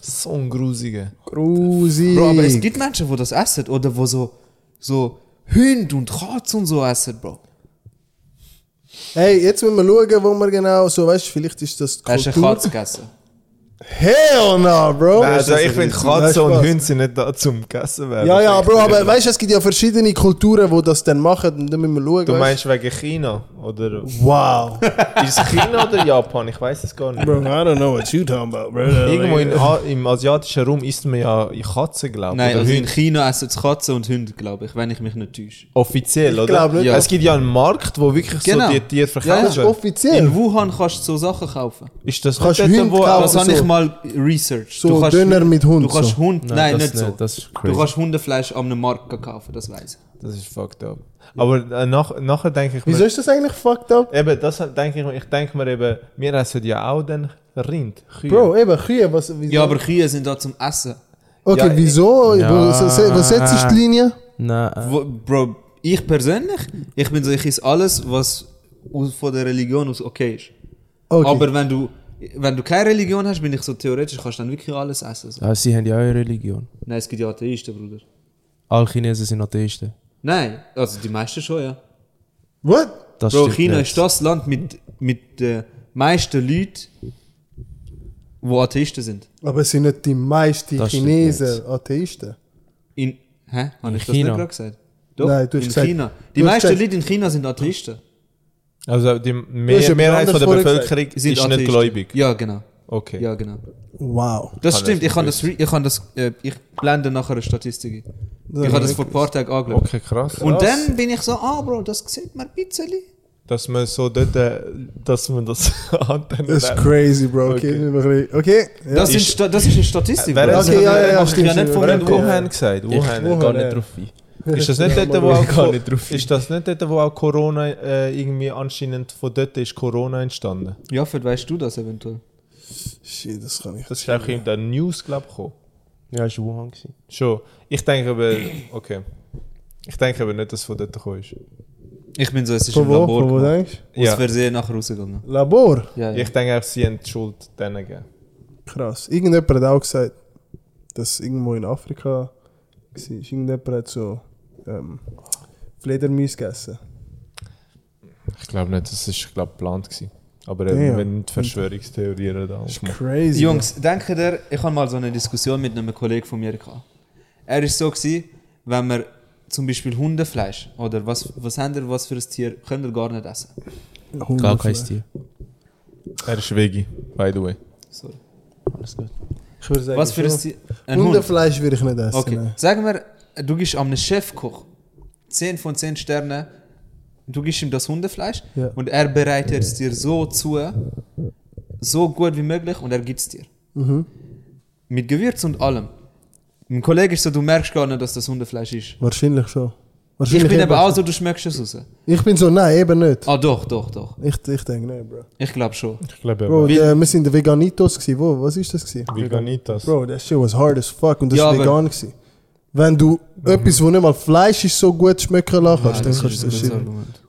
Speaker 4: So ein grusiger.
Speaker 3: Grusig.
Speaker 1: Bro, aber es gibt Menschen, die das essen oder die so, so Hunde und Katzen und so essen, Bro.
Speaker 3: Hey, jetzt müssen wir schauen, wo wir genau, so, weißt du, vielleicht ist das die
Speaker 1: Er ist eine
Speaker 3: Kultur.
Speaker 1: Katze gegessen.
Speaker 3: Hell no, Bro.
Speaker 4: Also ich finde
Speaker 3: Nein,
Speaker 4: Katzen und
Speaker 3: Spaß.
Speaker 4: Hunde sind nicht da zum gegessen werden.
Speaker 3: Ja, ja, Bro, aber weißt du, es gibt ja verschiedene Kulturen, die das dann machen und dann müssen wir schauen.
Speaker 4: Du
Speaker 3: weißt
Speaker 4: meinst wegen China? Oder
Speaker 3: Wow.
Speaker 4: ist es China oder Japan? Ich weiß es gar nicht.
Speaker 3: Bro, I don't know what you talking about, bro.
Speaker 4: Irgendwo in, A- im asiatischen Raum isst man ja Katzen, glaube ich.
Speaker 1: Nein,
Speaker 4: oder
Speaker 1: also in
Speaker 4: Hunde.
Speaker 1: China essen es Katzen und Hunde, glaube ich, wenn ich mich nicht täusche.
Speaker 4: Offiziell, oder?
Speaker 3: glaub nicht.
Speaker 4: Ja. Es gibt ja einen Markt, wo wirklich
Speaker 1: Genau.
Speaker 4: so die
Speaker 1: Ja,
Speaker 4: Tiere
Speaker 1: das
Speaker 4: verkauft
Speaker 3: Das ist
Speaker 4: werden.
Speaker 1: In
Speaker 3: offiziell.
Speaker 1: Wuhan kannst du so Sachen kaufen.
Speaker 4: Ist das
Speaker 3: Kannst
Speaker 4: nicht dort,
Speaker 3: Hunde
Speaker 4: wo...
Speaker 3: kaufen?
Speaker 1: Das
Speaker 3: Also
Speaker 1: habe ich
Speaker 3: so.
Speaker 1: mal researched.
Speaker 3: So Döner mit Hund,
Speaker 1: Du kannst
Speaker 3: so.
Speaker 1: Hund, nein,
Speaker 2: das
Speaker 1: nicht, so.
Speaker 2: Das ist
Speaker 1: Du
Speaker 2: crazy.
Speaker 1: kannst Hundefleisch am Markt kaufen, das weiß ich.
Speaker 4: Das ist fucked up. Aber äh, nach, nachher denke ich mir...
Speaker 3: Wieso ist das eigentlich fucked up?
Speaker 4: Eben, das denke ich mir. Ich denke mir eben, wir essen ja auch dann Rind, Kühe.
Speaker 3: Bro, eben, Kühe, was, wieso?
Speaker 1: Ja, aber Kühe sind da zum Essen.
Speaker 3: okay,
Speaker 4: Ja,
Speaker 3: wieso?
Speaker 2: Ja.
Speaker 3: Wo, se- se- wo setzt du die Linie?
Speaker 2: Nein.
Speaker 1: Wo, Bro, ich persönlich, ich bin so, ich esse alles, was aus, von der Religion aus okay ist.
Speaker 3: Okay.
Speaker 1: Aber wenn du, wenn du keine Religion hast, bin ich so theoretisch, kannst du dann wirklich alles essen. So.
Speaker 2: Ah, sie haben ja auch eine Religion.
Speaker 1: Nein, es gibt ja Atheisten, Bruder.
Speaker 2: Alle Chinesen sind Atheisten.
Speaker 1: Nein, also die meisten schon, ja.
Speaker 3: What?
Speaker 2: Das
Speaker 1: Bro,
Speaker 2: stimmt
Speaker 1: China
Speaker 2: nicht.
Speaker 1: ist das Land mit, mit den meisten Leuten, die Atheisten sind.
Speaker 3: Aber es sind nicht die meisten
Speaker 2: Das stimmt
Speaker 3: Chinesen Atheisten.
Speaker 1: In, hä? Habe ich das
Speaker 2: China.
Speaker 1: nicht gerade gesagt? Doch,
Speaker 3: Nein, du hast
Speaker 1: in
Speaker 3: gesagt-
Speaker 1: China.
Speaker 3: du
Speaker 1: Die
Speaker 3: hast
Speaker 1: meisten
Speaker 3: gesagt-
Speaker 1: Leute in China sind Atheisten.
Speaker 4: Also die
Speaker 3: hast
Speaker 4: Mehr
Speaker 3: etwas
Speaker 4: Mehrheit von der
Speaker 3: anderes vorher
Speaker 4: Bevölkerung ist
Speaker 1: Sind
Speaker 4: nicht
Speaker 1: Atheisten.
Speaker 4: gläubig.
Speaker 1: Ja, genau.
Speaker 4: Okay.
Speaker 1: Ja, genau.
Speaker 3: Wow.
Speaker 1: Das
Speaker 4: Kann
Speaker 1: stimmt,
Speaker 4: das
Speaker 1: ich kann
Speaker 4: nicht
Speaker 1: das, re- ich kann das, äh, ich blende nachher eine Statistik ein.
Speaker 3: Das
Speaker 1: ich
Speaker 3: hab
Speaker 1: habe das
Speaker 3: ich
Speaker 1: vor ein paar Tagen angeschaut.
Speaker 4: Okay, krass.
Speaker 1: Und dann bin ich so, ah Bro, das sieht man ein bisschen.
Speaker 4: dass man so dort, äh, dass man das äh, antennen
Speaker 3: Das ist crazy, Bro.
Speaker 4: Okay.
Speaker 3: Okay, nehmen wir ein bisschen- okay. ja.
Speaker 1: Das,
Speaker 4: Ist-
Speaker 1: ist, Sta- das ist eine Statistik.
Speaker 4: Wer
Speaker 1: Bro.
Speaker 4: hat-
Speaker 1: Das
Speaker 4: Okay,
Speaker 1: hat-
Speaker 4: ja,
Speaker 1: das
Speaker 4: ja, ja,
Speaker 1: macht
Speaker 3: stimmt,
Speaker 1: ja nicht
Speaker 3: stimmt.
Speaker 1: von
Speaker 3: Wer
Speaker 1: den
Speaker 3: hat Wuhan
Speaker 1: Wuhan.
Speaker 4: Wuhan gesagt.
Speaker 2: Ich
Speaker 4: Wuhan.
Speaker 2: gehe
Speaker 3: Wuhan,
Speaker 2: gar nicht
Speaker 3: ja.
Speaker 2: drauf ein.
Speaker 4: Ist das nicht
Speaker 3: Ja, Mann,
Speaker 4: dort, wo
Speaker 2: ich
Speaker 4: auch,
Speaker 2: kann
Speaker 4: Co-
Speaker 2: nicht drauf
Speaker 4: ist das nicht dort, wo auch Corona äh, irgendwie anscheinend von dort ist Corona entstanden?
Speaker 1: Ja, vielleicht weißt du das eventuell.
Speaker 3: Shit, das kann ich.
Speaker 4: Das ist auch in der News glaube ich gekommen.
Speaker 2: Ja, ist Wuhan gewesen.
Speaker 4: Schon. Ich denke aber, okay. Ich denke aber nicht, dass es von dort gekommen ist.
Speaker 1: Ich bin so, es ist
Speaker 3: Von
Speaker 1: im
Speaker 3: wo?
Speaker 1: Labor
Speaker 3: Von wo
Speaker 1: gemacht.
Speaker 3: denkst
Speaker 1: Aus
Speaker 4: Ja.
Speaker 1: Versehen nachher rausgegangen.
Speaker 3: du? Labor?
Speaker 1: Ja, ja.
Speaker 4: Ich denke auch, sie haben die Schuld denen gegeben.
Speaker 3: Krass. Irgendjemand hat auch gesagt, dass irgendwo in Afrika war. Irgendjemand hat so ähm, Fledermäuse gegessen.
Speaker 4: Ich glaube nicht, das ist, ich glaube, geplant gewesen. Aber
Speaker 3: Ja,
Speaker 4: eben,
Speaker 3: ja.
Speaker 4: wenn nicht Verschwörungstheorien da aufmachen.
Speaker 3: Crazy.
Speaker 1: Jungs, denkt ihr, ich habe mal so eine Diskussion mit einem Kollegen von mir gehabt. Er war so, gewesen, wenn man zum Beispiel Hundefleisch oder was, was habt ihr, was für ein Tier könnt ihr gar nicht essen?
Speaker 2: Gar kein Tier.
Speaker 4: Er ist Veggie, by the way.
Speaker 1: Sorry.
Speaker 2: Alles gut.
Speaker 3: Ich würde sagen,
Speaker 1: Was für ein
Speaker 3: schon.
Speaker 1: Tier? Ein Hund.
Speaker 3: Hundefleisch würde ich nicht essen.
Speaker 1: Okay.
Speaker 3: nein.
Speaker 1: Sagen wir, du gibst einem Chefkoch 10 von 10 Sternen, du gibst ihm das Hundefleisch
Speaker 3: Ja.
Speaker 1: und er bereitet es dir so zu, so gut wie möglich und er gibt es dir. Mit Gewürz und allem. Mein Kollege ist so, du merkst gar nicht, dass das Hundefleisch ist.
Speaker 3: Wahrscheinlich schon.
Speaker 1: Ich
Speaker 3: Wahrscheinlich
Speaker 1: bin
Speaker 3: eben
Speaker 1: aber auch
Speaker 3: schon.
Speaker 1: so, du schmeckst es raus.
Speaker 3: Ich bin so, nein, eben nicht.
Speaker 1: Ah, doch, doch, doch.
Speaker 3: Ich, ich denke nicht, Bro.
Speaker 1: Ich glaube schon.
Speaker 4: Ich glaube,
Speaker 3: Bro,
Speaker 1: Wie-
Speaker 3: der, wir sind der Veganitos gsi. Wo, was ist das gsi?
Speaker 4: Veganitas.
Speaker 3: Bro, that shit was hard as fuck und das
Speaker 1: Ja,
Speaker 3: war
Speaker 1: aber-
Speaker 3: vegan gsi. Wenn du etwas, wo nicht mal Fleisch ist, so gut schmecken lassen kannst, dann kannst du das shit.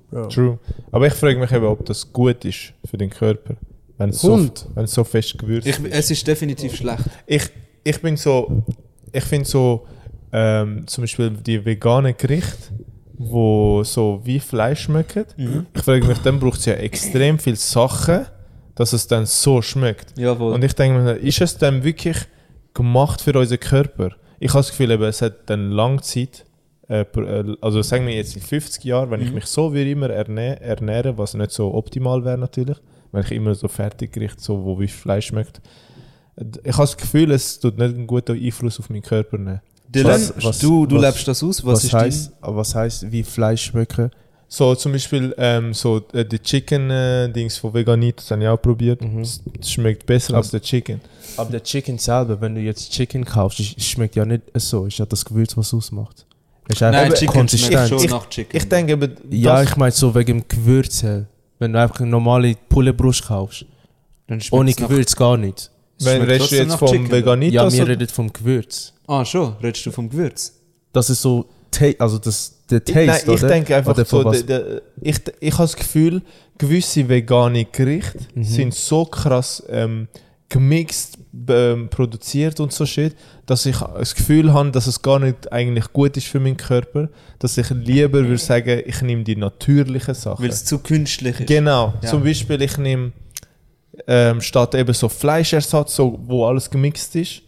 Speaker 3: Bro.
Speaker 4: True. Aber ich frage mich eben, ob das gut ist für den Körper. Wenn es so,
Speaker 3: Hund.
Speaker 4: wenn es so fest gewürzt
Speaker 1: Ich,
Speaker 4: ist.
Speaker 1: es ist definitiv schlecht.
Speaker 4: ich, ich bin so, ich finde so, ähm, zum Beispiel die veganen Gerichte, wo so wie Fleisch schmecken.
Speaker 1: Mhm.
Speaker 4: Ich frage mich, dann braucht es ja extrem viele Sachen, dass es dann so schmeckt.
Speaker 1: Jawohl.
Speaker 4: Und ich denke mir, ist es dann wirklich gemacht für unseren Körper? Ich habe das Gefühl, eben, es hat dann lange Zeit, äh, pro- äh, also sagen wir jetzt in 50 Jahren, wenn ich mich so wie immer erne ernähre, was nicht so optimal wäre natürlich, wenn ich immer so Fertiggericht, so wo wie Fleisch schmeckt, ich habe das Gefühl, es tut nicht einen guten Einfluss auf meinen Körper nehmen.
Speaker 1: Dylan,
Speaker 2: Was- was-
Speaker 1: du, du
Speaker 2: was-
Speaker 1: lebst das aus. Was,
Speaker 2: Was,
Speaker 1: ist
Speaker 2: heisst, was heisst, wie Fleisch schmecken?
Speaker 4: So zum Beispiel ähm, so äh, die Chicken äh, Dings von Veganitas habe ich auch probiert. Es es schmeckt besser als der Chicken.
Speaker 2: Aber der Chicken selber, wenn du jetzt Chicken kaufst, sch- schmeckt ja nicht so. Ist ja das Gewürz, was ausmacht. Ist
Speaker 1: dein...
Speaker 2: einfach
Speaker 1: Nein, Chicken schmeckt
Speaker 2: konsistent.
Speaker 1: schon
Speaker 4: Ich-
Speaker 1: nach Chicken.
Speaker 4: Ich denke, aber
Speaker 2: ja,
Speaker 4: das-
Speaker 2: ich meine so wegen dem Gewürz. her. Wenn du einfach eine normale Pullebrust kaufst,
Speaker 1: Dann schmeckt's
Speaker 2: ohne
Speaker 1: nach-
Speaker 2: Gewürz gar nicht.
Speaker 4: wenn
Speaker 1: schmeckt
Speaker 4: redest du
Speaker 1: trotzdem
Speaker 4: jetzt
Speaker 1: nach
Speaker 4: vom also
Speaker 1: Chicken, oder?
Speaker 2: Ja,
Speaker 4: Veganitas
Speaker 2: wir
Speaker 4: oder-
Speaker 2: reden vom Gewürz.
Speaker 1: Ah, schon. Redest du vom Gewürz?
Speaker 2: Das ist so, ta- also das, der Taste,
Speaker 4: Nein, ich
Speaker 2: oder?
Speaker 4: denke einfach
Speaker 2: Oder von
Speaker 4: so,
Speaker 2: was-
Speaker 4: der, der, ich, ich habe das Gefühl, gewisse vegane Gerichte
Speaker 2: Mhm.
Speaker 4: sind so krass ähm, gemixt, ähm, produziert und so shit, dass ich das Gefühl habe, dass es gar nicht eigentlich gut ist für meinen Körper, dass ich lieber würde sagen, ich nehme die natürlichen Sachen.
Speaker 1: Weil es zu künstlich ist.
Speaker 4: Genau.
Speaker 1: Ja.
Speaker 4: Zum Beispiel, ich nehme ähm, statt eben so Fleischersatz, so, wo alles gemixt ist,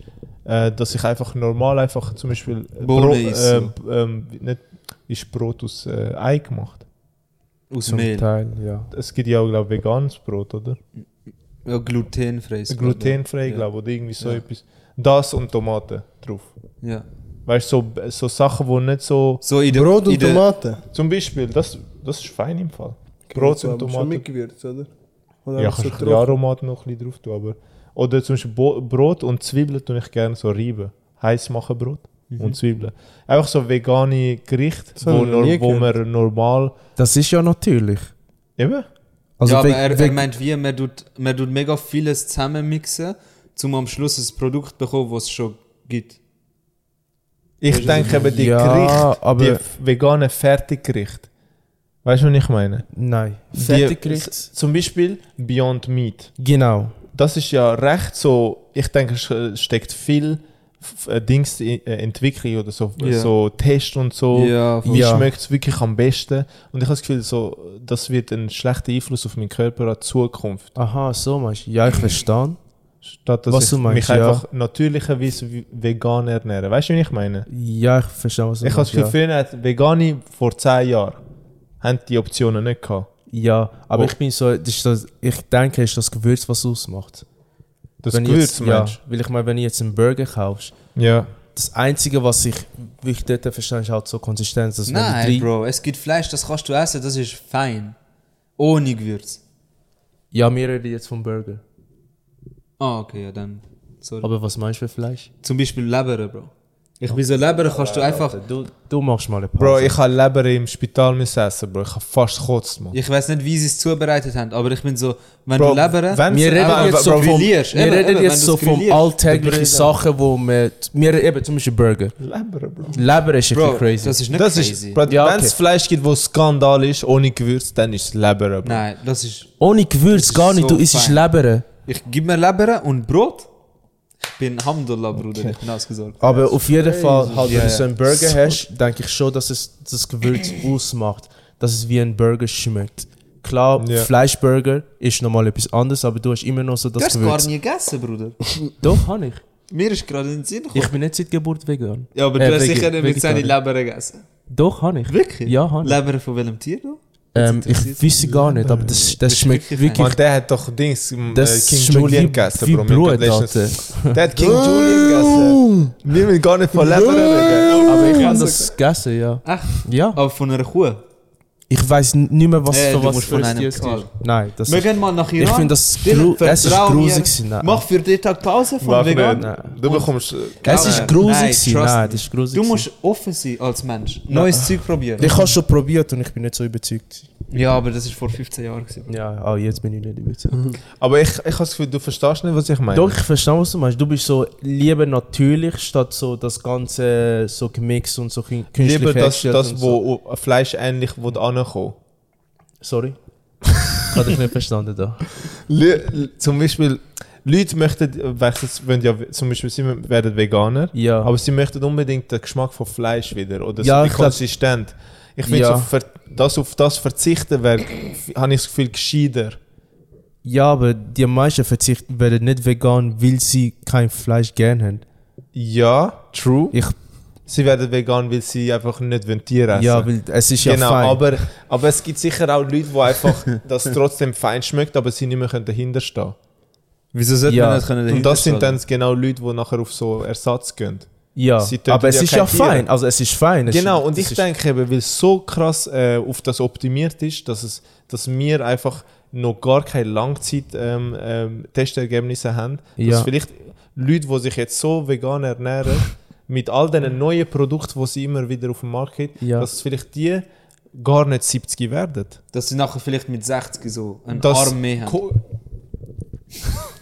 Speaker 4: äh, dass ich einfach normal einfach zum Beispiel äh,
Speaker 1: Bohnen
Speaker 4: äh,
Speaker 1: esse.
Speaker 4: ähm, nicht, ist Brot aus äh, Ei gemacht.
Speaker 1: Aus
Speaker 2: Zum
Speaker 1: Mehl.
Speaker 2: Teil, ja.
Speaker 4: Es gibt ja auch, glaube ich, veganes Brot, oder?
Speaker 1: Ja, glutenfrei. ist
Speaker 4: Glutenfrei,
Speaker 1: Ja.
Speaker 4: glaube ich, oder irgendwie so
Speaker 1: Ja.
Speaker 4: etwas. Das und Tomaten drauf.
Speaker 1: gut. Ja.
Speaker 4: Weißt du, so, so Sachen, die nicht so.
Speaker 1: So in der,
Speaker 3: Brot
Speaker 1: in
Speaker 3: und
Speaker 1: der,
Speaker 3: Tomaten.
Speaker 4: Zum Beispiel, das, das ist fein im Fall. Brot und
Speaker 3: Schon
Speaker 4: Tomaten.
Speaker 3: mit Gewürz, oder? Oder
Speaker 4: Ja,
Speaker 3: einfach
Speaker 4: kannst du
Speaker 3: drauf?
Speaker 4: ja Aromaten noch ein bisschen drauf tun, aber... Oder zum Beispiel Bo Brot und Zwiebeln tue ich gerne so reiben. Heiß machen Brot und Zwiebeln. Einfach so vegane Gerichte,
Speaker 3: Das habe
Speaker 4: wo,
Speaker 3: ich noch nie
Speaker 4: nor wo man normal...
Speaker 2: Das ist ja natürlich.
Speaker 4: Eben?
Speaker 2: Also
Speaker 1: ja, aber
Speaker 2: we-
Speaker 1: er,
Speaker 2: we-
Speaker 1: er meint, wie, man tut, man tut mega vieles zusammenmixen, um am Schluss ein Produkt zu bekommen, das es schon gibt.
Speaker 4: Ich denke eben, die
Speaker 2: Ja,
Speaker 4: Gerichte,
Speaker 2: aber-
Speaker 4: die f- veganen Fertiggerichte. Weißt du, was ich meine?
Speaker 2: Nein.
Speaker 4: Die-
Speaker 2: Fertiggericht.
Speaker 4: z- Zum Beispiel Beyond Meat.
Speaker 2: Genau.
Speaker 4: Das ist ja recht so... Ich denke, es äh, steckt viel f- äh, Dings in äh, Entwicklung oder so,
Speaker 1: Ja.
Speaker 4: so Test und so.
Speaker 1: Ja, voll.
Speaker 4: Wie
Speaker 2: Oh. Ja.
Speaker 4: schmeckt es wirklich am besten? Und ich habe das Gefühl, so, das wird einen schlechten Einfluss auf meinen Körper an die Zukunft.
Speaker 2: Aha, so meinst du. Ja, ich verstehe.
Speaker 4: Statt dass
Speaker 2: Was
Speaker 4: ich
Speaker 2: du meinst,
Speaker 4: mich
Speaker 2: ja.
Speaker 4: einfach natürlicherweise wie- vegan ernähre. Weißt du, wie ich meine?
Speaker 2: Ja, ich verstehe, was du
Speaker 4: Ich habe das
Speaker 2: meinst.
Speaker 4: Gefühl,
Speaker 2: Ja.
Speaker 4: früher hat Vegane vor 10 Jahren haben die Optionen nicht gehabt.
Speaker 2: ja, aber
Speaker 4: Oh.
Speaker 2: ich bin so, das ist das, ich denke, es ist das Gewürz, was ausmacht.
Speaker 4: Das
Speaker 2: Wenn ich
Speaker 4: Gewürz,
Speaker 2: jetzt, ja,
Speaker 4: meinst
Speaker 2: weil ich meine, wenn du jetzt einen Burger kaufst,
Speaker 4: du? Ja.
Speaker 2: das Einzige, was ich, wie ich dort verstehe, ist halt so Konsistenz. Dass wenn du
Speaker 1: Nein,
Speaker 2: drei-
Speaker 1: Bro, es gibt Fleisch, das kannst du essen, das ist fein. Ohne Gewürz.
Speaker 2: Ja, wir reden jetzt vom Burger.
Speaker 1: Ah, okay, ja dann. Sorry.
Speaker 2: Aber was meinst du für Fleisch?
Speaker 1: Zum Beispiel Leber, Bro. Ich bin so Leber, kannst du einfach.
Speaker 2: Du, du machst mal eine Pause.
Speaker 4: Bro, ich habe Leber im Spital müssen essen, Bro. Ich habe fast gekotzt, Mann.
Speaker 1: Ich weiß nicht, wie sie es zubereitet haben, aber ich bin so, wenn
Speaker 4: Bro,
Speaker 1: du Leber.
Speaker 4: wenn-
Speaker 2: Wir
Speaker 4: Aber-
Speaker 2: reden
Speaker 4: aber-
Speaker 2: jetzt so
Speaker 4: aber
Speaker 2: vom, wir
Speaker 1: grillierst, eben, eben,
Speaker 2: reden
Speaker 1: wenn
Speaker 2: jetzt
Speaker 1: du
Speaker 2: so
Speaker 1: es
Speaker 2: vom
Speaker 1: grillierst,
Speaker 2: alltäglichen
Speaker 1: dann-
Speaker 2: Sachen, wo wir, wir eben zum Beispiel Burger.
Speaker 4: Leber, Bro.
Speaker 2: Leber ist ein
Speaker 1: Bro,
Speaker 2: bisschen crazy.
Speaker 1: das ist nicht
Speaker 4: Das
Speaker 1: crazy.
Speaker 4: ist, Bro,
Speaker 2: Ja,
Speaker 4: wenn es
Speaker 2: okay.
Speaker 4: Fleisch gibt, wo Skandal ist, ohne Gewürz, dann ist es Leber, Bro.
Speaker 1: Nein, das ist.
Speaker 2: Ohne Gewürz
Speaker 1: ist
Speaker 2: gar nicht,
Speaker 1: so
Speaker 2: du isst
Speaker 1: fein.
Speaker 2: Leber.
Speaker 1: Ich gebe mir Leber und Brot. Ich bin Alhamdulillah, Bruder, ich bin ausgesorgt.
Speaker 2: Aber auf jeden Fall, halt, wenn
Speaker 1: Ja,
Speaker 2: du
Speaker 1: ja.
Speaker 2: so einen Burger hast, denke ich schon, dass es das Gewürz ausmacht, dass es wie ein Burger schmeckt. Klar,
Speaker 4: Ja.
Speaker 2: Fleischburger ist nochmal etwas anderes, aber du hast immer noch so das
Speaker 1: Du hast gar
Speaker 2: Gewürz.
Speaker 1: nie gegessen, Bruder.
Speaker 2: Doch, habe ich.
Speaker 1: Mir ist gerade in den Sinn gekommen.
Speaker 2: Ich bin nicht seit Geburt vegan.
Speaker 1: Ja, aber
Speaker 2: Äh,
Speaker 1: du hast
Speaker 2: Veggie-
Speaker 1: sicher nicht mit seiner
Speaker 2: Vegetarier.
Speaker 1: Leber gegessen.
Speaker 2: Doch, habe ich.
Speaker 1: Wirklich?
Speaker 2: Ja, habe ich.
Speaker 1: Leber von welchem Tier du?
Speaker 2: Ähm,
Speaker 1: interessiert
Speaker 2: ich wüsste gar nicht, aber das, das schmeckt
Speaker 1: wirklich
Speaker 2: wirklich.
Speaker 4: Und der hat doch Dings, ähm,
Speaker 2: Das
Speaker 4: King
Speaker 2: schmeckt
Speaker 4: Julian
Speaker 2: wie,
Speaker 4: gegessen,
Speaker 2: wie
Speaker 4: Bro. Wir haben
Speaker 2: Blut,
Speaker 4: letztens-
Speaker 2: Alter.
Speaker 4: Der hat King Julian gegessen. Wir müssen gar nicht von Leber reden.
Speaker 2: Aber ich habe das gegessen, ja.
Speaker 1: Echt?
Speaker 2: Ja.
Speaker 1: Aber von einer Kuh.
Speaker 2: Ich weiß nicht mehr, was
Speaker 1: Äh,
Speaker 2: für
Speaker 1: du
Speaker 2: was
Speaker 1: musst
Speaker 2: für
Speaker 1: von
Speaker 2: ein
Speaker 1: einem
Speaker 2: Tierstier.
Speaker 1: Karl.
Speaker 2: Nein, das
Speaker 1: Wir gehen mal nach
Speaker 2: Ich
Speaker 1: Iran.
Speaker 2: finde das
Speaker 1: Dylan,
Speaker 2: gru- es ist
Speaker 1: vertrau mir.
Speaker 2: grusig. Nein.
Speaker 1: Mach für den Tag Pause von
Speaker 4: Mach
Speaker 1: vegan.
Speaker 4: nicht. Du bekommst. äh,
Speaker 2: Es ist
Speaker 1: Nein, trust
Speaker 2: grusig. Nein,
Speaker 1: me.
Speaker 2: nein das ist grusig.
Speaker 1: Du musst offen sein als Mensch. Neues Zeug probieren.
Speaker 2: Ich habe schon probiert und ich bin nicht so überzeugt.
Speaker 1: Ja, aber das war vor 15 Jahren. gewesen.
Speaker 2: Ja, ah, jetzt bin ich nicht überzeugt.
Speaker 4: Aber ich, ich habe das Gefühl, du verstehst nicht, was ich meine.
Speaker 2: Doch, ich verstehe, was du meinst. Du bist so lieber natürlich, statt so das Ganze so gemixt und so kün- künstlich
Speaker 4: Lieber das,
Speaker 2: hergestellt
Speaker 4: das
Speaker 2: und so.
Speaker 4: wo äh, Fleisch ähnlich wo du ankommt.
Speaker 2: Sorry. ich habe dich nicht verstanden da.
Speaker 4: Le- zum Beispiel, Leute möchten, weißt du, wenn ja, zum Beispiel, sie werden Veganer,
Speaker 2: Ja.
Speaker 4: aber sie möchten unbedingt den Geschmack von Fleisch wieder oder
Speaker 2: Ja,
Speaker 4: so
Speaker 2: ich
Speaker 4: die
Speaker 2: glaub-
Speaker 4: Konsistenz. Ich finde,
Speaker 2: Ja.
Speaker 4: so ver- das auf das verzichten wäre, f- habe ich das Gefühl, gescheiter.
Speaker 2: Ja, aber die meisten verzichten werden nicht vegan, weil sie kein Fleisch gern haben.
Speaker 4: Ja, true.
Speaker 2: Ich,
Speaker 4: Sie werden vegan, weil sie einfach nicht wollen Tiere essen.
Speaker 2: ja, weil es ist
Speaker 4: genau,
Speaker 2: ja fein.
Speaker 4: aber, aber es gibt sicher auch Leute, die einfach das trotzdem fein schmeckt, aber sie nicht mehr können dahinterstehen
Speaker 1: Wieso sollte
Speaker 2: Ja.
Speaker 1: man nicht können
Speaker 4: können. Und das sind
Speaker 1: dahinterstehen?
Speaker 4: dann genau Leute, die nachher auf so Ersatz gehen.
Speaker 2: ja,
Speaker 4: sie töten
Speaker 2: aber es
Speaker 4: ja
Speaker 2: ist ja
Speaker 4: keine Tiere.
Speaker 2: fein. Also es ist fein. Es
Speaker 4: Genau,
Speaker 2: ist,
Speaker 4: und
Speaker 2: es
Speaker 4: ich
Speaker 2: ist-
Speaker 4: denke eben, weil es so krass äh, auf das optimiert ist, dass, es, dass wir einfach noch gar keine Langzeit-Testergebnisse haben. Dass
Speaker 2: Ja.
Speaker 4: vielleicht Leute, die sich jetzt so vegan ernähren, mit all diesen neuen Produkten, die sie immer wieder auf den Markt gibt,
Speaker 2: Ja.
Speaker 4: dass vielleicht die gar nicht 70 werden.
Speaker 1: Dass sie nachher vielleicht mit 60 so einen
Speaker 4: Das
Speaker 1: Arm mehr haben.
Speaker 4: Ko-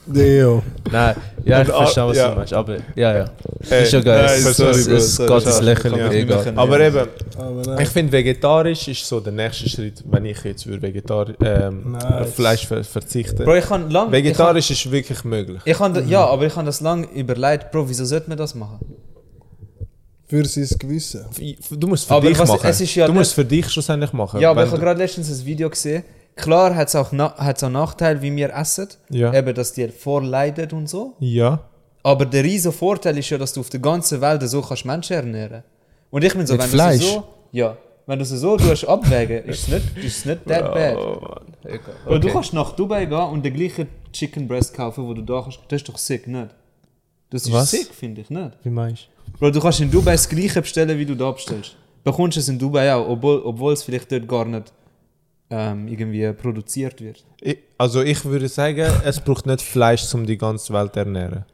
Speaker 3: Deo.
Speaker 2: Nein, ja, ich
Speaker 4: Und auch-
Speaker 2: verstehe, was
Speaker 4: ja.
Speaker 2: du meinst. Aber ja, ja.
Speaker 4: Ey,
Speaker 2: ist ja geil.
Speaker 4: nein,
Speaker 2: es es,
Speaker 4: sorry,
Speaker 2: es,
Speaker 4: Bro,
Speaker 2: es
Speaker 1: sorry,
Speaker 2: geht ins
Speaker 1: sorry.
Speaker 2: Lächeln.
Speaker 1: Kann man nicht
Speaker 2: egal.
Speaker 1: machen.
Speaker 4: Aber eben,
Speaker 3: Aber nein.
Speaker 4: ich finde, vegetarisch ist so der nächste Schritt, wenn ich jetzt würde vegetarisch ähm,
Speaker 3: Nice.
Speaker 4: auf Fleisch ver verzichten.
Speaker 1: Bro, ich kann lang.
Speaker 4: vegetarisch ist wirklich möglich.
Speaker 1: Ich kann, ja, aber ich habe das lange überlegt, Bro, wieso sollte man das machen?
Speaker 3: Für sein Gewissen.
Speaker 4: Du musst es für
Speaker 1: Aber
Speaker 4: dich
Speaker 1: was-
Speaker 4: machen.
Speaker 1: es ist ja
Speaker 4: du
Speaker 1: nicht-
Speaker 4: musst es für dich schlussendlich machen.
Speaker 1: Ja, aber
Speaker 4: Wenn
Speaker 1: ich habe
Speaker 4: du-
Speaker 1: gerade letztens ein Video gesehen. Klar hat es auch, na hat's auch Nachteile, wie wir essen.
Speaker 4: Ja.
Speaker 1: Eben, dass die vorleiden und so.
Speaker 4: ja.
Speaker 1: Aber der riesige Vorteil ist ja, dass du auf der ganzen Welt so kannst Menschen ernähren Und ich bin so,
Speaker 2: Mit
Speaker 1: wenn
Speaker 2: Fleisch?
Speaker 1: du sie so... Ja. Wenn du sie so tust, abwägen, ist es nicht, ist es nicht
Speaker 4: Oh,
Speaker 1: that bad. Weil du kannst nach Dubai gehen und den gleichen Chicken Breast kaufen, wo du da kannst. Das ist doch sick, nicht? Das ist
Speaker 2: Was?
Speaker 1: sick, finde ich, nicht?
Speaker 2: Wie meinst du?
Speaker 1: Bro, du kannst in Dubai das gleiche bestellen, wie du da bestellst. Bekommst es in Dubai auch, obwohl, obwohl es vielleicht dort gar nicht ähm, irgendwie produziert wird.
Speaker 4: Ich, also ich würde sagen, es braucht nicht Fleisch, um die ganze Welt zu ernähren.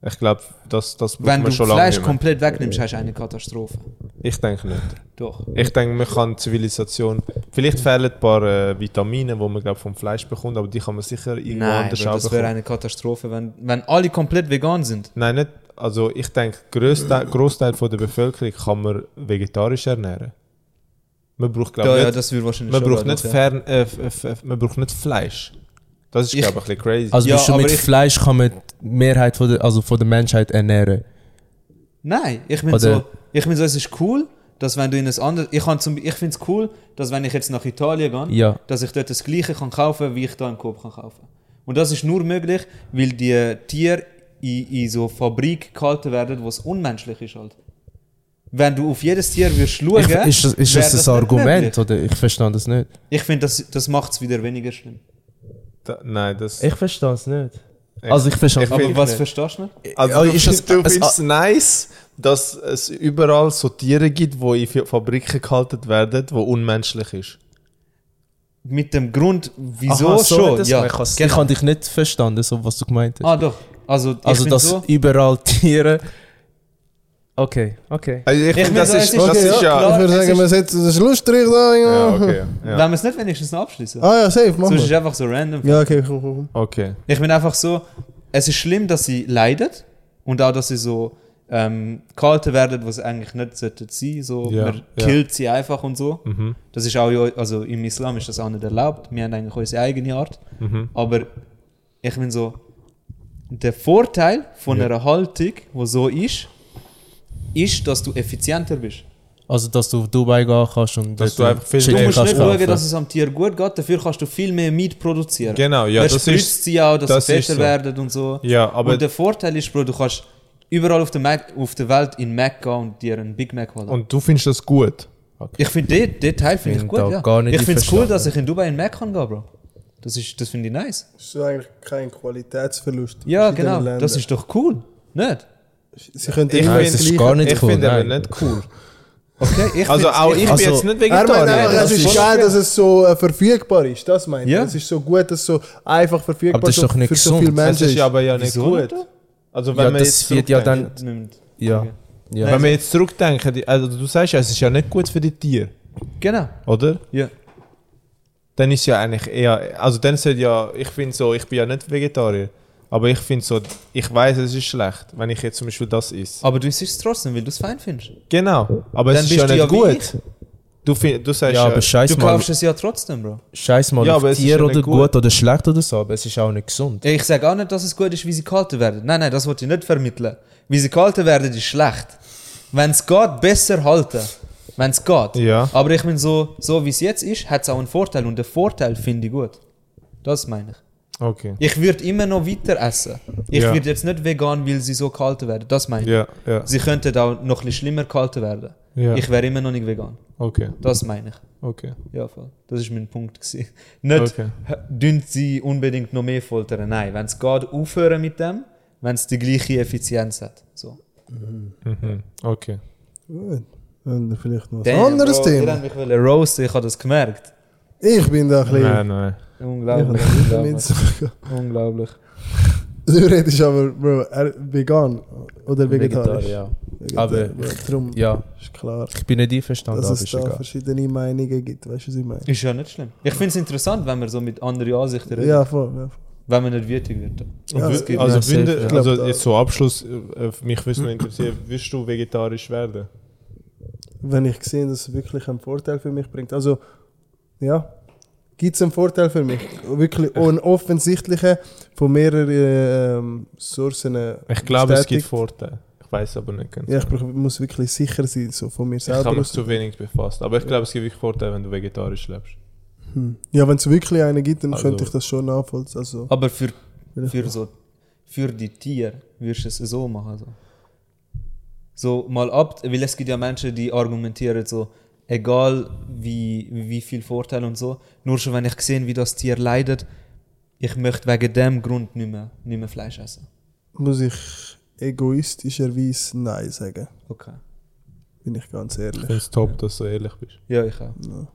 Speaker 4: Ich glaube, das, das braucht
Speaker 1: Wenn
Speaker 4: man
Speaker 1: du
Speaker 4: schon lange
Speaker 1: Fleisch
Speaker 4: nicht mehr.
Speaker 1: komplett wegnimmst, hast du eine Katastrophe.
Speaker 4: Ich denke nicht.
Speaker 1: Doch.
Speaker 4: Ich denke, man kann Zivilisation... Vielleicht fehlen ein paar äh, Vitamine, die man glaub, vom Fleisch bekommt, aber die kann man sicher irgendwo
Speaker 1: Nein,
Speaker 4: anders
Speaker 1: Bro, das wäre
Speaker 4: bekommen.
Speaker 1: eine Katastrophe, wenn, wenn alle komplett vegan sind.
Speaker 4: Nein, nicht... Also ich denke, Großteil, Großteil von der Bevölkerung kann man vegetarisch ernähren. Man braucht, glaube
Speaker 1: Ja,
Speaker 4: ich,
Speaker 1: ja,
Speaker 4: nicht
Speaker 1: das würde wahrscheinlich
Speaker 4: Man
Speaker 1: schon
Speaker 4: braucht,
Speaker 1: gehen,
Speaker 4: nicht
Speaker 1: ja.
Speaker 4: Fern, äh, f- f- f- man braucht nicht Fleisch. Das ist,
Speaker 1: Ich-
Speaker 4: glaube ich, ein bisschen crazy.
Speaker 2: Also
Speaker 1: Ja,
Speaker 2: bist du
Speaker 1: aber
Speaker 2: mit
Speaker 1: ich-
Speaker 2: Fleisch kann man die Mehrheit von der, also von der Menschheit ernähren.
Speaker 1: Nein, ich bin
Speaker 2: Oder-
Speaker 1: so, ich bin so, es ist cool, dass wenn du in ein anderes, ich, kann zum, ich finde es cool, dass wenn ich jetzt nach Italien gehe,
Speaker 2: Ja.
Speaker 1: dass ich dort das Gleiche kann kaufen, wie ich da im Coop kann kaufen. Und das ist nur möglich, weil die Tiere in, in so Fabrik gehalten werden, was unmenschlich ist halt. Wenn du auf jedes Tier würdest schauen,
Speaker 2: Ich, ist das, ist
Speaker 1: wär
Speaker 2: das, das
Speaker 1: nicht
Speaker 2: Argument
Speaker 1: möglich.
Speaker 2: oder ich verstehe das nicht?
Speaker 1: Ich finde, das, das macht es wieder weniger schlimm.
Speaker 4: da, nein, das...
Speaker 2: Ich verstehe es nicht. Also ich verstehe es
Speaker 4: Ich
Speaker 1: Aber
Speaker 4: find-
Speaker 2: nicht.
Speaker 1: was verstehst du nicht?
Speaker 4: also
Speaker 2: ist
Speaker 4: du,
Speaker 2: das-
Speaker 4: du
Speaker 2: es-
Speaker 4: findest es nice, dass es überall so Tiere gibt, die in Fa- Fabriken gehalten werden, die unmenschlich ist.
Speaker 1: Mit dem Grund, wieso
Speaker 2: Aha, so
Speaker 1: schon.
Speaker 2: das-
Speaker 1: Ja,
Speaker 2: ah, ich has- Ich
Speaker 1: genau.
Speaker 2: habe dich nicht verstanden, so, was du gemeint hast.
Speaker 1: Ah, doch. Also, ich
Speaker 2: also
Speaker 1: find
Speaker 2: dass
Speaker 1: so,
Speaker 2: überall Tiere... Okay, okay.
Speaker 4: Also ich, finde,
Speaker 1: finde,
Speaker 4: das,
Speaker 1: es
Speaker 4: ist,
Speaker 1: ist-
Speaker 4: das
Speaker 1: okay,
Speaker 4: ist ja...
Speaker 1: klar.
Speaker 3: Ich würde
Speaker 1: es
Speaker 3: sagen,
Speaker 1: ist-
Speaker 3: wir setzen das ist lustig da.
Speaker 4: Ja,
Speaker 3: Ja,
Speaker 4: okay. Ja.
Speaker 1: Wenn wir es nicht wenigstens noch abschließen.
Speaker 3: Ah ja, safe, mach
Speaker 1: Sonst ist
Speaker 3: mal.
Speaker 1: es einfach so random.
Speaker 3: Ja, okay, komm, komm, komm.
Speaker 4: okay.
Speaker 1: Ich bin einfach so, es ist schlimm, dass sie leidet und auch, dass sie so ähm, gehalten werden, was sie eigentlich nicht sollten sein. So,
Speaker 4: Ja,
Speaker 1: man
Speaker 4: ja.
Speaker 1: killt sie einfach und so.
Speaker 4: Mhm.
Speaker 1: Das ist auch, ja- also im Islam ist das auch nicht erlaubt. Wir haben eigentlich unsere eigene Art.
Speaker 4: Mhm.
Speaker 1: Aber ich bin so, der Vorteil von
Speaker 4: Ja.
Speaker 1: einer Haltung, die so ist, ist, dass du effizienter bist.
Speaker 2: Also dass du auf Dubai gehen kannst und...
Speaker 4: Dass
Speaker 2: dort
Speaker 4: du einfach viel
Speaker 2: Chicken
Speaker 4: mehr
Speaker 1: Du musst
Speaker 2: kannst
Speaker 1: nicht schauen,
Speaker 2: kaufen.
Speaker 1: dass es am Tier gut geht, dafür kannst du viel mehr Meat produzieren.
Speaker 4: Genau, ja,
Speaker 1: Dann
Speaker 4: das
Speaker 1: spritzt
Speaker 4: ist-
Speaker 1: sie auch, dass
Speaker 4: das
Speaker 1: sie
Speaker 4: ist
Speaker 1: fetter
Speaker 4: so.
Speaker 1: werden und so.
Speaker 4: Ja, aber...
Speaker 1: und der Vorteil ist, Bro, du kannst überall auf der, Mac, auf der Welt in Mac gehen und dir einen Big Mac holen.
Speaker 4: und du findest das gut?
Speaker 1: Ich finde den, den Teil finde ich
Speaker 2: Find
Speaker 1: gut,
Speaker 2: auch
Speaker 1: ja.
Speaker 2: gar nicht
Speaker 1: ich finde es cool,
Speaker 2: einverstanden.
Speaker 1: dass ich in Dubai in den Mac kann gehen, Bro. Das, ist- das finde ich nice.
Speaker 3: Ist so eigentlich kein Qualitätsverlust.
Speaker 1: Ja,
Speaker 3: in diesen
Speaker 1: genau.
Speaker 3: Ländern.
Speaker 1: Das ist doch cool. Nicht?
Speaker 3: Sie können
Speaker 4: Ich
Speaker 2: Nein,
Speaker 4: find-
Speaker 2: es ist gar nicht
Speaker 4: ich
Speaker 2: cool,
Speaker 4: finde aber
Speaker 2: nein.
Speaker 4: nicht cool.
Speaker 1: Okay, ich
Speaker 4: Also auch ich
Speaker 2: Also-
Speaker 4: bin jetzt nicht
Speaker 3: Er meint einfach,
Speaker 4: Vegetarier.
Speaker 3: es ist geil, dass es so äh, verfügbar ist. Das meint
Speaker 1: Ja.
Speaker 3: er. Es ist so gut, dass es so einfach verfügbar
Speaker 2: Aber das ist
Speaker 3: so-
Speaker 2: doch nicht
Speaker 3: für so
Speaker 2: gesund.
Speaker 3: viele
Speaker 4: Es
Speaker 3: Menschen
Speaker 4: ist
Speaker 3: ist.
Speaker 4: ja aber ja nicht
Speaker 1: Wieso
Speaker 4: gut.
Speaker 1: nicht?
Speaker 4: Also wenn
Speaker 2: Ja,
Speaker 4: man
Speaker 2: das
Speaker 4: jetzt
Speaker 2: wird ja
Speaker 4: zurückdenkt-
Speaker 2: dann. Ja.
Speaker 1: Okay.
Speaker 2: ja.
Speaker 4: Wenn wir jetzt zurückdenken, die- also du sagst ja, es ist ja nicht gut für die Tiere,
Speaker 1: Genau.
Speaker 4: oder?
Speaker 1: Ja.
Speaker 4: Dann ist ja eigentlich eher, also dann sollte ja, ich finde so, ich bin ja nicht Vegetarier, aber ich finde so, ich weiß, es ist schlecht, wenn ich jetzt zum Beispiel das esse.
Speaker 1: Aber du isst es trotzdem, weil du es fein findest.
Speaker 4: Genau, aber
Speaker 1: Dann
Speaker 4: es ist
Speaker 1: bist
Speaker 4: ja
Speaker 1: du
Speaker 4: nicht
Speaker 1: ja wie
Speaker 4: gut. Du, find, du sagst
Speaker 2: ja,
Speaker 4: ja,
Speaker 2: aber scheiß
Speaker 1: Du
Speaker 2: mal,
Speaker 1: kaufst es ja trotzdem, Bro.
Speaker 2: scheiß mal
Speaker 4: Ja, aber
Speaker 2: auf
Speaker 4: es ist
Speaker 2: Tier
Speaker 4: ja nicht
Speaker 2: oder
Speaker 4: gut.
Speaker 2: gut oder schlecht oder so, aber es ist auch nicht gesund.
Speaker 1: Ja, Ich sage auch nicht, dass es gut ist, wie sie gehalten werden. Nein, nein, das wollte ich nicht vermitteln. Wie sie gehalten werden, ist schlecht. Wenn es geht, besser halten. Wenn es geht.
Speaker 4: Ja.
Speaker 1: Aber ich meine, so, so wie es jetzt ist, hat es auch einen Vorteil. Und den Vorteil finde ich gut. Das meine ich.
Speaker 4: okay.
Speaker 1: Ich würde immer noch weiter essen. Ich
Speaker 4: Ja.
Speaker 1: würde jetzt nicht vegan, weil sie so gehalten werden. Das meine ich.
Speaker 4: Ja, ja,
Speaker 1: Sie könnten auch noch ein bisschen schlimmer gehalten werden.
Speaker 4: Ja.
Speaker 1: Ich wäre immer noch nicht vegan.
Speaker 4: okay,
Speaker 1: Das meine ich.
Speaker 4: okay.
Speaker 1: Ja, voll. Das ist mein Punkt. Gewesen. Nicht,
Speaker 4: Okay.
Speaker 1: dünnt sie unbedingt noch mehr foltern. Nein, wenn es geht, aufhören mit dem, wenn es die gleiche Effizienz hat. So.
Speaker 4: Mhm. Okay.
Speaker 3: Gut. Dann vielleicht noch ein anderes
Speaker 1: Bro, Ihr
Speaker 3: Thema.
Speaker 1: habt mich wollen roasten, ich habe das gemerkt.
Speaker 3: Ich bin da ein bisschen...
Speaker 4: Nein, nein.
Speaker 1: Unglaublich. unglaublich. unglaublich.
Speaker 3: Du redest aber, Bro, er, vegan oder vegetarisch.
Speaker 2: Vegetarier,
Speaker 3: Vegetarier.
Speaker 2: Aber-
Speaker 3: Darum
Speaker 2: ja. ja,
Speaker 3: ist klar,
Speaker 2: ich bin nicht einverstanden,
Speaker 3: dass
Speaker 2: aber
Speaker 3: es
Speaker 2: ist
Speaker 3: da
Speaker 2: egal.
Speaker 3: verschiedene Meinungen gibt. Weißt du, was ich meine?
Speaker 1: Ist ja nicht schlimm. Ich finde es interessant, wenn man so mit anderen Ansichten redet,
Speaker 3: Ja, voll. Ja, voll.
Speaker 1: wenn man nicht wütig wird.
Speaker 3: Ja,
Speaker 4: Und
Speaker 3: es
Speaker 4: wü-
Speaker 3: gibt-
Speaker 2: Ja,
Speaker 4: also,
Speaker 2: safe,
Speaker 4: Bündner-
Speaker 2: ja.
Speaker 3: Ich glaub,
Speaker 4: also
Speaker 3: da-
Speaker 4: jetzt so Abschluss, äh, für mich würde es noch interessieren, wirst du vegetarisch werden?
Speaker 3: Wenn ich sehe, dass es wirklich einen Vorteil für mich bringt. Also, ja, gibt es einen Vorteil für mich. Wirklich einen offensichtlichen, von mehreren ähm, Sourcen. äh,
Speaker 4: Ich glaube, es gibt
Speaker 3: bestätigt.
Speaker 4: Vorteile. Ich weiß aber nicht ganz.
Speaker 3: Ja, ich brauch, muss wirklich sicher sein, so von mir
Speaker 4: ich habe
Speaker 3: selber.
Speaker 4: mich
Speaker 3: aus.
Speaker 4: zu wenig befasst. Aber ich glaube, es gibt wirklich Vorteile, wenn du vegetarisch lebst.
Speaker 3: Hm. Ja, wenn es wirklich einen gibt, dann
Speaker 4: Also-
Speaker 3: könnte ich das schon nachvollziehen. Also,
Speaker 1: Aber für,
Speaker 3: vielleicht-
Speaker 1: für, so, für die Tiere wirst du es so machen. So. so mal ab, weil es gibt ja Menschen, die argumentieren so, egal wie, wie viel Vorteil und so, nur schon wenn ich sehe, wie das Tier leidet, ich möchte wegen dem Grund nicht mehr, nicht mehr Fleisch essen.
Speaker 3: muss ich egoistischerweise Nein sagen.
Speaker 1: Okay.
Speaker 3: Bin ich ganz
Speaker 4: Ich
Speaker 3: ehrlich.
Speaker 4: finde es top, dass du ehrlich bist.
Speaker 1: Ja, ich auch.
Speaker 3: Ja.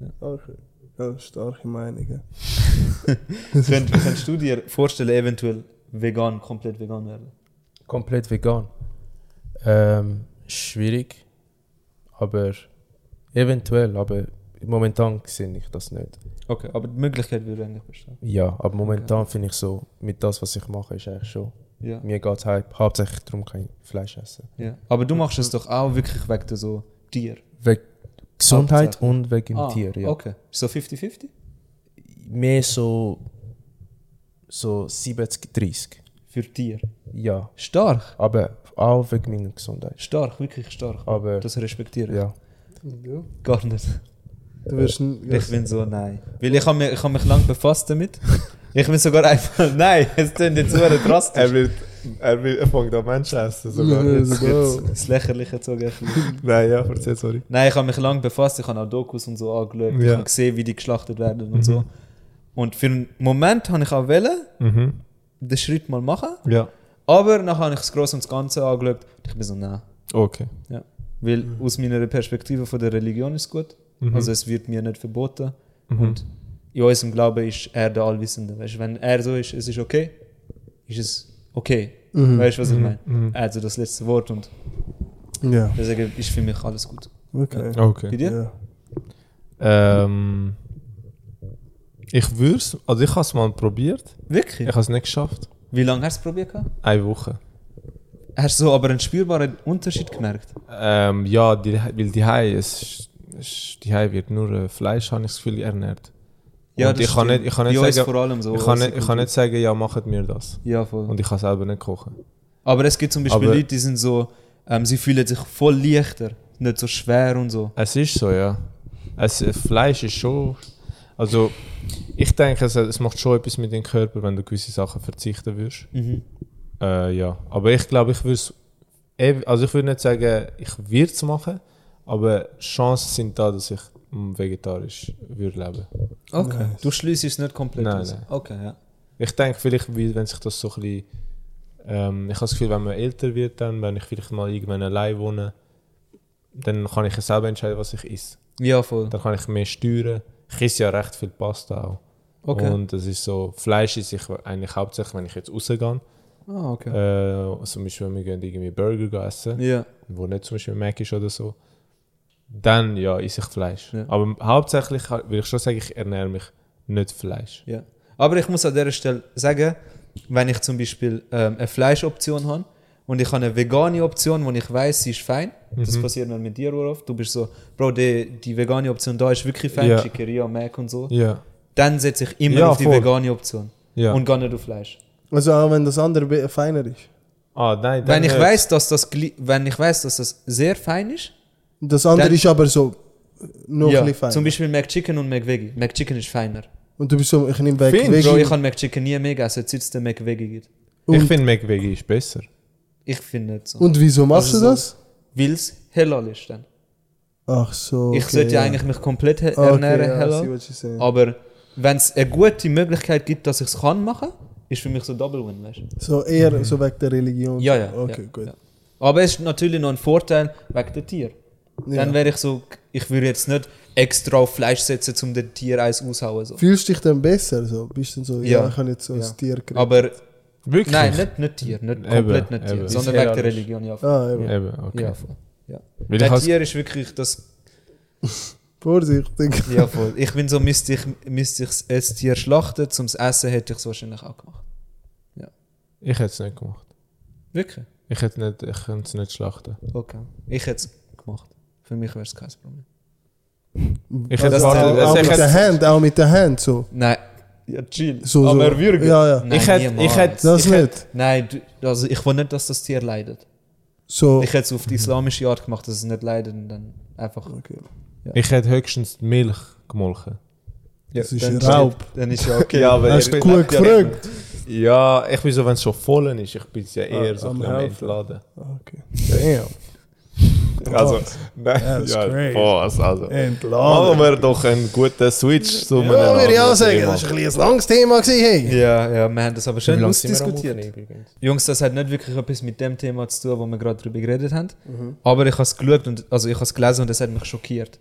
Speaker 1: Ja.
Speaker 3: Okay. Ja, starke Meinungen.
Speaker 1: Könnt, könntest du dir vorstellen, eventuell vegan, komplett vegan werden?
Speaker 2: Komplett vegan. Ähm, schwierig, aber eventuell, aber momentan sehe ich das nicht.
Speaker 1: Okay, aber die Möglichkeit würde eigentlich bestehen.
Speaker 2: Ja, aber momentan finde ich so, mit das, was ich mache, ist eigentlich schon.
Speaker 1: Ja.
Speaker 2: Mir geht es hauptsächlich darum, kein Fleisch essen.
Speaker 1: ja. Aber du machst es doch auch wirklich wegen der so Tier.
Speaker 2: Wegen Gesundheit
Speaker 1: Hauptsächlich.
Speaker 2: und wegen
Speaker 1: Ah,
Speaker 2: Tier, ja.
Speaker 1: Okay. So 50-50?
Speaker 2: Mehr so, so 70, 30.
Speaker 1: Für Tier.
Speaker 2: Ja,
Speaker 1: Stark.
Speaker 2: aber auch wegen meiner Gesundheit.
Speaker 1: Stark, wirklich stark.
Speaker 2: Aber,
Speaker 1: Das respektiere ich.
Speaker 2: Ah, ja.
Speaker 3: Ja.
Speaker 1: Gar nicht.
Speaker 3: Du wirst n-
Speaker 1: Ich bin so, nein. Weil ich habe mich, ich hab mich lange befasst damit. Ich bin sogar einfach, nein, es klingt jetzt so drastisch.
Speaker 4: wird, er will, er fängt an Menschen essen
Speaker 3: Let's go.
Speaker 1: Das Lächerliche gezogen. ein bisschen.
Speaker 4: Nein, ja, erzähl, sorry.
Speaker 1: Nein, ich habe mich lange befasst, ich habe auch Dokus und so angeschaut. Ich
Speaker 4: Ja.
Speaker 1: habe gesehen, wie die geschlachtet werden und so. Und für einen Moment habe ich auch wollen,
Speaker 4: Mhm.
Speaker 1: den Schritt mal machen.
Speaker 4: Ja.
Speaker 1: Aber nachher habe ich das Große und das Ganze angeschaut und ich bin so, nein.
Speaker 4: Okay.
Speaker 1: Weil
Speaker 4: Mhm.
Speaker 1: aus meiner Perspektive von der Religion ist es gut. Also es wird mir nicht verboten.
Speaker 4: Mhm.
Speaker 1: Und in unserem Glauben ist er der Allwissende. Weißt, du, wenn er so ist, es ist okay, ist es okay.
Speaker 4: Mhm.
Speaker 1: Weißt du, was ich meine? Also das letzte Wort und
Speaker 3: Ja,
Speaker 1: deswegen ist für mich alles gut.
Speaker 3: okay.
Speaker 1: Bei
Speaker 4: Okay.
Speaker 1: dir?
Speaker 3: Ja.
Speaker 4: Ähm, ich würde es, also ich habe es mal probiert. Ich
Speaker 1: Wirklich?
Speaker 4: habe es nicht geschafft.
Speaker 1: Wie lange hast du es probiert? gehabt?
Speaker 4: Eine Woche.
Speaker 1: Hast du so aber einen spürbaren Unterschied gemerkt?
Speaker 4: Ähm, ja, die, weil die Hai, es, ist- es, die Hai wird nur äh, Fleisch, habe ich das Gefühl, ernährt. Und
Speaker 1: das
Speaker 4: ich kann
Speaker 1: stimmt.
Speaker 4: nicht- ich kann nicht
Speaker 1: Bei uns
Speaker 4: sagen-
Speaker 1: vor allem so.
Speaker 4: ich, kann nicht,
Speaker 1: also-
Speaker 4: ich kann nicht sagen, ja, macht mir das.
Speaker 1: Ja, voll.
Speaker 4: Und ich kann selber nicht kochen.
Speaker 1: aber es gibt zum Beispiel
Speaker 4: Aber-
Speaker 1: Leute, die sind so, ähm, sie fühlen sich voll leichter, nicht so schwer und so.
Speaker 4: Es ist so, ja. Es, äh, Fleisch ist schon. Also, ich denke, es, es macht schon etwas mit dem Körper, wenn du gewisse Sachen verzichten würdest.
Speaker 1: Mhm.
Speaker 4: Äh, ja. Aber ich glaube, ich würde es. Also, ich würde nicht sagen, ich würde es machen, Aber Chancen sind da, dass ich mm, vegetarisch würde leben.
Speaker 1: Okay. Du schließt es nicht komplett
Speaker 4: Nein,
Speaker 1: aus.
Speaker 4: nein.
Speaker 1: Okay, ja.
Speaker 4: Ich denke vielleicht, wie- wenn sich das so ein bisschen, ähm, ich habe das Gefühl, wenn man älter wird, dann, wenn ich vielleicht mal irgendwann allein wohne, dann kann ich ja selber entscheiden, was ich esse.
Speaker 1: Ja, voll.
Speaker 4: Dann kann ich mehr steuern. Ich esse ja recht viel Pasta auch.
Speaker 1: Okay.
Speaker 4: Und das ist so, Fleisch esse ich eigentlich hauptsächlich, wenn ich jetzt rausgehe.
Speaker 1: Ah, okay.
Speaker 4: Äh, zum Beispiel, wenn wir gehen irgendwie Burger essen,
Speaker 1: Ja.
Speaker 4: wo nicht zum Beispiel Mac ist oder so, dann ja, esse ich Fleisch.
Speaker 1: Ja.
Speaker 4: Aber hauptsächlich ha- würde ich schon sagen, ich ernähre mich nicht Fleisch.
Speaker 1: Ja. Aber ich muss an dieser Stelle sagen, wenn ich zum Beispiel ähm, eine Fleischoption habe und ich habe eine vegane Option, wo ich weiß, sie ist fein,
Speaker 4: Mhm.
Speaker 1: das passiert mir mit dir auch oft, du bist so, Bro, die, die vegane Option da ist wirklich fein,
Speaker 4: Ja.
Speaker 1: Chicoria, Mac und so,
Speaker 4: Ja.
Speaker 1: dann setze ich immer
Speaker 4: Ja,
Speaker 1: auf die
Speaker 4: voll.
Speaker 1: vegane Option
Speaker 4: ja.
Speaker 1: und gar nicht auf Fleisch.
Speaker 3: Also auch wenn das andere be- feiner ist.
Speaker 4: ah, nein, dann
Speaker 1: Wenn ich,
Speaker 4: nicht.
Speaker 1: weiß, dass das, gli- wenn ich weiß, dass das sehr fein ist,
Speaker 3: Das andere
Speaker 1: Dann-
Speaker 3: ist aber so noch
Speaker 1: ja,
Speaker 3: ein bisschen feiner.
Speaker 1: zum Beispiel McChicken und McVeggie. McChicken ist feiner.
Speaker 3: Und du bist so, ich nehme weg.
Speaker 4: Find,
Speaker 3: Veggie.
Speaker 1: Bro, ich habe McChicken nie mehr gegessen, seit es den McVeggie gibt.
Speaker 4: Ich
Speaker 3: Und-
Speaker 4: finde McVeggie ist besser.
Speaker 1: Ich finde nicht so.
Speaker 3: Und wieso machst
Speaker 1: Also
Speaker 3: du
Speaker 1: so-
Speaker 3: das?
Speaker 1: Weil es halal ist dann.
Speaker 3: Ach so.
Speaker 1: Ich sollte ja eigentlich mich komplett he- ernähren, Ah. halal.
Speaker 3: hello.
Speaker 1: Aber wenn es eine gute Möglichkeit gibt, dass ich es kann machen, ist für mich so Double Win, weißt du?
Speaker 3: So eher so wegen der Religion.
Speaker 1: Mhm. Ja, ja.
Speaker 3: Okay,
Speaker 1: ja,
Speaker 3: gut.
Speaker 1: Ja. Aber es ist natürlich noch ein Vorteil wegen der Tier.
Speaker 3: Ja.
Speaker 1: Dann wäre ich so, ich würde jetzt nicht extra auf Fleisch setzen, um den Tier eins aushauen. So.
Speaker 3: Fühlst du dich dann besser? So? Bist du so, ja,
Speaker 1: Ja.
Speaker 3: ich habe jetzt so
Speaker 1: Ja.
Speaker 3: ein Tier gekriegt.
Speaker 1: Aber
Speaker 4: Wirklich?
Speaker 1: nein, nicht, nicht Tier, nicht komplett nicht Tier,
Speaker 4: eben.
Speaker 1: sondern
Speaker 4: Ist
Speaker 1: wegen der
Speaker 4: halal.
Speaker 1: Religion. Ja,
Speaker 3: Ah, eben.
Speaker 4: Eben, okay.
Speaker 1: ja, voll. Ja.
Speaker 4: Weil ich
Speaker 1: Der
Speaker 4: has-
Speaker 1: Tier ist wirklich das
Speaker 3: Vorsichtig.
Speaker 1: Ja, voll. Ich bin so, müsste ich, müsste ich das Tier schlachten, zum Essen hätte ich es wahrscheinlich auch gemacht.
Speaker 4: ich hätte es nicht gemacht.
Speaker 1: Wirklich?
Speaker 4: Ich hätte nicht, ich könnte es nicht schlachten.
Speaker 1: Okay. Ich hätte es gemacht. Für mich wäre es kein Problem.
Speaker 4: Ich
Speaker 3: Also
Speaker 4: hätte
Speaker 3: auch,
Speaker 4: gewartet,
Speaker 3: auch
Speaker 4: also ich
Speaker 3: mit der
Speaker 4: hätte-
Speaker 3: Hand, auch mit der Hand so.
Speaker 1: Nein. Ja, chill.
Speaker 3: so, so.
Speaker 4: Aber würgen?
Speaker 3: Ja, ja.
Speaker 1: Nein,
Speaker 4: ich hätte,
Speaker 1: niemals.
Speaker 4: ich hätte,
Speaker 3: Das
Speaker 4: ich hätte,
Speaker 3: nicht.
Speaker 1: Nein, du, also ich will nicht, dass das Tier leidet.
Speaker 3: So.
Speaker 1: Ich hätte es auf die islamische Art gemacht, dass es nicht leidet und dann einfach.
Speaker 3: Okay.
Speaker 4: ich hätte höchstens die Milch gemolken.
Speaker 1: Ja,
Speaker 3: Das ist
Speaker 1: dann
Speaker 3: ein Raub.
Speaker 1: Dann ist ja okay.
Speaker 4: Ja, aber
Speaker 3: Hast du gut gefragt?
Speaker 4: Ja, ich bin so, wenn es schon voll ist, ich bin ja eher
Speaker 3: Ah,
Speaker 4: so
Speaker 3: am
Speaker 4: ein bisschen am
Speaker 3: Helfen.
Speaker 4: entladen.
Speaker 3: Ah, Okay. Damn.
Speaker 4: Also, nein,
Speaker 3: That's great.
Speaker 4: boah, also, also. Machen
Speaker 3: Entladen.
Speaker 4: wir doch einen guten Switch zu einem
Speaker 3: Ja, würde ich auch
Speaker 4: anderen
Speaker 3: sagen,
Speaker 4: Thema.
Speaker 3: das war ein, bisschen ein langes Thema. Gewesen, hey.
Speaker 1: Ja, ja, wir haben das aber schön ausdiskutiert.
Speaker 4: diskutiert.
Speaker 1: Jungs, das hat nicht wirklich etwas mit dem Thema zu tun, wo wir gerade drüber geredet haben. Aber ich habe es geschaut und also ich habe es gelesen und das hat mich schockiert.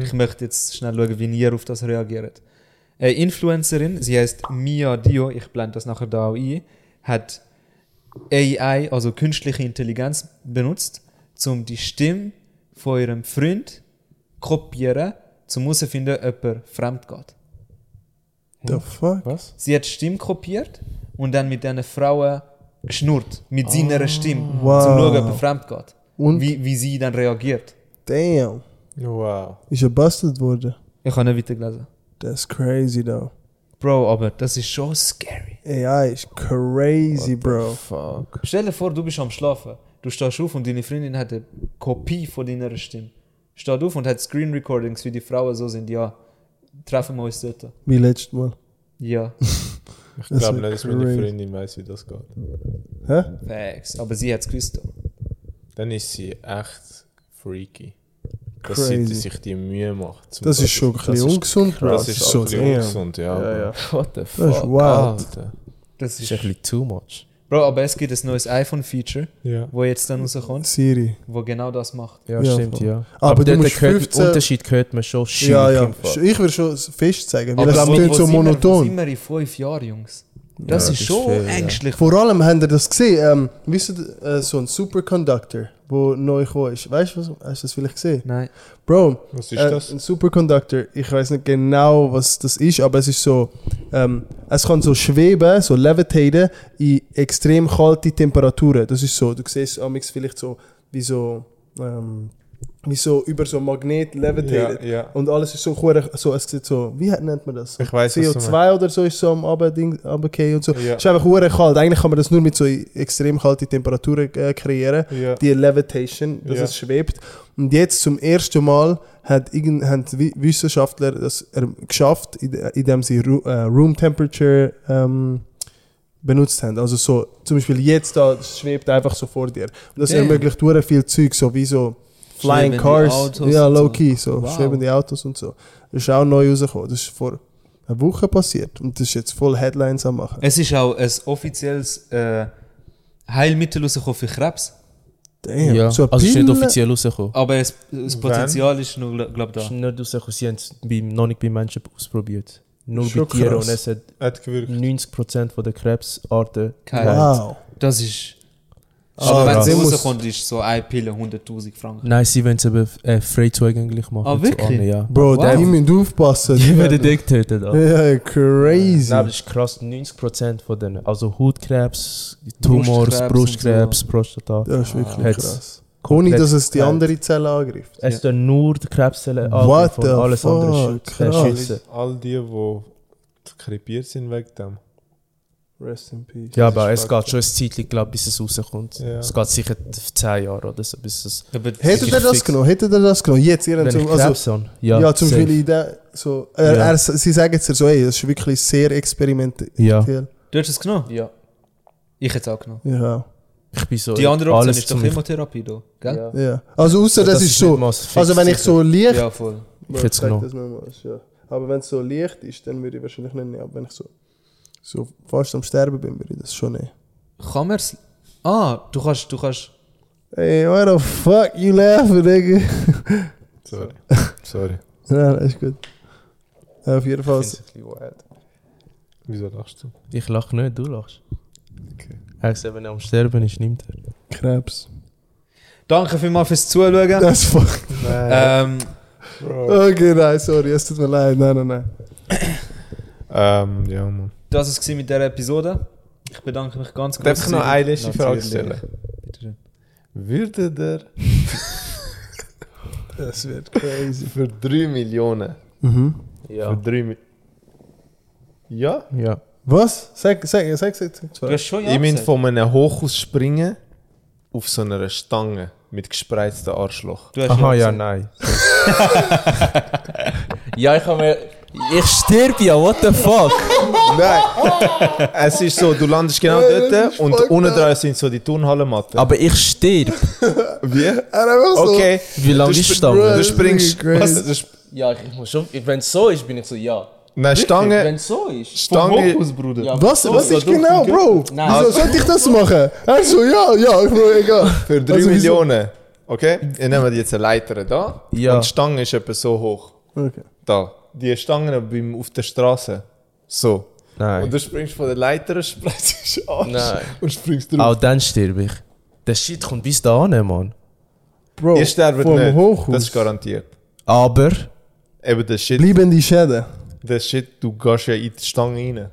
Speaker 1: Ich möchte jetzt schnell schauen, wie ihr auf das reagiert. Eine Influencerin, sie heißt Mia Dio, ich blende das nachher da auch ein, hat AI, also künstliche Intelligenz, benutzt, um die Stimme von ihrem Freund kopieren, um herauszufinden, ob er fremd geht.
Speaker 3: The fuck?
Speaker 4: Was?
Speaker 1: Sie hat die Stimme kopiert und dann mit diesen Frauen geschnurrt. Mit seiner Stimme. Um
Speaker 3: Wow.
Speaker 1: zu schauen, ob er fremd geht.
Speaker 3: Und?
Speaker 1: Wie, wie sie dann reagiert.
Speaker 3: Damn.
Speaker 4: Wow.
Speaker 3: Ist er bastelt worden?
Speaker 1: Ich habe nicht weitergelesen.
Speaker 3: That's crazy, though.
Speaker 1: Bro, aber das ist schon scary.
Speaker 3: AI ist crazy, bro.
Speaker 4: Fuck.
Speaker 1: Stell dir vor, du bist am Schlafen. Du stehst auf und deine Freundin hat eine Kopie von deiner Stimme. Steht auf und hat Screen Recordings, wie die Frauen so sind. Ja, treffen wir uns dort.
Speaker 3: Wie letztes Mal.
Speaker 1: Ja,
Speaker 4: Ich
Speaker 3: Das
Speaker 4: glaube
Speaker 3: wär
Speaker 4: nicht, dass meine
Speaker 3: crazy.
Speaker 4: Freundin weiß, wie das geht.
Speaker 3: Hä?
Speaker 1: facts. Aber sie hat es gewusst.
Speaker 4: Dann ist sie echt freaky. Dass sie
Speaker 3: Crazy.
Speaker 4: die- sich die Mühe macht. zum-
Speaker 3: Das ist schon ein bisschen
Speaker 4: ist-
Speaker 3: ungesund, bro.
Speaker 4: Das ist so ungesund, ja.
Speaker 2: Ja, ja.
Speaker 4: aber-
Speaker 2: What the
Speaker 3: Das ist
Speaker 2: fuck?
Speaker 3: wild.
Speaker 4: Alter.
Speaker 1: Das
Speaker 2: Das ist ein bisschen too much.
Speaker 1: Bro, aber es gibt ein neues iPhone-Feature,
Speaker 4: Ja.
Speaker 1: wo jetzt dann rauskommt,
Speaker 3: Siri.
Speaker 1: wo genau das macht.
Speaker 2: Ja,
Speaker 3: Ja,
Speaker 2: stimmt,
Speaker 3: voll.
Speaker 2: ja.
Speaker 3: Aber du
Speaker 2: dort
Speaker 3: musst
Speaker 2: hört-
Speaker 3: 15
Speaker 2: Unterschied hört man schon schief
Speaker 3: Ja, ja.
Speaker 2: im Fall.
Speaker 3: Ich würde schon fest sagen, weil
Speaker 1: Aber
Speaker 3: das
Speaker 1: wo-
Speaker 3: klingt
Speaker 1: wo
Speaker 3: so
Speaker 1: sind wir- Wo
Speaker 3: monoton.
Speaker 1: sind wir in fünf Jahren, Jungs? Das
Speaker 2: Ja,
Speaker 1: ist
Speaker 2: das
Speaker 1: schon
Speaker 2: ist viel, ja.
Speaker 1: ängstlich.
Speaker 3: Vor allem haben ihr das gesehen. Ähm, wisst ihr, äh, so ein Superconductor, wo neu gekommen ist. Weißt du, was? hast du das vielleicht gesehen?
Speaker 1: Nein.
Speaker 3: Bro,
Speaker 4: Was ist
Speaker 3: äh,
Speaker 4: das?
Speaker 3: ein Superconductor. Ich weiß nicht genau, was das ist, aber es ist so, ähm, es kann so schweben, so levitaten in extrem kalte Temperaturen. Das ist so. Du siehst es vielleicht so wie so, ähm, wie so über so Magnet levitated.
Speaker 4: Ja, ja.
Speaker 3: Und alles ist so, hure- so es sieht so, wie nennt man das?
Speaker 4: Ich weiß, was du
Speaker 3: CO2 oder so ist so am Abendding- Abendgehen und so.
Speaker 4: Ja.
Speaker 3: Es ist einfach hure kalt. Eigentlich kann man das nur mit so extrem kalten Temperaturen äh, kreieren.
Speaker 4: Ja.
Speaker 3: Die Levitation, dass
Speaker 4: Ja.
Speaker 3: es schwebt. Und jetzt zum ersten Mal hat irgend, haben Wi- Wissenschaftler das er- geschafft, in- indem sie Ru äh, Room Temperature ähm, benutzt haben. Also so, zum Beispiel jetzt da, es schwebt einfach so vor dir. Und das
Speaker 1: Damn.
Speaker 3: ermöglicht hure viel Zeug, so wie so
Speaker 4: Flying
Speaker 1: Schwebende
Speaker 4: Cars.
Speaker 1: Autos
Speaker 3: ja,
Speaker 1: und so.
Speaker 3: low-key, so.
Speaker 1: Wow.
Speaker 3: Schwebende Autos und so. Das ist auch neu rausgekommen. Das ist vor einer Woche passiert. Und das ist jetzt voll Headlines am machen.
Speaker 1: Es ist auch ein offizielles äh, Heilmittel rausgekommen für Krebs.
Speaker 3: Damn,
Speaker 2: ja.
Speaker 3: so eine
Speaker 2: also es ist nicht
Speaker 3: Pille-
Speaker 2: offiziell rausgekommen.
Speaker 1: Aber es, das Potenzial ist noch, glaube
Speaker 2: Es
Speaker 1: da.
Speaker 2: ist nicht rausgekommen, sie haben es bei, noch nicht bei Menschen ausprobiert. Nur bei
Speaker 3: Schon
Speaker 2: Tieren
Speaker 3: krass.
Speaker 2: und es hat
Speaker 4: Hat gewirkt.
Speaker 2: 90% von der Krebsarten
Speaker 1: Keine
Speaker 2: geheilt.
Speaker 3: Wow.
Speaker 1: Das ist.
Speaker 3: Ah,
Speaker 1: Aber wenn
Speaker 3: krass.
Speaker 1: es
Speaker 3: Muss-
Speaker 1: rauskommt, ist so eine Pille 100.000 Franken.
Speaker 2: Nein, sie wollen es eben äh, frei zugänglich machen.
Speaker 1: Ah,
Speaker 2: zu
Speaker 1: wirklich?
Speaker 2: allen, ja.
Speaker 3: Bro,
Speaker 1: Wow.
Speaker 3: die müssen aufpassen.
Speaker 2: Die werden dich töten. Alter.
Speaker 3: Ja, crazy.
Speaker 2: Nein, aber das ist krass, 90% von denen. Also Hautkrebs, Tumors,
Speaker 1: Brustkrebs
Speaker 2: Brustkrebs, Prostata.
Speaker 3: Das ist wirklich
Speaker 2: Ah. Hat's
Speaker 3: krass. Ohne, dass es die
Speaker 2: komplett
Speaker 3: andere Zelle angreift.
Speaker 2: Es tun nur die Krebszellen
Speaker 3: What
Speaker 2: angreifen und
Speaker 3: the
Speaker 2: alles andere
Speaker 3: fuck?
Speaker 2: schützen.
Speaker 3: Krass.
Speaker 2: Äh,
Speaker 4: All,
Speaker 2: schützen.
Speaker 4: all die, die krepiert sind wegen dem.
Speaker 3: Rest in peace.
Speaker 2: Ja, aber es geht schon ein Zeitchen, glaube bis es rauskommt.
Speaker 4: Ja.
Speaker 2: Es geht sicher 10 Jahre oder so, bis es...
Speaker 1: Aber
Speaker 3: Hättet ihr
Speaker 2: Wirklich
Speaker 3: das
Speaker 2: fix.
Speaker 3: genommen? Hättet ihr das genommen? Jetzt, ihr habt
Speaker 2: Wenn ich
Speaker 3: so, also,
Speaker 2: Krebs habe,
Speaker 3: ja,
Speaker 2: ja,
Speaker 3: zum
Speaker 2: safe.
Speaker 3: Beispiel in der, so, er,
Speaker 2: Ja.
Speaker 3: er, sie sagen jetzt so, ey, das ist wirklich sehr experimentell.
Speaker 2: Ja.
Speaker 1: Du hast es genommen?
Speaker 2: Ja.
Speaker 1: Ich hätte es auch genommen.
Speaker 3: Ja.
Speaker 2: Ich bin so...
Speaker 1: Die andere Option ist doch
Speaker 2: zum-
Speaker 1: Chemotherapie, da, gell?
Speaker 2: Ja.
Speaker 3: ja. Also, außer das, ist
Speaker 2: nicht
Speaker 3: so,
Speaker 2: mal fix
Speaker 3: also wenn ich so
Speaker 1: Ja,
Speaker 3: leicht,
Speaker 1: voll.
Speaker 2: Ich hätt's
Speaker 3: Zeig
Speaker 2: genommen.
Speaker 3: das mir mal, ist ja. aber wenn es so leicht ist, dann würde ich wahrscheinlich nicht nehmen, aber wenn ich so, so fast am Sterben bin, würde ich das schon nehmen.
Speaker 1: Kann man es. Ah, du kannst. Du kannst
Speaker 3: Ey, what the fuck, you laughing, nigga?
Speaker 4: Sorry. Sorry.
Speaker 3: Nein, nein, ist gut. Auf jeden Fall.
Speaker 2: find's ein bisschen wild.
Speaker 4: Wieso lachst du?
Speaker 2: Ich lache nicht, du lachst.
Speaker 4: Okay.
Speaker 2: Er sagt, wenn er am Sterben ist, nimmt er.
Speaker 3: Krebs.
Speaker 1: Danke vielmals fürs Zuschauen.
Speaker 3: Das war.
Speaker 1: Ähm,
Speaker 4: Bro.
Speaker 3: Okay, nein, sorry, es tut mir leid. Nein, nein, nein.
Speaker 4: Ähm, ja, Mann.
Speaker 1: das war es mit dieser Episode. Ich bedanke mich ganz
Speaker 4: Darf ich noch eine letzte
Speaker 1: Natürlich.
Speaker 4: Frage stellen?
Speaker 1: Bitte schön.
Speaker 4: Würde der
Speaker 3: Das wird crazy.
Speaker 4: für 3 Millionen.
Speaker 3: Mhm.
Speaker 4: Für
Speaker 2: Ja.
Speaker 4: 3 Millionen. Ja?
Speaker 2: Ja.
Speaker 3: Was? Sag, sag, sag, sag, sag
Speaker 1: Du
Speaker 3: zwei.
Speaker 1: hast schon ja
Speaker 4: Ich meine
Speaker 1: gesagt.
Speaker 4: von einem Hochhaus springen auf so einer Stange mit gespreizten Arschloch.
Speaker 1: Du hast
Speaker 2: Aha, ja,
Speaker 1: ja.
Speaker 2: nein. ja, ich habe mir... Ich stirb ja, what the fuck?
Speaker 4: Nein! es ist so, du landest genau
Speaker 3: Nein, das
Speaker 4: dort
Speaker 3: ist
Speaker 4: und
Speaker 3: fucked
Speaker 4: unten
Speaker 3: up.
Speaker 4: dran sind so die Turnhallenmatten.
Speaker 2: Aber ich stirb.
Speaker 4: Wie?
Speaker 3: Er einfach so.
Speaker 4: Okay.
Speaker 2: Wie lange ist die
Speaker 3: Bro,
Speaker 2: Stange?
Speaker 4: Du
Speaker 3: das ist
Speaker 4: springst.
Speaker 3: wirklich
Speaker 4: Was?
Speaker 3: crazy.
Speaker 4: Du sp-
Speaker 2: Ja, ich muss schon... Wenn es so ist, bin ich so, ja.
Speaker 4: Nein, Stange.
Speaker 2: es so ist...
Speaker 4: Stange.
Speaker 1: Bruder.
Speaker 2: Ja,
Speaker 3: Was,
Speaker 2: so,
Speaker 3: was
Speaker 2: so,
Speaker 3: ist
Speaker 2: so.
Speaker 3: genau, Bro?
Speaker 2: Nein.
Speaker 3: Wieso sollte ich das machen? Er so, ja, ja, ich bin egal.
Speaker 4: Für 3
Speaker 3: Also, wieso-
Speaker 4: Millionen. Okay? Dann nehmen wir jetzt eine Leiter da.
Speaker 2: Ja.
Speaker 4: Und die Stange ist etwa so hoch.
Speaker 3: Okay.
Speaker 4: Da. Die Stange beim, auf der Straße. So. Und
Speaker 2: Nein.
Speaker 4: du springst von der Leiter, spreizt dich an
Speaker 2: Nein.
Speaker 4: und springst drauf.
Speaker 2: Auch dann stirb ich. Der Shit kommt bis da an, Mann.
Speaker 3: Bro,
Speaker 4: Ihr sterbt
Speaker 3: vom
Speaker 4: nicht.
Speaker 3: Hochhaus.
Speaker 4: Das ist garantiert.
Speaker 2: Aber...
Speaker 4: Eben der Shit,
Speaker 3: Bleibende Schäden.
Speaker 4: der Shit, du gehst ja in die Stange rein.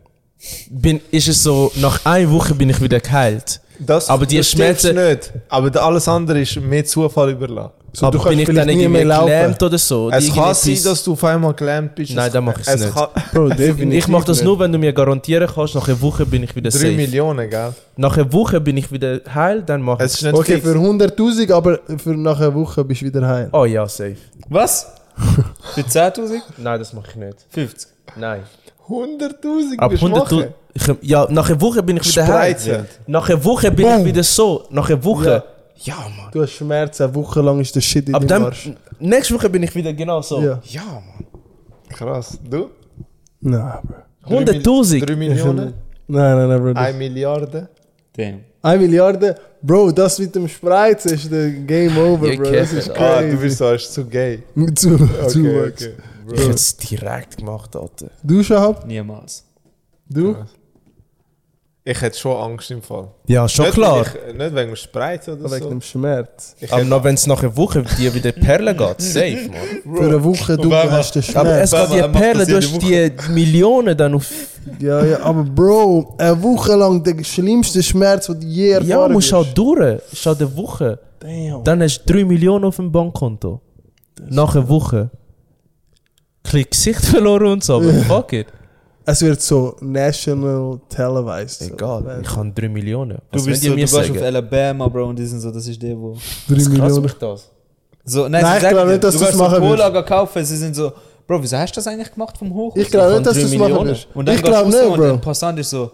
Speaker 2: Bin, ist es so, nach einer Woche bin ich wieder geheilt.
Speaker 4: Das,
Speaker 2: Aber die
Speaker 4: das stimmt's
Speaker 2: Schmerzen-
Speaker 4: nicht. Aber der- alles andere ist mehr Zufall überlassen.
Speaker 3: So,
Speaker 2: aber
Speaker 3: du kannst
Speaker 2: bin ich dann
Speaker 3: vielleicht nie
Speaker 2: irgendwie
Speaker 3: mehr laufen.
Speaker 2: gelähmt oder so?
Speaker 4: Es kann
Speaker 2: Irgendetwas-
Speaker 4: sein, dass du auf einmal gelähmt bist.
Speaker 2: Nein,
Speaker 4: Es-
Speaker 2: dann mach ich's
Speaker 4: es
Speaker 2: nicht.
Speaker 4: kann-
Speaker 3: Bro, definitiv.
Speaker 2: Ich mache das
Speaker 3: nicht.
Speaker 2: nur, wenn du mir garantieren kannst, nach einer Woche bin ich wieder
Speaker 4: Drei
Speaker 2: safe.
Speaker 4: Millionen, gell?
Speaker 2: Nach einer Woche bin ich wieder heil, dann mache
Speaker 4: Es
Speaker 2: ich.
Speaker 4: ist nicht
Speaker 3: Okay,
Speaker 4: fix.
Speaker 3: für 100.000, aber für nach einer Woche bist du wieder heim.
Speaker 2: Oh ja, safe.
Speaker 1: Was? Für 10.000?
Speaker 2: Nein, das mache ich nicht.
Speaker 1: 50.
Speaker 2: Nein.
Speaker 4: 100.000
Speaker 2: Ab
Speaker 4: bist du
Speaker 2: 100
Speaker 4: machen.
Speaker 2: ich, Ja, nach einer Woche bin ich wieder heil.
Speaker 4: Spreizend.
Speaker 2: Nach einer Woche bin ich wieder so. Nach einer Woche. Ja, Mann.
Speaker 3: Du hast Schmerzen, eine Woche lang ist der Shit in
Speaker 2: Ab
Speaker 3: deinem
Speaker 2: dann,
Speaker 3: Arsch.
Speaker 2: nächste Woche bin ich wieder genau so.
Speaker 3: Ja.
Speaker 2: Mann.
Speaker 4: Krass. Du?
Speaker 3: Nein, Bro.
Speaker 2: 100.000.
Speaker 4: 3 Millionen?
Speaker 3: Nein, nein, nein, Bro. das-
Speaker 4: 1 Milliarde?
Speaker 1: Damn.
Speaker 3: Eine Milliarde? Bro, das mit dem Spreizen ist der Game Over,
Speaker 2: Ihr
Speaker 3: Bro. Das ist
Speaker 2: Käfer.
Speaker 4: Ah, du
Speaker 3: crazy.
Speaker 4: bist so, ist zu gay.
Speaker 3: Zu, zu
Speaker 4: Okay,
Speaker 3: much.
Speaker 4: okay.
Speaker 2: Ich hätte es direkt gemacht, Alter.
Speaker 3: Du, Shahab?
Speaker 1: Niemals.
Speaker 3: Du?
Speaker 4: Ich hätte schon Angst im Fall.
Speaker 2: Ja, schon
Speaker 4: nicht,
Speaker 2: klar.
Speaker 4: weil Ich, nicht wegen dem Spreiz oder
Speaker 3: Wegen
Speaker 4: so.
Speaker 3: dem Schmerz.
Speaker 4: Ich
Speaker 2: Aber
Speaker 4: hätte-
Speaker 2: noch wenn es nach einer Woche dir wieder Perle geht, safe, Mann.
Speaker 3: Für eine Woche, du
Speaker 1: Obama.
Speaker 3: hast den
Speaker 2: Aber es
Speaker 3: Schmerz.
Speaker 2: geht
Speaker 1: Baba,
Speaker 2: die
Speaker 1: er macht
Speaker 2: Perle,
Speaker 1: das
Speaker 2: du
Speaker 1: jede
Speaker 2: hast die Millionen dann auf.
Speaker 3: Ja, ja, aber Bro, eine Woche lang der schlimmste Schmerz, den du je erfahren
Speaker 2: Ja, musst
Speaker 3: wirst.
Speaker 2: auch durch. Schau die Woche.
Speaker 3: Damn.
Speaker 2: Dann hast du 3 Millionen auf dem Bankkonto. Nach einer Woche. Klick Gesicht verloren und so, aber fuck it.
Speaker 3: Es wird so national televised. so.
Speaker 2: Egal, ich habe 3 Millionen. Was
Speaker 1: Du bist
Speaker 2: wollt ihr
Speaker 1: so, du
Speaker 2: mir
Speaker 1: gehst auf
Speaker 2: sagen?
Speaker 1: Alabama, Bro, und die sind so, das ist der, wo.
Speaker 3: Drei
Speaker 2: Was kratzt
Speaker 3: Millionen.
Speaker 2: mich das?
Speaker 1: So,
Speaker 3: Nein,
Speaker 1: sie
Speaker 3: ich
Speaker 1: sagen
Speaker 3: glaube
Speaker 1: dir,
Speaker 3: nicht, dass
Speaker 1: du
Speaker 3: du's
Speaker 1: gehst so
Speaker 3: machen willst.
Speaker 1: Vorlagen kaufen, sie sind so, Bro, wieso hast du das eigentlich gemacht vom Hoch?
Speaker 3: Ich glaube
Speaker 2: Ich kann
Speaker 3: nicht, dass du
Speaker 2: drei
Speaker 3: es machen
Speaker 2: Millionen.
Speaker 3: wirst.
Speaker 1: Und dann
Speaker 3: Ich
Speaker 1: gehst du
Speaker 3: glaube
Speaker 1: raus
Speaker 3: nicht,
Speaker 1: und der
Speaker 3: Bro.
Speaker 1: Passant ist so,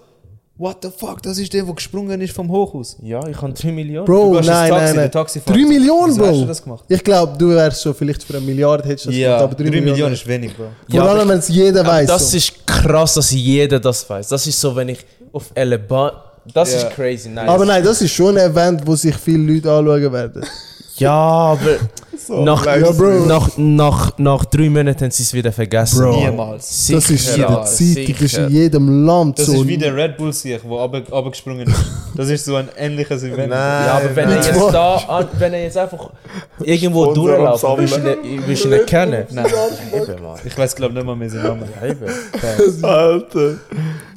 Speaker 1: what the fuck, das ist der, der gesprungen ist vom Hochhaus.
Speaker 2: Ja, ich habe 3 Millionen.
Speaker 1: Du
Speaker 3: Bro,
Speaker 1: gehst ins
Speaker 3: nein,
Speaker 1: Taxi,
Speaker 3: nein,
Speaker 1: der
Speaker 3: nein.
Speaker 1: Taxifahrer
Speaker 3: 3
Speaker 1: sagt,
Speaker 3: Millionen,
Speaker 1: wieso
Speaker 3: Bro.
Speaker 1: hast du das gemacht?
Speaker 3: Ich glaube, du wärst so vielleicht für eine Milliarde hättest du das
Speaker 1: Ja,
Speaker 3: gemacht, aber
Speaker 1: 3 Millionen, ist wenig, Bro.
Speaker 2: Ja,
Speaker 3: Vor
Speaker 2: aber
Speaker 3: allem, wenn es jeder
Speaker 2: Aber
Speaker 3: weiß.
Speaker 2: Das
Speaker 3: so.
Speaker 2: ist krass, dass jeder das weiß. Das ist so, wenn ich auf Eleba. Das
Speaker 1: Ja.
Speaker 2: ist crazy, nice.
Speaker 3: Aber nein, das ist schon ein Event, wo sich viele Leute anschauen werden.
Speaker 2: Ja, aber nach,
Speaker 3: Ja, Bro.
Speaker 2: nach, nach, nach drei Monaten haben sie es wieder vergessen.
Speaker 3: Bro.
Speaker 1: Niemals.
Speaker 2: Sicher,
Speaker 3: das ist in der Zeitung, das ist
Speaker 2: sicher.
Speaker 3: in jedem Land
Speaker 1: Das
Speaker 3: so.
Speaker 1: ist wie der Red Bull Sieg, der runter- runtergesprungen ist. Das ist so ein ähnliches Event.
Speaker 2: Ja, aber wenn er
Speaker 3: Nein.
Speaker 2: jetzt da, an- wenn er jetzt einfach irgendwo
Speaker 4: Sponsor am
Speaker 2: durchlaufen, wirst
Speaker 4: Sammeln.
Speaker 2: du ihn- wirst du ihn nicht kennen.
Speaker 1: Nein.
Speaker 2: Eben, Mann.
Speaker 1: Ich weiß, glaube nicht mal mehr seinen Namen.
Speaker 2: Eben.
Speaker 4: Alter.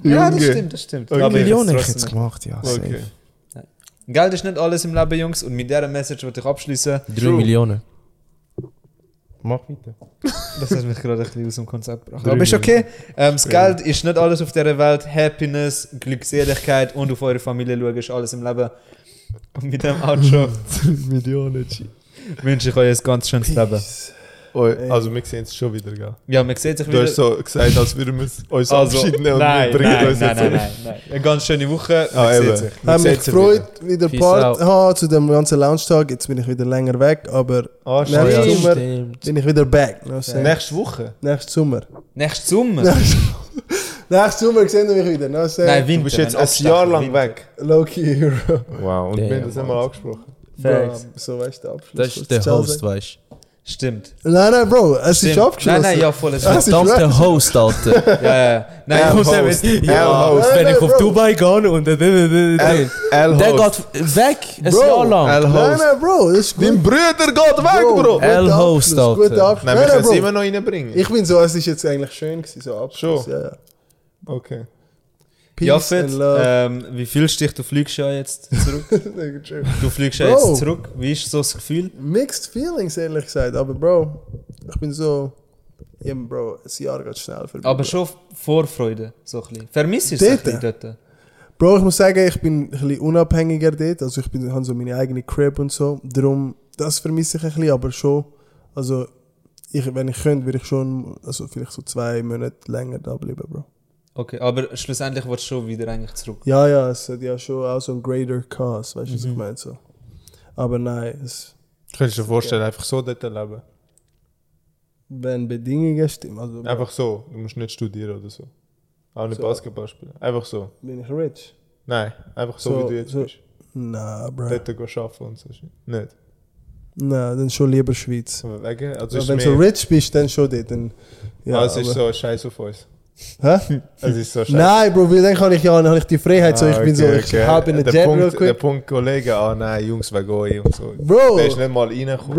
Speaker 1: Ja, das
Speaker 4: Junge.
Speaker 1: stimmt, das stimmt.
Speaker 4: Okay.
Speaker 1: ich
Speaker 2: Millionen
Speaker 1: hab's
Speaker 2: habe
Speaker 1: trotzdem
Speaker 2: ich jetzt gemacht, ja.
Speaker 4: Okay.
Speaker 2: Okay.
Speaker 1: nicht. Geld ist nicht alles im Leben, Jungs. Und mit dieser Message wollte ich abschließen.
Speaker 2: Drei Millionen. Mach weiter.
Speaker 1: Das hat mich gerade ein bisschen aus dem Konzept gebracht. Aber ist okay. Ähm, das Geld ist nicht alles auf dieser Welt. Happiness, Glückseligkeit und auf eure Familie schauen ist alles im Leben. Und mit dem Outro
Speaker 3: Millionen.
Speaker 1: wünsche ich euch ein ganz schönes Leben.
Speaker 4: Oh, also wir sehen es schon wieder, gell?
Speaker 1: Ja, man sieht sich
Speaker 4: Du
Speaker 1: wieder.
Speaker 4: hast so gesagt, als würden wir uns- uns
Speaker 1: also,
Speaker 4: abschieden und
Speaker 1: nein,
Speaker 4: wir bringen
Speaker 1: nein,
Speaker 4: uns
Speaker 1: nein,
Speaker 4: jetzt
Speaker 1: nein, nein, nein. Eine ganz schöne Woche. Man
Speaker 4: Ah,
Speaker 1: sieht
Speaker 4: eben.
Speaker 1: sich.
Speaker 4: Wir
Speaker 3: Haben
Speaker 4: sehen
Speaker 3: mich
Speaker 4: uns
Speaker 3: gefreut, wieder
Speaker 2: Peace
Speaker 3: Part
Speaker 2: out.
Speaker 3: haben zu dem ganzen Lounge-Tag. Jetzt bin ich wieder länger weg, aber
Speaker 4: Ah, stimmt.
Speaker 3: nächsten
Speaker 4: Ja,
Speaker 3: Sommer bin ich wieder back. No
Speaker 4: wieder.
Speaker 3: shame.
Speaker 4: Nächste Woche?
Speaker 3: Nächsten Sommer.
Speaker 1: Nächsten Sommer.
Speaker 3: Nächsten Sommer sehen wir mich wieder. No shame.
Speaker 1: Nein, Winter.
Speaker 4: Du bist jetzt
Speaker 1: wenn
Speaker 4: ein
Speaker 1: abstechen,
Speaker 4: Jahr lang
Speaker 1: Winter.
Speaker 4: weg.
Speaker 3: Low-key Hero.
Speaker 4: Wow, und
Speaker 2: Damn,
Speaker 4: wir haben das nicht mal angesprochen.
Speaker 3: Bro,
Speaker 1: Facts.
Speaker 3: so weißt du, der Abschluss.
Speaker 2: Das ist der
Speaker 3: Ciao
Speaker 2: Host,
Speaker 3: sagen.
Speaker 2: weißt du.
Speaker 1: Stimmt.
Speaker 3: Nein, nein, Bro, es ist
Speaker 1: Stimmt.
Speaker 3: abgeschlossen.
Speaker 1: Nein, nein, ja, voll. Es
Speaker 3: Das
Speaker 1: ist
Speaker 3: ist
Speaker 2: Das ist
Speaker 3: wack.
Speaker 2: der Host, Alter.
Speaker 1: ja, ja, ja. Nein,
Speaker 4: Ähm,
Speaker 1: ich muss ja
Speaker 4: Host.
Speaker 1: wissen.
Speaker 4: Ja, Host.
Speaker 2: Wenn
Speaker 3: nein,
Speaker 2: ich auf
Speaker 3: Bro.
Speaker 2: Dubai gehe und. Der
Speaker 4: El Host.
Speaker 2: geht weg, ein
Speaker 3: Bro.
Speaker 2: Jahr lang.
Speaker 4: El
Speaker 3: Nein,
Speaker 4: Host.
Speaker 3: nein, Bro, das ist gut.
Speaker 4: Dein Bruder geht weg, Bro.
Speaker 3: guter
Speaker 2: El Host, eh.
Speaker 3: Abschluss,
Speaker 2: Alter.
Speaker 3: guter Abschluss.
Speaker 4: Nein, wir
Speaker 3: Nein,
Speaker 4: können es
Speaker 3: nein,
Speaker 4: immer
Speaker 3: Bro.
Speaker 4: noch reinbringen.
Speaker 3: Ich bin so, es ist jetzt eigentlich schön gewesen, so Abschluss.
Speaker 4: Schon?
Speaker 3: Ja, ja.
Speaker 4: Okay.
Speaker 3: Peace
Speaker 1: Jaffet,
Speaker 3: and
Speaker 4: Eh.
Speaker 3: love.
Speaker 1: ähm, wie fühlst du dich? Du fliegst ja jetzt zurück.
Speaker 3: Dankeschön.
Speaker 1: Du fliegst ja
Speaker 3: Bro.
Speaker 1: jetzt zurück. Wie ist so das Gefühl?
Speaker 3: Mixed Feelings, ehrlich gesagt. Aber Bro, ich bin so. Eben, Bro, das Jahr geht schnell vorbei.
Speaker 4: Ah,
Speaker 1: Aber
Speaker 3: Bro.
Speaker 1: schon Vorfreude, so ein bisschen. Vermisst du es ein
Speaker 3: Dort?
Speaker 1: bisschen dort?
Speaker 3: Bro, ich muss sagen, ich bin ein bisschen unabhängiger dort. Also, ich bin, habe so meine eigene Crib und so. Darum, das vermisse ich ein bisschen, aber schon. Also, ich, wenn ich könnte, würde ich schon, also vielleicht so zwei Monate länger da bleiben, Bro.
Speaker 1: Okay, aber schlussendlich willst du schon wieder eigentlich zurück.
Speaker 3: Ja, ja, es hat ja schon auch so einen greater Cause, weißt du,
Speaker 4: Mhm.
Speaker 3: was ich meine? So. Aber nein, es,
Speaker 4: Könntest du dir vorstellen, einfach so dort leben?
Speaker 3: wenn Bedingungen stimmen, also Bro,
Speaker 4: Einfach so. Du musst nicht studieren oder so. Auch nicht
Speaker 3: So.
Speaker 4: Basketball spielen. Einfach so.
Speaker 3: bin ich rich.
Speaker 4: Nein, einfach so,
Speaker 3: So,
Speaker 4: wie du jetzt
Speaker 3: so.
Speaker 4: bist.
Speaker 3: Nein, Bro.
Speaker 4: Dort gehen arbeiten und so. shit. Nicht.
Speaker 3: Nein, dann schon lieber Schweiz.
Speaker 4: So Wegen, also
Speaker 3: Ja,
Speaker 4: ist
Speaker 3: wenn
Speaker 4: mehr,
Speaker 3: du rich bist, dann schon dort. Dann, ja,
Speaker 4: also ist
Speaker 3: aber-
Speaker 4: so ein Scheiß auf uns.
Speaker 3: Hä?
Speaker 4: Es ist so scheiße.
Speaker 3: Nein, Bro, weil dann kann ich ja dann habe ich die Freiheit,
Speaker 4: Ah,
Speaker 3: so ich bin so, ich habe in der Jet real
Speaker 4: Punkt, Der
Speaker 3: quick.
Speaker 4: Punkt Kollege, ah nein, Jungs, wegen euch und so.
Speaker 3: Bro.
Speaker 4: Der ist nicht mal reingekommen.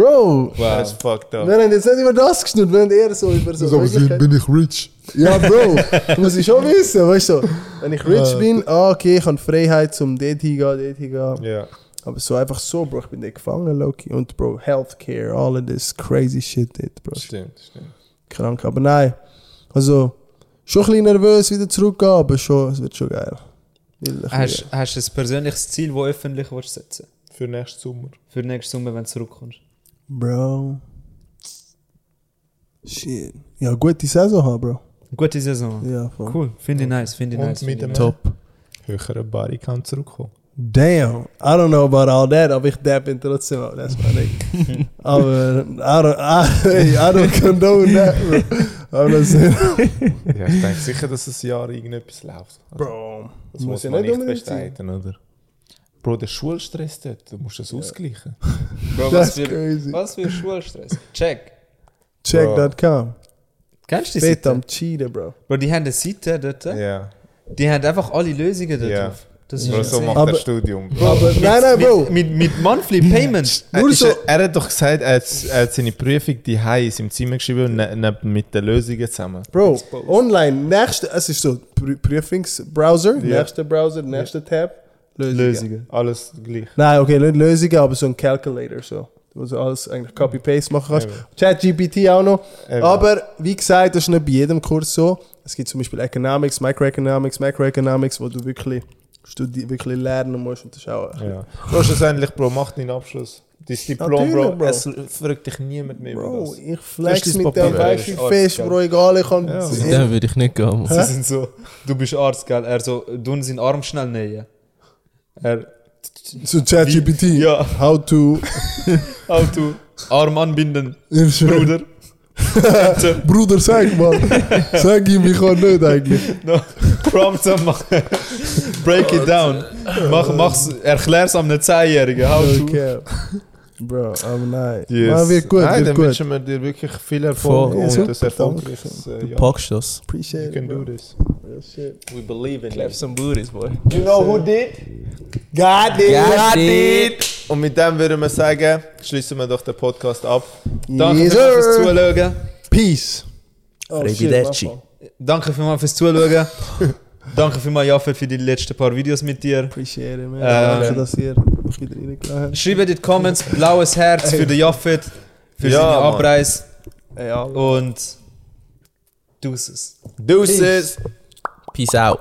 Speaker 3: Bro,
Speaker 4: Das ist fucked up.
Speaker 3: wir haben jetzt nicht über das geschnurrt, wir haben eher so über so. Möglichkeiten.
Speaker 4: ich rich.
Speaker 3: ja, Bro, muss ich schon wissen, weißt du. Wenn ich rich bin, ah, okay, ich habe Freiheit zum dort hingehen, dort hingehen.
Speaker 4: Ja.
Speaker 3: Aber so einfach so, Bro, ich bin dort gefangen, Loki. Und Bro, Healthcare, all of this crazy shit dort, Bro.
Speaker 4: Stimmt, stimmt.
Speaker 3: Krank, aber nein. Also, schon ein bisschen nervös wieder zurückgehen, aber schon, es wird schon geil. Weil ich-
Speaker 1: Hast, hast du ein persönliches Ziel, das öffentlich willst du setzen
Speaker 4: Für nächsten Sommer.
Speaker 1: Für nächsten Sommer, wenn du zurückkommst?
Speaker 3: Bro. Shit. Ja, gute Saison haben, Bro.
Speaker 1: Gute Saison.
Speaker 3: Ja, voll.
Speaker 1: Cool, finde ich nice, finde ich
Speaker 4: Und
Speaker 1: nice.
Speaker 4: mit
Speaker 1: finde ich
Speaker 4: dem-
Speaker 1: nice.
Speaker 2: Top.
Speaker 4: Höheren Barry kann zurückkommen.
Speaker 3: Damn. I don't know about all that, aber ich dab ihn trotzdem ab. That's my nigga. aber I don't, I, I don't condone that, bro. I'm not saying.
Speaker 4: Ja, ich denke sicher, dass das Jahr irgendetwas läuft. Also,
Speaker 3: Bro.
Speaker 4: das muss man nicht bestreiten, oder? Bro, der Schulstress dort, du musst das ausgleichen.
Speaker 1: Bro, was
Speaker 3: That's
Speaker 1: für,
Speaker 3: crazy.
Speaker 1: was für Schulstress. Check.
Speaker 3: Check.com.
Speaker 1: Kennst du die
Speaker 3: Fett am
Speaker 1: Seite?
Speaker 3: Cheaten, bro.
Speaker 1: Bro, die haben eine Seite dort.
Speaker 4: Ja.
Speaker 1: Die haben einfach alle Lösungen dort
Speaker 4: Ja.
Speaker 1: drauf. Das ist
Speaker 4: Bro, so
Speaker 1: insane.
Speaker 4: macht
Speaker 3: Aber-
Speaker 4: er Studium. Bro.
Speaker 3: Aber nein, nein, Bro.
Speaker 1: Mit, mit, mit Monthly Payments.
Speaker 4: Er,
Speaker 3: Nur
Speaker 4: ist,
Speaker 3: so-
Speaker 4: er- er hat doch gesagt, er hat, er hat seine Prüfung die ist im Zimmer geschrieben und ne, ne, mit den Lösungen zusammen.
Speaker 3: Bro, online, nächste, es ist so Prü- Prüfungsbrowser, nächster Browser, nächster Tab, Lösung.
Speaker 4: Alles gleich.
Speaker 3: Nein, okay, nicht Lösungen, aber so ein Calculator, so. Wo du alles eigentlich Copy-Paste machen kannst. ChatGPT auch noch.
Speaker 4: Eben.
Speaker 3: Aber wie gesagt, das ist nicht bei jedem Kurs so. Es gibt zum Beispiel Economics, Microeconomics, Macroeconomics, wo du wirklich, studi wirklich lernen musst und das ist auch.
Speaker 4: Ja. Bro, schlussendlich, Bro, mach deinen Abschluss. Dein Diplom,
Speaker 3: Natürlich,
Speaker 4: Bro,
Speaker 3: Bro.
Speaker 4: es fragt dich niemand mehr über
Speaker 3: Bro,
Speaker 4: das.
Speaker 3: ich
Speaker 4: Das
Speaker 3: flex
Speaker 4: ist dein
Speaker 3: mit dem
Speaker 4: Papier.
Speaker 3: Viking
Speaker 4: Ja,
Speaker 3: Face,
Speaker 4: ja.
Speaker 3: Bro, egal, ich kann...
Speaker 4: Ja.
Speaker 2: Zu dem würde ich nicht gehen, Mann.
Speaker 1: Sie sind so, du bist Arzt, gell? Er so, du seinen Arm schnell nähen. Er,
Speaker 3: Zu ChatGPT.
Speaker 1: Ja.
Speaker 3: How to...
Speaker 1: auch du, Arm anbinden,
Speaker 3: Bruder.
Speaker 1: Bruder.
Speaker 3: Bruder, sag mal. Sag ihm, ich kann nicht eigentlich.
Speaker 1: No, Prompt am machen. Break it down. Mach, mach's, erklär's am einem Zehnjährigen. How to.
Speaker 3: Okay. Bro, aber nein. Man wird gut,
Speaker 4: Nein,
Speaker 3: wird
Speaker 4: dann
Speaker 3: gut.
Speaker 4: wünschen wir dir wirklich viel Erfolg
Speaker 2: Voll.
Speaker 3: Ja,
Speaker 4: und
Speaker 3: super,
Speaker 4: ein erfolgreiches äh,
Speaker 2: Du
Speaker 4: Jahr.
Speaker 2: packst das.
Speaker 4: You
Speaker 3: Appreciate
Speaker 4: can
Speaker 3: it,
Speaker 4: do
Speaker 3: bro.
Speaker 4: this.
Speaker 3: Real shit.
Speaker 4: We believe in you.
Speaker 2: some booties, boy.
Speaker 4: You know who did? God did.
Speaker 2: God did.
Speaker 4: Und mit dem würden wir sagen, schließen wir doch den Podcast ab.
Speaker 1: Danke
Speaker 3: Yes,
Speaker 1: vielmals fürs
Speaker 3: sir.
Speaker 1: Zuschauen.
Speaker 3: Peace. Oh, shit, mein
Speaker 2: Arrivederci.
Speaker 3: Fall.
Speaker 1: Danke vielmals fürs Zuschauen. Danke vielmals, Jaffer, für die letzten paar Videos mit dir.
Speaker 3: Appreciate it, man.
Speaker 1: Ähm.
Speaker 3: Danke, dass ihr mich wieder reingelassen habt.
Speaker 1: Schreibe in die Comments blaues Herz für den Jaffet, für
Speaker 4: Ja,
Speaker 1: seine
Speaker 4: Mann.
Speaker 1: Abreise
Speaker 3: Ey, alle.
Speaker 1: und Deuces.
Speaker 4: Deuces.
Speaker 2: Peace out.